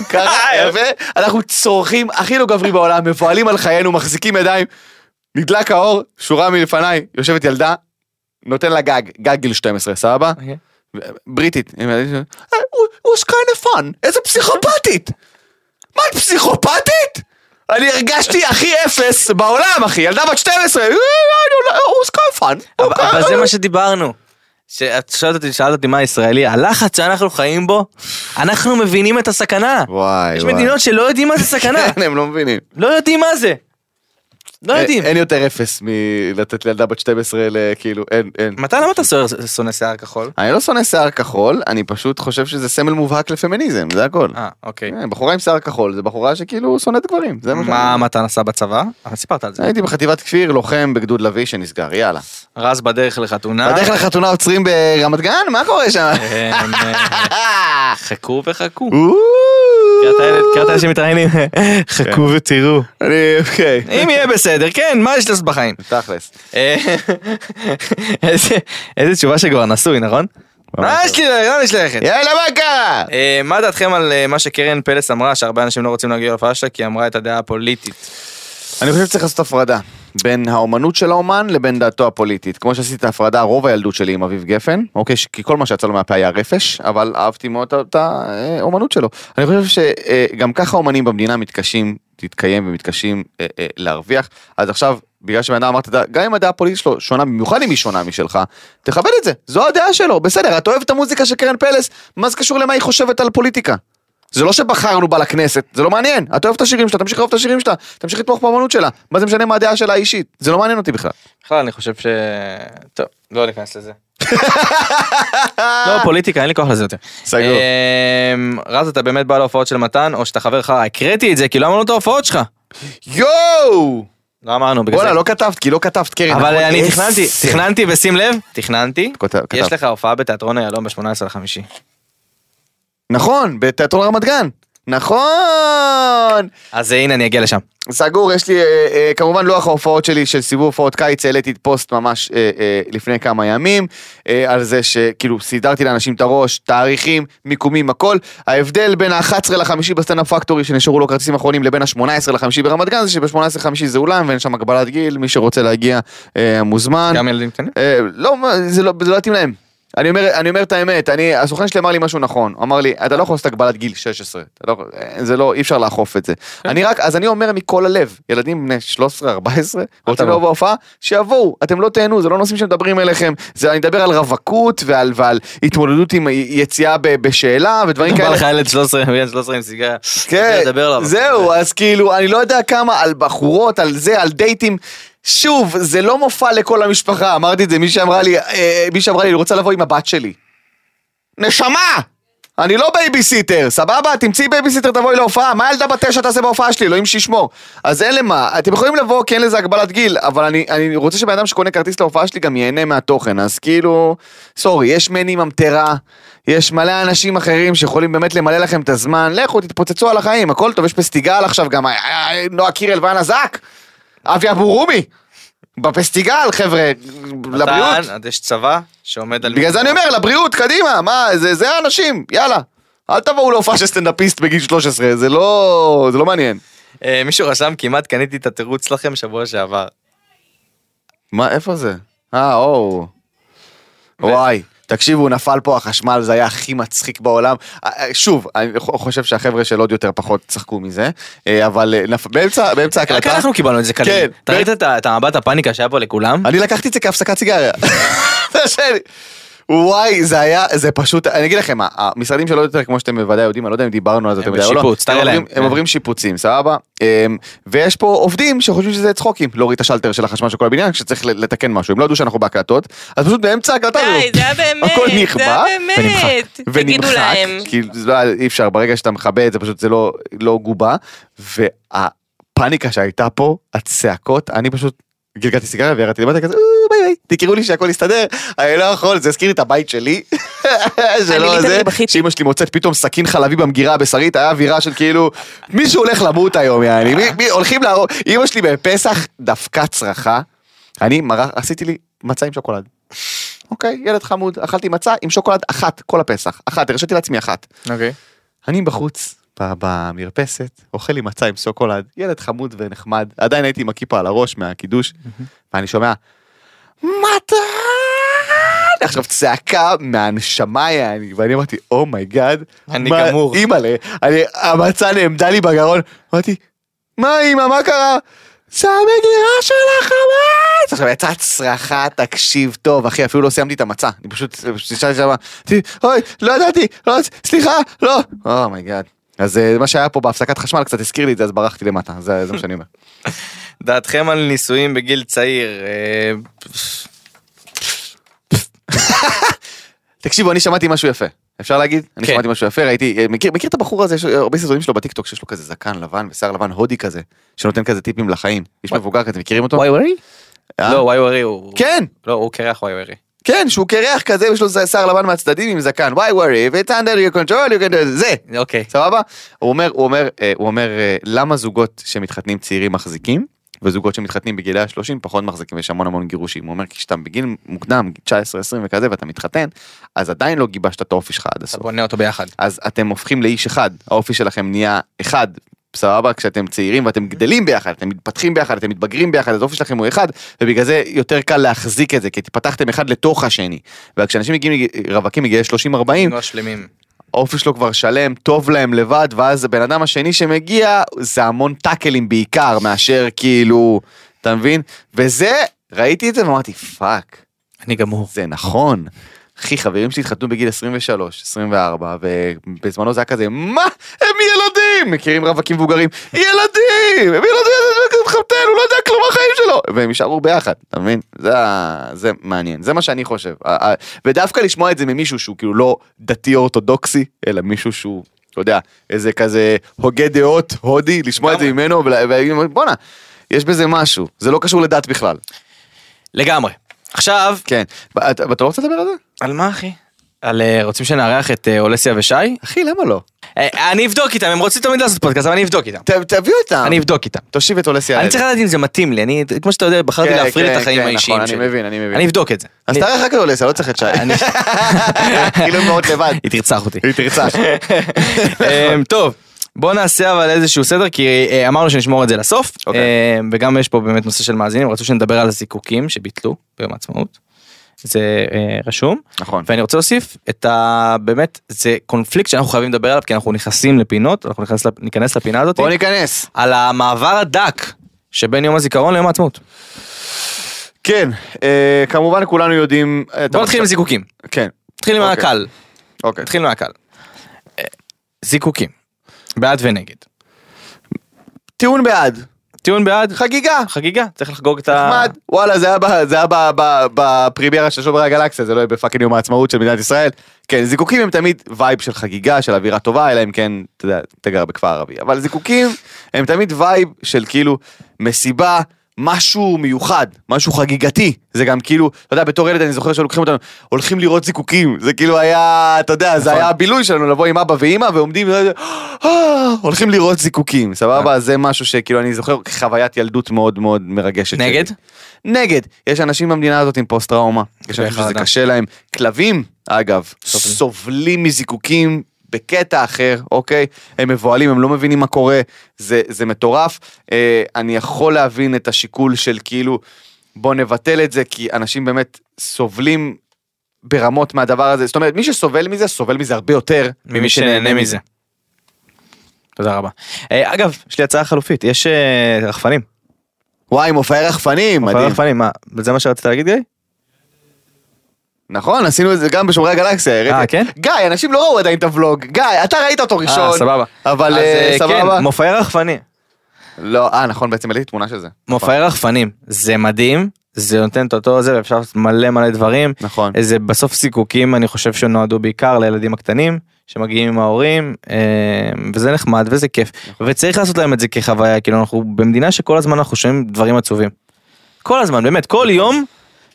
Speaker 2: ככה, יפה. אנחנו צורכים הכי לא גברי בעולם, מבוהלים על חיינו, מחזיקים ידיים. נדלק האור, שורה מלפניי, יושבת ילדה, נותן לה גג, גג גיל 12, סבבה?
Speaker 3: אוקיי.
Speaker 2: בריטית. היא אומרת, "Hey, it אה, was kind of fun, איזה פסיכופתית. מה את פסיכופתית? אני הרגשתי הכי אפס בעולם, אחי, ילדה בת אה, 12, "I don't know, it was kind of fun.
Speaker 3: אבל- אבל זה מה שדיברנו. שאת שואלת אותי, שאלת אותי מה הישראלי, הלחץ שאנחנו חיים בו, אנחנו מבינים את הסכנה.
Speaker 2: וואי,
Speaker 3: יש מדינות שלא יודעים מה זה סכנה,
Speaker 2: כן, הם לא מבינים.
Speaker 3: לא יודעים מה זה. לא יודעים.
Speaker 2: אין יותר אפס מלתת לילדה בת 12 לכאילו, כאילו, אין, אין.
Speaker 3: מתי למה אתה סוער- שונא שיער כחול?
Speaker 2: אני לא שונא שיער כחול, אני פשוט חושב שזה סמל מובהק לפמיניזם, זה הכל.
Speaker 3: אה, אוקיי.
Speaker 2: כן, בחורה עם שיער כחול זה בחורה שכאילו שונאת גברים, זה מה
Speaker 3: מה
Speaker 2: שאני-
Speaker 3: מה אתה נסע בצבא? אה, סיפרת על זה.
Speaker 2: הייתי בחטיבת כפיר, לוחם בגדוד לביא שנסגר, יאללה.
Speaker 3: רז בדרך לחתונה.
Speaker 2: בדרך לחתונה עוצרים ברמת גן? מה קורה שם?
Speaker 3: הם, אה, חכו וחכו. קראת
Speaker 2: אוו.
Speaker 3: הילד- קראת אנשים מתראיינים? חכו ותראו.
Speaker 2: אני, אוקיי.
Speaker 3: כן. אם יהיה בסדר, כן, מה יש לעשות בחיים?
Speaker 2: תכלס.
Speaker 3: אה, איזה- איזה תשובה שכבר נשוי, נכון? מה יש לי, לאן יש לי ללכת?
Speaker 2: יאללה מה קרה?
Speaker 3: אה, מה דעתכם על אה, מה שקרן פלס אמרה, שהרבה אנשים לא רוצים להגיע להופעה שלה כי היא אמרה את הדעה הפוליטית?
Speaker 2: אני חושב שצריך לעשות הפרדה. בין האומנות של האומן לבין דעתו הפוליטית. כמו שעשיתי את ההפרדה רוב הילדות שלי עם אביב גפן, אוקיי, ש- כי כל מה שיצא לו מהפה היה רפש, אבל אהבתי מאוד את- את האומנות שלו. אני חושב שגם ככה אומנים במדינה מתקשים להתקיים ומתקשים אה, אה, להרוויח, אז עכשיו... בגלל שבן אדם אמרת, גם אם הדעה הפוליטית שלו שונה, במיוחד אם היא שונה משלך, תכבד את זה, זו הדעה שלו, בסדר, את אוהבת את המוזיקה של קרן פלס, מה זה קשור למה היא חושבת על פוליטיקה? זה לא שבחרנו בה לכנסת, זה לא מעניין. את אוהבת את השירים שלה, תמשיך לאהוב את השירים שלה, תמשיך לתמוך באמנות שלה. מה זה משנה מה הדעה שלה האישית? זה לא מעניין אותי בכלל.
Speaker 3: בכלל אני חושב ש... טוב, לא ניכנס לזה. לא, פוליטיקה, אין לי כוח לזה יותר.
Speaker 2: סגור.
Speaker 3: אמ, רז, אתה באמת בא להופעות של מתן, או שאתה חבר לך, הקראתי את זה, כי לא אמרנו את ההופעות שלך.
Speaker 2: יואו!
Speaker 3: לא אמרנו, בגלל
Speaker 2: בואנה,
Speaker 3: זה.
Speaker 2: לא כתבת, כי לא כתבת, קרן.
Speaker 3: אבל
Speaker 2: נכון?
Speaker 3: אני
Speaker 2: איזה-
Speaker 3: תכננתי, תכננתי, ושים לב, תכננתי,
Speaker 2: כותב- כתב.
Speaker 3: יש לך הופעה בתיאטרון היהלום ב-18 לחמישי.
Speaker 2: נכון, בתיאטרון רמת גן. נכון!
Speaker 3: אז הנה, אני אגיע לשם.
Speaker 2: סגור, יש לי אה, אה, כמובן לוח ההופעות שלי של סיבוב הופעות קיץ, העליתי פוסט ממש אה, אה, לפני כמה ימים, אה, על זה שכאילו סידרתי לאנשים את הראש, תאריכים, מיקומים, הכל. ההבדל בין ה-11 לחמישי בסטנדאפ פקטורי שנשארו לו כרטיסים אחרונים לבין ה-18 לחמישי ברמת גן, זה שב-18 לחמישי זה אולם ואין שם הגבלת גיל, מי שרוצה להגיע אה, מוזמן.
Speaker 3: גם ילדים קטנים?
Speaker 2: אה, לא, מה, זה לא, זה לא יתאים להם. אני אומר, אני אומר את האמת, אני, הסוכן שלי אמר לי משהו נכון, הוא אמר לי, אתה לא יכול לעשות הגבלת גיל 16, אתה לא, יכול- אה, זה לא, אי אפשר לאכוף את זה. אני רק, אז אני אומר מכל הלב, ילדים בני 13, 14, רוצים
Speaker 3: תבוא.
Speaker 2: לבוא בהופעה, שיבואו, אתם לא תהנו, זה לא נושאים שמדברים אליכם, זה, אני מדבר על רווקות ועל, ועל התמודדות עם יציאה ב, בשאלה ודברים
Speaker 3: בא
Speaker 2: כאלה.
Speaker 3: לך ילד 13, ילד 13 עם סיגריה.
Speaker 2: כן,
Speaker 3: לדבר עליו.
Speaker 2: זהו, אז כאילו, אני לא יודע כמה על בחורות, על זה, על דייטים. שוב, זה לא מופע לכל המשפחה, אמרתי את זה, מי שאמרה לי, אה, מי שאמרה לי, אני רוצה לבוא עם הבת שלי. נשמה! אני לא בייביסיטר, סבבה? תמצאי בייביסיטר, תבואי להופעה, מה ילדה בת תשע תעשה בהופעה שלי, אלוהים שישמור. אז אין למה, אתם יכולים לבוא כי אין לזה הגבלת גיל, אבל אני, אני רוצה שבן אדם שקונה כרטיס להופעה שלי גם ייהנה מהתוכן, אז כאילו, סורי, יש מני ממטרה, יש מלא אנשים אחרים שיכולים באמת למלא לכם את הזמן, לכו תתפוצצו על החיים, הכל טוב, יש פסטיגל עכשיו גם, אה, אה, נועה קירל ואנה זק, אבי אבו רומי, בפסטיגל חבר'ה, לבריאות.
Speaker 3: מתן, אז יש צבא שעומד על...
Speaker 2: בגלל זה אני אומר, לבריאות, קדימה, מה, זה, זה האנשים, יאללה. אל תבואו להופעה של סטנדאפיסט בגיל 13, זה לא, זה לא מעניין.
Speaker 3: אה, מישהו רשם, כמעט קניתי את התירוץ לכם שבוע שעבר.
Speaker 2: מה, איפה זה? אה, או. וואי, תקשיבו, נפל פה החשמל, זה היה הכי מצחיק בעולם. אה, אה, שוב, אני ח- חושב שהחבר'ה של עוד יותר פחות צחקו מזה, אה, אבל אה, נפ- באמצע באמצע
Speaker 3: רק
Speaker 2: הקלטה,
Speaker 3: אנחנו קיבלנו את זה
Speaker 2: כן,
Speaker 3: כנראה. אתה ראית את ה- את המבט הפאניקה שהיה פה לכולם?
Speaker 2: אני לקחתי את זה כהפסקת סיגריה. זה שלי. וואי, זה היה, זה פשוט, אני אגיד לכם, מה, המשרדים שלא יותר, כמו שאתם בוודאי יודעים, אני לא יודע אם דיברנו על זה
Speaker 3: הם
Speaker 2: יותר מדי או לא,
Speaker 3: בשיפוץ, תראה
Speaker 2: הם עוברים-
Speaker 3: להם. כן.
Speaker 2: הם עוברים שיפוצים, סבבה? אמ, ויש פה עובדים שחושבים שזה צחוקים, להוריד את השלטר של החשמל של כל הבניין, כשצריך ל- לתקן משהו, הם לא ידעו שאנחנו בהקלטות, אז פשוט באמצע ההקלטה,
Speaker 4: די, זה היה באמת,
Speaker 2: הכל
Speaker 4: זה
Speaker 2: נכבה,
Speaker 4: היה באמת. תגידו
Speaker 2: ונמחק,
Speaker 4: להם.
Speaker 2: כי זה לא היה- אי אפשר, ברגע שאתה מכבה את זה פשוט זה לא, לא גובה, והפאניקה שהייתה פה, הצעקות, אני פשוט גלגלתי סיגריה וירדתי למטה כזה, "אה, ביי ביי, תקראו לי שהכל יסתדר, אני לא יכול, זה הזכיר לי את הבית שלי, זה
Speaker 4: אני
Speaker 2: לא
Speaker 4: ליטרלי
Speaker 2: זה,
Speaker 4: בכיתי.
Speaker 2: שאימא שלי מוצאת פתאום סכין חלבי במגירה הבשרית, היה אווירה של כאילו, מישהו הולך למות היום, יעני, מי- מי- הולכים להרוג, אימא שלי בפסח דפקה צרחה, אני מרח, עשיתי לי מצה עם שוקולד. אוקיי, ילד חמוד, אכלתי מצה עם שוקולד אחת כל הפסח, אחת, הרשיתי לעצמי אחת.
Speaker 3: אוקיי.
Speaker 2: אני בחוץ, ב- במרפסת, אוכל לי מצה עם שוקולד, ילד חמוד ונחמד, עדיין הייתי עם הכיפה על הראש מהקידוש, ואני שומע, מתן! עכשיו צעקה מהנשמה יעני, ואני אמרתי, "Oh אומייגאד,
Speaker 3: אני גמור."
Speaker 2: אימא'לה, אני- המצה נעמדה לי בגרון, אמרתי, מה אמא, מה קרה? זה המגירה של החמאס! עכשיו יצאה צרחה, תקשיב טוב, אחי, אפילו לא סיימתי את המצה. אני פשוט, פשוט נשארתי שם, אמרתי, אוי, לא ידעתי, לא, סליחה, לא. אומייגאד. אז אה, מה שהיה פה בהפסקת חשמל קצת הזכיר לי את זה, אז ברחתי למטה, זה זה מה שאני אומר.
Speaker 3: דעתכם על נישואים בגיל צעיר. אה,
Speaker 2: תקשיבו, אני שמעתי משהו יפה. אפשר להגיד? אני
Speaker 3: כן.
Speaker 2: שמעתי משהו יפה, ראיתי, אה, מכיר מכיר את הבחור הזה, יש הרבה סרטונים שלו בטיקטוק, שיש לו כזה זקן לבן ושיער לבן הודי כזה, שנותן כזה טיפים לחיים. יש מבוגר כזה, מכירים אותו?
Speaker 3: וואי וואי?
Speaker 2: אה?
Speaker 3: לא, וואי וואי הוא...
Speaker 2: כן!
Speaker 3: לא, הוא קרח וואי וואי.
Speaker 2: כן, שהוא קרח כזה, יש לו שיער לבן מהצדדים עם זקן, why worry, if it's under your control, you can do it." זה,
Speaker 3: אוקיי.
Speaker 2: סבבה? הוא אומר, הוא אומר, אה, הוא אומר, אה, למה זוגות שמתחתנים צעירים מחזיקים, וזוגות שמתחתנים בגילי ה-30 פחות מחזיקים, יש המון המון גירושים. הוא אומר, כי כשאתה בגיל מוקדם, 19-20 וכזה, ואתה מתחתן, אז עדיין לא גיבשת את האופי שלך עד
Speaker 3: אתה
Speaker 2: הסוף.
Speaker 3: בונה אותו ביחד.
Speaker 2: אז אתם הופכים לאיש אחד, האופי שלכם נהיה אחד. סבבה, כשאתם צעירים ואתם גדלים ביחד, אתם מתפתחים ביחד, אתם מתבגרים ביחד, אז האופי שלכם הוא אחד, ובגלל זה יותר קל להחזיק את זה, כי פתחתם אחד לתוך השני. וכשאנשים מגיעים, רווקים מגיל 30-40,
Speaker 3: לא שלמים.
Speaker 2: האופי שלו כבר שלם, טוב להם לבד, ואז הבן אדם השני שמגיע, זה המון טאקלים בעיקר, מאשר כאילו, אתה מבין? וזה, ראיתי את זה ואמרתי, פאק.
Speaker 3: אני גמור.
Speaker 2: זה נכון. אחי, חברים שלי התחתנו בגיל 23, 24, ובזמנו זה היה כזה, מה? הם ילדים! מכירים רווקים מבוגרים? ילדים! הם ילדים! מתחתן, הוא לא יודע כלום מהחיים שלו! והם יישארו ביחד, אתה מבין? זה, ה- זה מעניין, זה מה שאני חושב. ה- ה- ודווקא לשמוע את זה ממישהו שהוא כאילו לא דתי או אורתודוקסי, אלא מישהו שהוא, אתה יודע, איזה כזה הוגה דעות הודי, לשמוע את זה
Speaker 3: לגמרי.
Speaker 2: ממנו, ולה- ולהגיד, בואנה, יש בזה משהו, זה לא קשור לדת בכלל.
Speaker 3: לגמרי. עכשיו,
Speaker 2: כן. אתה אתה לא רוצה לדבר על זה?
Speaker 3: על מה אחי? על אה, רוצים שנארח את אה, אולסיה ושי?
Speaker 2: אחי, למה לא?
Speaker 3: אה, אני אבדוק איתם, הם רוצים תמיד לעשות פודקאסט, אבל אני אבדוק איתם.
Speaker 2: ת- תביאו אותם.
Speaker 3: אני אבדוק איתם.
Speaker 2: תושיב את אולסי
Speaker 3: אני
Speaker 2: הלוי.
Speaker 3: צריך לדעת אם זה מתאים לי, אני, כמו שאתה יודע, בחרתי
Speaker 2: כן,
Speaker 3: להפריד
Speaker 2: כן,
Speaker 3: את החיים
Speaker 2: כן,
Speaker 3: האישיים
Speaker 2: נכון,
Speaker 3: שלי.
Speaker 2: אני מבין, אני מבין.
Speaker 3: אני אבדוק את זה.
Speaker 2: אז
Speaker 3: אני-
Speaker 2: תארח רק את אולסי, לא צריך את שי.
Speaker 3: אני-
Speaker 2: כאילו מאוד לבד.
Speaker 3: היא תרצח אותי.
Speaker 2: היא תרצח.
Speaker 3: אמ, טוב, בוא נעשה אבל איזשהו סדר, כי אה, אמרנו שנשמור את זה לסוף,
Speaker 2: אוקיי.
Speaker 3: אמ, וגם יש פה באמת נושא של מאזינים, רצו שנדבר על הזיקוקים שביטלו ביום העצמאות. זה אה, רשום.
Speaker 2: נכון.
Speaker 3: ואני רוצה להוסיף את ה... באמת, זה קונפליקט שאנחנו חייבים לדבר עליו, כי אנחנו נכנסים לפינות, אנחנו נכנס לפ- ניכנס לפינה הזאת,
Speaker 2: בוא ניכנס.
Speaker 3: על המעבר הדק שבין יום הזיכרון ליום העצמאות.
Speaker 2: כן, אה, כמובן כולנו יודעים... אה, את
Speaker 3: בוא
Speaker 2: המצב-
Speaker 3: נתחיל עם זיקוקים. כן.
Speaker 2: כן,
Speaker 3: נתחיל עם
Speaker 2: אוקיי.
Speaker 3: הקל.
Speaker 2: אוקיי.
Speaker 3: נתחיל מהקל. אה, זיקוקים. בעד ונגד.
Speaker 2: טיעון בעד.
Speaker 3: טיעון בעד.
Speaker 2: חגיגה.
Speaker 3: חגיגה. צריך לחגוג את ה...
Speaker 2: נחמד. וואלה, זה היה ב- זה היה ב- ב- בפרימיירה של שוברי הגלקסיה, זה לא היה בפאקינג יום העצמאות של מדינת ישראל. כן, זיקוקים הם תמיד וייב של חגיגה, של אווירה טובה, אלא אם כן, אתה יודע, אתה גר בכפר ערבי. אבל זיקוקים הם תמיד וייב של כאילו מסיבה. משהו מיוחד, משהו חגיגתי, זה גם כאילו, אתה יודע, בתור ילד אני זוכר שלוקחים אותנו, הולכים לראות זיקוקים, זה כאילו היה, אתה יודע, זה
Speaker 3: נכון.
Speaker 2: היה הבילוי שלנו לבוא עם אבא ואימא ועומדים, "אה, הולכים לראות זיקוקים,
Speaker 3: אה.
Speaker 2: סבבה? זה משהו שכאילו אני זוכר כחוויית ילדות מאוד מאוד מרגשת. שלי.
Speaker 3: נגד?
Speaker 2: נגד. יש אנשים במדינה הזאת עם פוסט טראומה. יש אנשים שזה
Speaker 3: בהחלט.
Speaker 2: קשה להם. כלבים, אגב,
Speaker 3: סובלים.
Speaker 2: סובלים מזיקוקים בקטע אחר, אוקיי? הם מבוהלים, הם לא מבינים מה קורה, זה, זה מטורף. אה, אני יכול להבין את השיקול של כאילו, בוא נבטל את זה, כי אנשים באמת סובלים ברמות מהדבר הזה. זאת אומרת, מי שסובל מזה, סובל מזה הרבה יותר
Speaker 3: ממי שנהנה מזה. תודה רבה. אה, אגב, יש לי הצעה חלופית, יש אה, רחפנים.
Speaker 2: וואי, מופעי רחפנים, מדהים.
Speaker 3: רחפנים, מה? זה מה שרצית להגיד גיא?
Speaker 2: נכון, עשינו את זה גם בשומרי הגלקסיה, הראיתי.
Speaker 3: אה, כן?
Speaker 2: גיא, אנשים לא ראו עדיין את הוולוג. גיא, אתה ראית אותו ראשון.
Speaker 3: אה, סבבה.
Speaker 2: אבל
Speaker 3: אז,
Speaker 2: אה,
Speaker 3: אה,
Speaker 2: סבבה.
Speaker 3: כן, מופעי רחפנים.
Speaker 2: לא, אה, נכון, בעצם העליתי תמונה של זה. נכון.
Speaker 3: מופעי רחפנים. זה מדהים, זה נותן את אותו זה, ואפשר לעשות מלא מלא דברים.
Speaker 2: נכון.
Speaker 3: איזה בסוף זיקוקים אני חושב שנועדו בעיקר לילדים הקטנים שמגיעים עם ההורים אה, וזה נחמד וזה כיף
Speaker 2: נכון.
Speaker 3: וצריך לעשות להם את זה כחוויה כאילו אנחנו במדינה שכל הזמן אנחנו שומעים דברים עצובים. כל הזמן באמת
Speaker 2: נכון.
Speaker 3: כל יום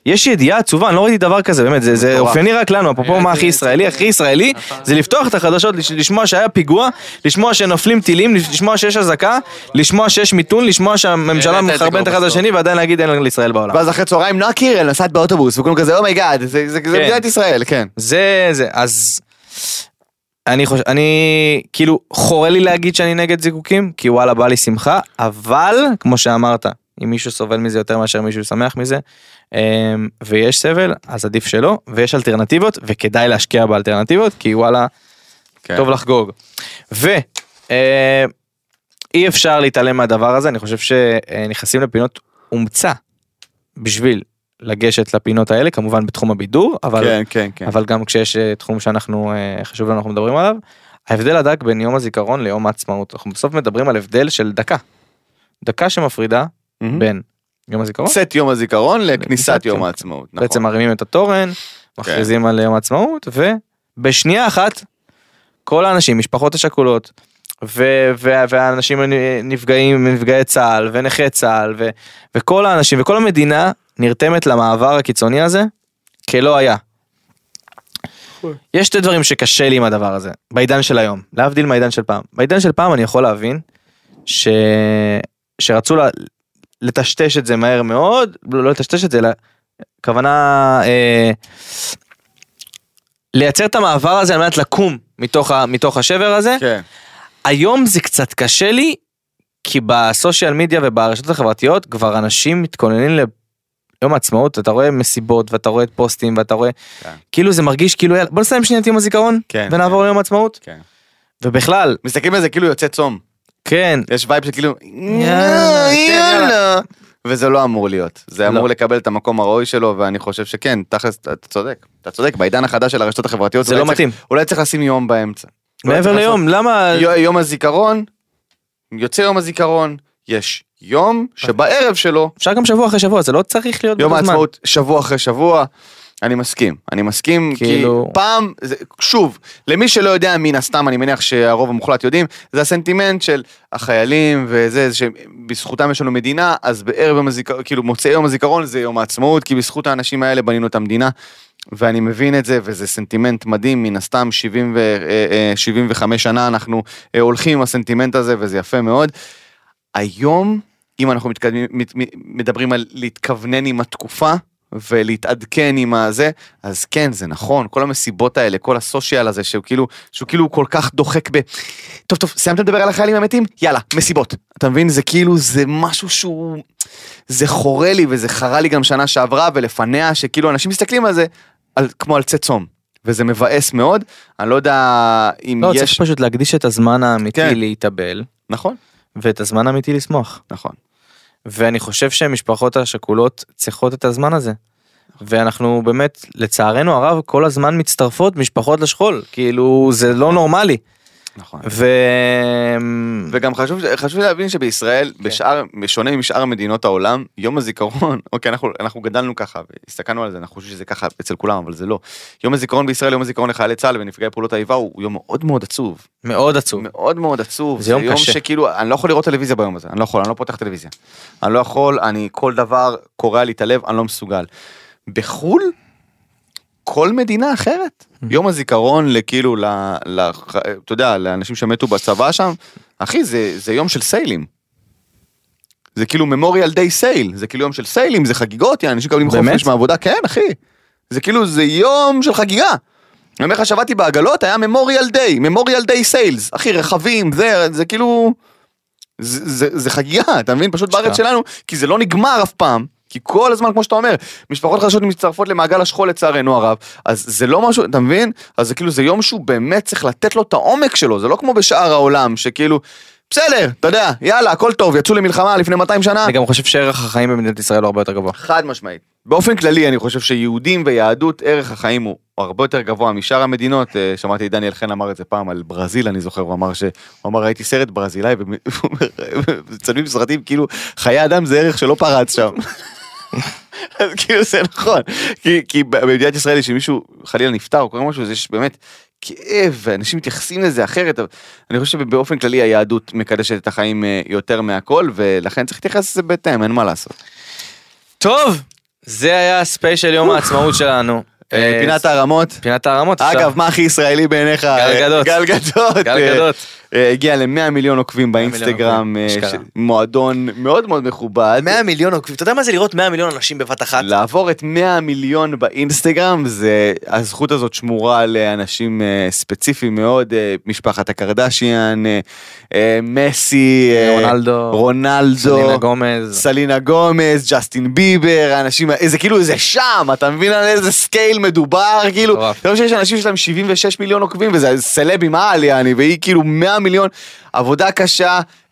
Speaker 3: יש ידיעה עצובה אני לא ראיתי דבר כזה באמת זה, זה
Speaker 2: מטורף. אה,
Speaker 3: אופייני רק לנו אפרופו מה הכי ישראלי הכי ישראלי
Speaker 2: נכון.
Speaker 3: זה לפתוח את החדשות לש- לשמוע שהיה פיגוע לשמוע שנופלים טילים לשמוע שיש אזעקה לשמוע שיש מיתון לשמוע שהממשלה
Speaker 2: העלית את זה
Speaker 3: מחרבנת
Speaker 2: כבר
Speaker 3: אחד
Speaker 2: בסוף.
Speaker 3: לשני ועדיין להגיד אין לישראל בעולם.
Speaker 2: ואז אחרי צהריים נועה קירל נוסעת באוטובוס, וכולם כזה, אומייגאד, זה זה- זה
Speaker 3: כן.
Speaker 2: מדינת ישראל, כן.
Speaker 3: זה זה אז אני חושב אני כאילו חורה לי להגיד שאני נגד זיקוקים כי וואלה בא לי שמחה אבל כמו שאמרת אם מישהו סובל מזה יותר מאשר מישהו שמח מזה אמ, ויש סבל אז עדיף שלא ויש אלטרנטיבות וכדאי להשקיע באלטרנטיבות כי וואלה
Speaker 2: כן.
Speaker 3: טוב לחגוג. ו... אה, אי אפשר להתעלם מהדבר הזה, אני חושב שנכנסים לפינות הומצא בשביל לגשת לפינות האלה, כמובן בתחום הבידור, אבל
Speaker 2: כן,
Speaker 3: כן. אבל גם כשיש אה, תחום שאנחנו אה, חשוב לנו אנחנו מדברים עליו. ההבדל הדק בין יום הזיכרון ליום העצמאות אנחנו בסוף מדברים על הבדל של דקה. דקה שמפרידה
Speaker 2: מהמם.
Speaker 3: בין יום הזיכרון
Speaker 2: צאת יום הזיכרון לכניסת
Speaker 3: לכניסת
Speaker 2: יום
Speaker 3: יום.
Speaker 2: העצמאות, נכון. כן.
Speaker 3: בעצם מרימים את התורן מכריזים על יום העצמאות ובשנייה אחת כל האנשים משפחות השכולות. ו- וה- והאנשים הנפגעים נפגעי צה"ל ונכי צה"ל ו- וכל האנשים וכל המדינה נרתמת למעבר הקיצוני הזה כלא היה. יש שתי דברים שקשה לי עם הדבר הזה בעידן של היום להבדיל מהעידן של פעם בעידן של פעם אני יכול להבין ש... שרצו לה... לטשטש את זה מהר מאוד לא, לא לטשטש את זה אלא כוונה אה... לייצר את המעבר הזה על מנת לקום מתוך, ה... מתוך השבר הזה
Speaker 2: כן.
Speaker 3: היום זה קצת קשה לי כי בסושיאל מדיה וברשתות החברתיות כבר אנשים מתכוננים ליום העצמאות, אתה רואה מסיבות ואתה רואה פוסטים ואתה רואה,
Speaker 2: כן.
Speaker 3: כאילו זה מרגיש כאילו יאללה, בוא נסיים שנייה את יום הזיכרון
Speaker 2: כן,
Speaker 3: ונעבור ליום העצמאות.
Speaker 2: כן.
Speaker 3: ובכלל,
Speaker 2: מסתכלים על זה כאילו יוצא צום.
Speaker 3: כן,
Speaker 2: יש וייב שכאילו,
Speaker 3: יאללה,
Speaker 2: "אה, יאללה. וזה לא אמור להיות. זה
Speaker 3: לא.
Speaker 2: אמור לקבל את המקום הראוי שלו, ואני חושב שכן, תכלס, אתה אתה צודק. אתה צודק, בעידן החדש של הרשתות החברתיות,
Speaker 3: זה
Speaker 2: אולי
Speaker 3: לא
Speaker 2: צריך-
Speaker 3: מתאים.
Speaker 2: אולי צריך לשים יום באמצע. אולי
Speaker 3: מעבר
Speaker 2: צריך
Speaker 3: ליום, לא- למה...
Speaker 2: לעשות- יום הזיכרון, יוצא יום הזיכרון, יש יום שבערב שלו
Speaker 3: אפשר גם שבוע אחרי שבוע, זה לא צריך להיות
Speaker 2: יום
Speaker 3: באותו זמן.
Speaker 2: העצמאות שבוע אחרי שבוע. אני מסכים, אני מסכים, כאילו...
Speaker 3: כאילו-
Speaker 2: כי פעם, זה, שוב, למי שלא יודע, מן הסתם, אני מניח שהרוב המוחלט יודעים, זה הסנטימנט של החיילים וזה, שבזכותם יש לנו מדינה, אז בערב יום הזיכרון, כאילו מוצאי יום הזיכרון זה יום העצמאות, כי בזכות האנשים האלה בנינו את המדינה, ואני מבין את זה, וזה סנטימנט מדהים, מן הסתם 70 ו, אה, אה, 75 שנה אנחנו אה, הולכים עם הסנטימנט הזה, וזה יפה מאוד. היום, אם אנחנו מתקדמים, מת, מת- מדברים על להתכוונן עם התקופה ולהתעדכן עם הזה, אז כן, זה נכון, כל המסיבות האלה, כל הסושיאל הזה, שהוא כאילו, שהוא כאילו כל כך דוחק ב... טוב, טוב, סיימתם לדבר על החיילים המתים? יאללה, מסיבות. אתה מבין? זה כאילו, זה משהו שהוא... זה חורה לי, וזה חרה לי גם שנה שעברה ולפניה, שכאילו אנשים מסתכלים על זה על, כמו על צא צום, וזה מבאס מאוד. אני לא יודע אם
Speaker 3: לא,
Speaker 2: יש...
Speaker 3: צריך פשוט להקדיש את הזמן האמיתי
Speaker 2: כן.
Speaker 3: להתאבל,
Speaker 2: נכון,
Speaker 3: ואת הזמן האמיתי לשמוח.
Speaker 2: נכון.
Speaker 3: ואני חושב שהמשפחות השכולות צריכות את הזמן הזה. ואנחנו באמת, לצערנו הרב, כל הזמן מצטרפות משפחות לשכול, כאילו זה לא נורמלי.
Speaker 2: נכון.
Speaker 3: ו... Mm.
Speaker 2: וגם חשוב, חשוב להבין שבישראל, בשאר, בשונה משאר מדינות העולם, יום הזיכרון, אוקיי, אנחנו, אנחנו גדלנו ככה, הסתכלנו על זה, אנחנו חושבים שזה ככה אצל כולם, אבל זה לא. יום הזיכרון בישראל, יום הזיכרון לחיילי צה"ל ונפגעי פעולות האיבה, הוא הוא יום מאוד מאוד עצוב.
Speaker 3: מאוד עצוב.
Speaker 5: אה.
Speaker 2: מאוד מאוד עצוב.
Speaker 3: זה יום קשה.
Speaker 2: שכאילו, אני לא יכול לראות טלוויזיה ביום הזה, אני לא יכול, אני לא פותח טלוויזיה. אני לא יכול, אני, כל דבר קורע לי את הלב, אני לא מסוגל. בחו"ל, כל מדינה אחרת.
Speaker 3: Mm-hmm.
Speaker 2: יום הזיכרון לכאילו, ל, ל, אתה יודע, לאנשים שמתו בצבא שם, אחי, זה, זה יום של סיילים. זה כאילו ממוריאל דיי סייל, זה כאילו יום של סיילים, זה חגיגות, יעני, אנשים מקבלים
Speaker 3: באמת?
Speaker 2: חופש מהעבודה, כן אחי. זה כאילו, זה יום של חגיגה. אני אומר לך, שבתי בעגלות, היה ממוריאל דיי, ממוריאל דיי סיילס, אחי, רכבים, זה, זה כאילו... זה, זה, זה חגיגה, אתה מבין? פשוט בארץ
Speaker 3: שאתה.
Speaker 2: שלנו, כי זה לא נגמר אף פעם. כי כל הזמן, כמו שאתה אומר, משפחות חדשות מצטרפות למעגל השכול לצערנו הרב, אז זה לא משהו, אתה מבין? אז זה כאילו, זה יום שהוא באמת צריך לתת לו את העומק שלו, זה לא כמו בשאר העולם, שכאילו, בסדר, אתה יודע, יאללה, הכל טוב, יצאו למלחמה לפני 200 שנה,
Speaker 3: אני גם חושב שערך החיים במדינת ישראל הוא הרבה יותר גבוה.
Speaker 2: חד משמעית. באופן כללי אני חושב שיהודים ויהדות ערך החיים הוא הרבה יותר גבוה משאר המדינות. אה, שמעתי את דניאל חן אמר את זה פעם על ברזיל אני זוכר הוא אמר ש... הוא אמר ראיתי סרט ברזילאי ומצלמים סרטים כאילו חיי אדם זה ערך שלא פרץ שם. אז כאילו זה נכון כי, כי במדינת ישראל יש מישהו חלילה נפטר או קורה משהו אז יש באמת כאב ואנשים מתייחסים לזה אחרת אבל אני חושב שבאופן כללי היהדות מקדשת את החיים אה, יותר מהכל ולכן צריך להתייחס לזה בהתאם אין מה לעשות.
Speaker 3: טוב, זה היה הספיישל יום העצמאות שלנו.
Speaker 2: אה,
Speaker 3: אה,
Speaker 2: פינת הרמות.
Speaker 3: פינת הרמות.
Speaker 2: אגב,
Speaker 3: עכשיו.
Speaker 2: מה הכי ישראלי בעיניך?
Speaker 3: גל גדות.
Speaker 2: גל גדות.
Speaker 3: גל גדות.
Speaker 2: אה, הגיע ל-100 מיליון עוקבים
Speaker 3: 100 מיליון
Speaker 2: באינסטגרם,
Speaker 3: עוקבים,
Speaker 2: אה,
Speaker 3: אשכרה.
Speaker 2: ש- מועדון מאוד מאוד מכובד.
Speaker 5: 100 מיליון עוקבים, אתה יודע מה זה לראות 100 מיליון אנשים בבת אחת?
Speaker 3: לא.
Speaker 2: לעבור את 100 מיליון באינסטגרם, זה, הזכות הזאת שמורה לאנשים אה, ספציפיים מאוד, אה, משפחת הקרדשיאן, אה, אה, מסי, אה,
Speaker 3: רונלדו.
Speaker 2: רונלדו,
Speaker 3: סלינה גומז.
Speaker 2: סלינה גומז, ג'סטין ביבר, האנשים, ה- זה כאילו זה שם, אתה מבין על איזה סקייל מדובר, כאילו,
Speaker 3: מטורף.
Speaker 2: אתה חושב שיש אנשים שיש להם 76 מיליון עוקבים וזה סלבים על יעני, והיא כאילו 100 מיליון, עבודה קשה,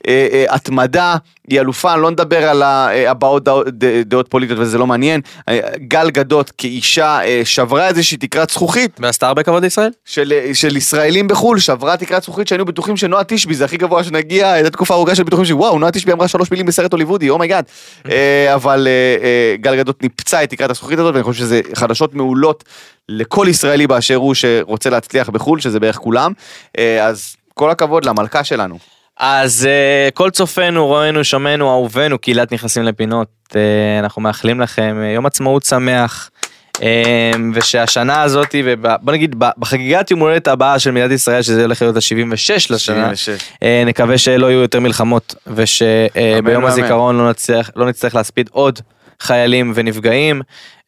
Speaker 2: אה, אה, התמדה, היא אלופה, אני לא נדבר על ה- אה, הבעות דעות- ד- דעות פוליטיות וזה לא מעניין, אה, גל גדות כאישה אה, שברה איזושהי תקרת זכוכית,
Speaker 3: ועשתה הרבה כבוד לישראל?
Speaker 2: של, של ישראלים בחו"ל שעברה תקרת זכוכית שהיינו בטוחים שנועה תשבי זה הכי גבוה שנגיע הייתה תקופה ארוכה של בטוחים שוואו נועה תשבי אמרה שלוש מילים בסרט הוליוודי אומייגאד אה, אבל אה, אה, גל גדות ניפצה את תקרת הזכוכית הזאת ואני חושב שזה חדשות מעולות לכל ישראלי באשר הוא שרוצה להצליח בחו"ל שזה בערך כולם אה, אז כל הכבוד למלכה שלנו
Speaker 3: אז אה, כל צופינו, רואינו, שומענו, אהובינו, קהילת נכנסים לפינות. אה, אנחנו מאחלים לכם אה, יום עצמאות שמח. אה, ושהשנה הזאת, ובוא נגיד ב- בחגיגת יום הולדת הבאה של מדינת ישראל, שזה הולך להיות ה-76 לשנה,
Speaker 2: 76.
Speaker 3: אה, נקווה שלא יהיו יותר מלחמות,
Speaker 2: אמן
Speaker 3: ושביום
Speaker 2: ואמן.
Speaker 3: הזיכרון לא נצטרך, לא נצטרך להספיד עוד חיילים ונפגעים.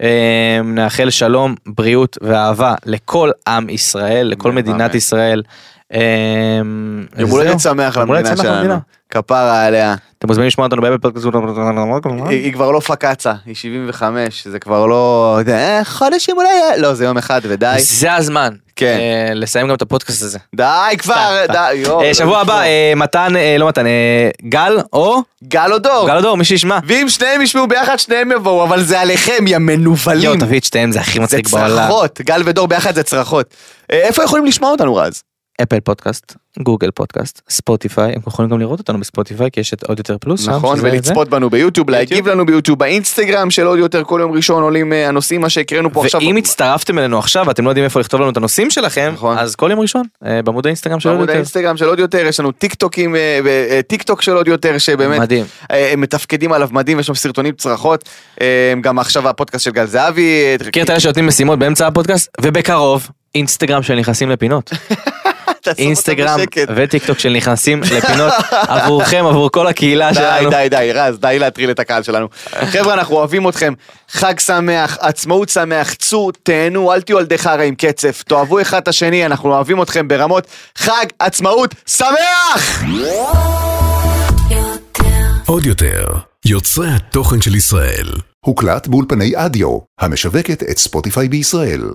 Speaker 3: אה, נאחל שלום, בריאות ואהבה לכל עם ישראל, לכל
Speaker 2: אמן ואמן.
Speaker 3: מדינת ישראל. אה,
Speaker 6: אמ,
Speaker 2: יום
Speaker 6: זהו.
Speaker 2: הולדת שמח
Speaker 6: יום הולדת
Speaker 2: למדינה
Speaker 6: שמח
Speaker 2: שלנו. כפרה עליה.
Speaker 6: אתם מוזמנים לשמוע אותנו באבל פודקאסט.
Speaker 2: היא היא כבר לא פקצה, היא 75, זה כבר לא... אה, חודש יום אולי... לא, זה יום אחד ודי.
Speaker 3: זה הזמן.
Speaker 2: כן.
Speaker 3: אה, לסיים גם את הפודקאסט הזה.
Speaker 2: די כבר,
Speaker 3: סתם,
Speaker 2: די, יואו.
Speaker 3: אה, שבוע הבא, אה, מתן, אה, לא מתן, אה, גל או
Speaker 2: גל אודור.
Speaker 3: גל הדור, מי שישמע.
Speaker 2: ואם שניהם ישמעו ביחד, שניהם יבואו, אבל זה עליכם, יא מנוולים.
Speaker 3: יואו, תביא את שתיהם, זה הכי
Speaker 2: זה
Speaker 3: מצחיק בעולם.
Speaker 2: צרחות, גל ודור ביחד זה צרחות. אה, איפה יכולים לשמוע אותנו רז?
Speaker 3: אפל פודקאסט, גוגל פודקאסט, ספוטיפיי, הם יכולים גם לראות אותנו בספוטיפיי, כי יש את עוד יותר פלוס. שם,
Speaker 2: נכון,
Speaker 3: שזה זה.
Speaker 2: ולצפות בנו ביוטיוב, להגיב לנו ביוטיוב, באינסטגרם של עוד יותר, כל יום ראשון עולים אה, הנושאים, מה שהקראנו פה עכשיו.
Speaker 3: ואם הצטרפתם אלינו עכשיו ואתם לא יודעים איפה לכתוב לנו את הנושאים שלכם,
Speaker 2: נכון.
Speaker 3: אז כל יום ראשון, אה, בעמוד האינסטגרם שלנו.
Speaker 2: בעמוד האינסטגרם של עוד יותר, יש לנו טיק טוקים, אה, ו- אה, טיק טוק של עוד יותר, שבאמת
Speaker 3: מדהים.
Speaker 2: אה, הם מתפקדים עליו מדהים, יש שם סרטונים צרחות, אה, גם עכשיו הפודקאסט של גל זהבי, אה,
Speaker 3: מכיר את אלה שנותנים משימות באמצע הפודקאסט, ובקרוב, אינסטגרם של נכנסים לפינות.
Speaker 2: תעשו אותו
Speaker 3: אינסטגרם
Speaker 2: בשקט.
Speaker 3: וטיק טוק של נכנסים לפינות עבורכם, עבור כל הקהילה
Speaker 2: די,
Speaker 3: שלנו.
Speaker 2: די, די, רז, די להטריל את הקהל שלנו. חבר'ה, אנחנו אוהבים אתכם. חג שמח, עצמאות שמח, צאו, תהנו, אל תהיו על די חרא עם קצף. תאהבו אחד את השני, אנחנו אוהבים אתכם ברמות חג עצמאות שמח!
Speaker 1: עוד יותר, יוצרי התוכן של ישראל.
Speaker 7: הוקלט באולפני אדיו, המשווקת את ספוטיפיי בישראל.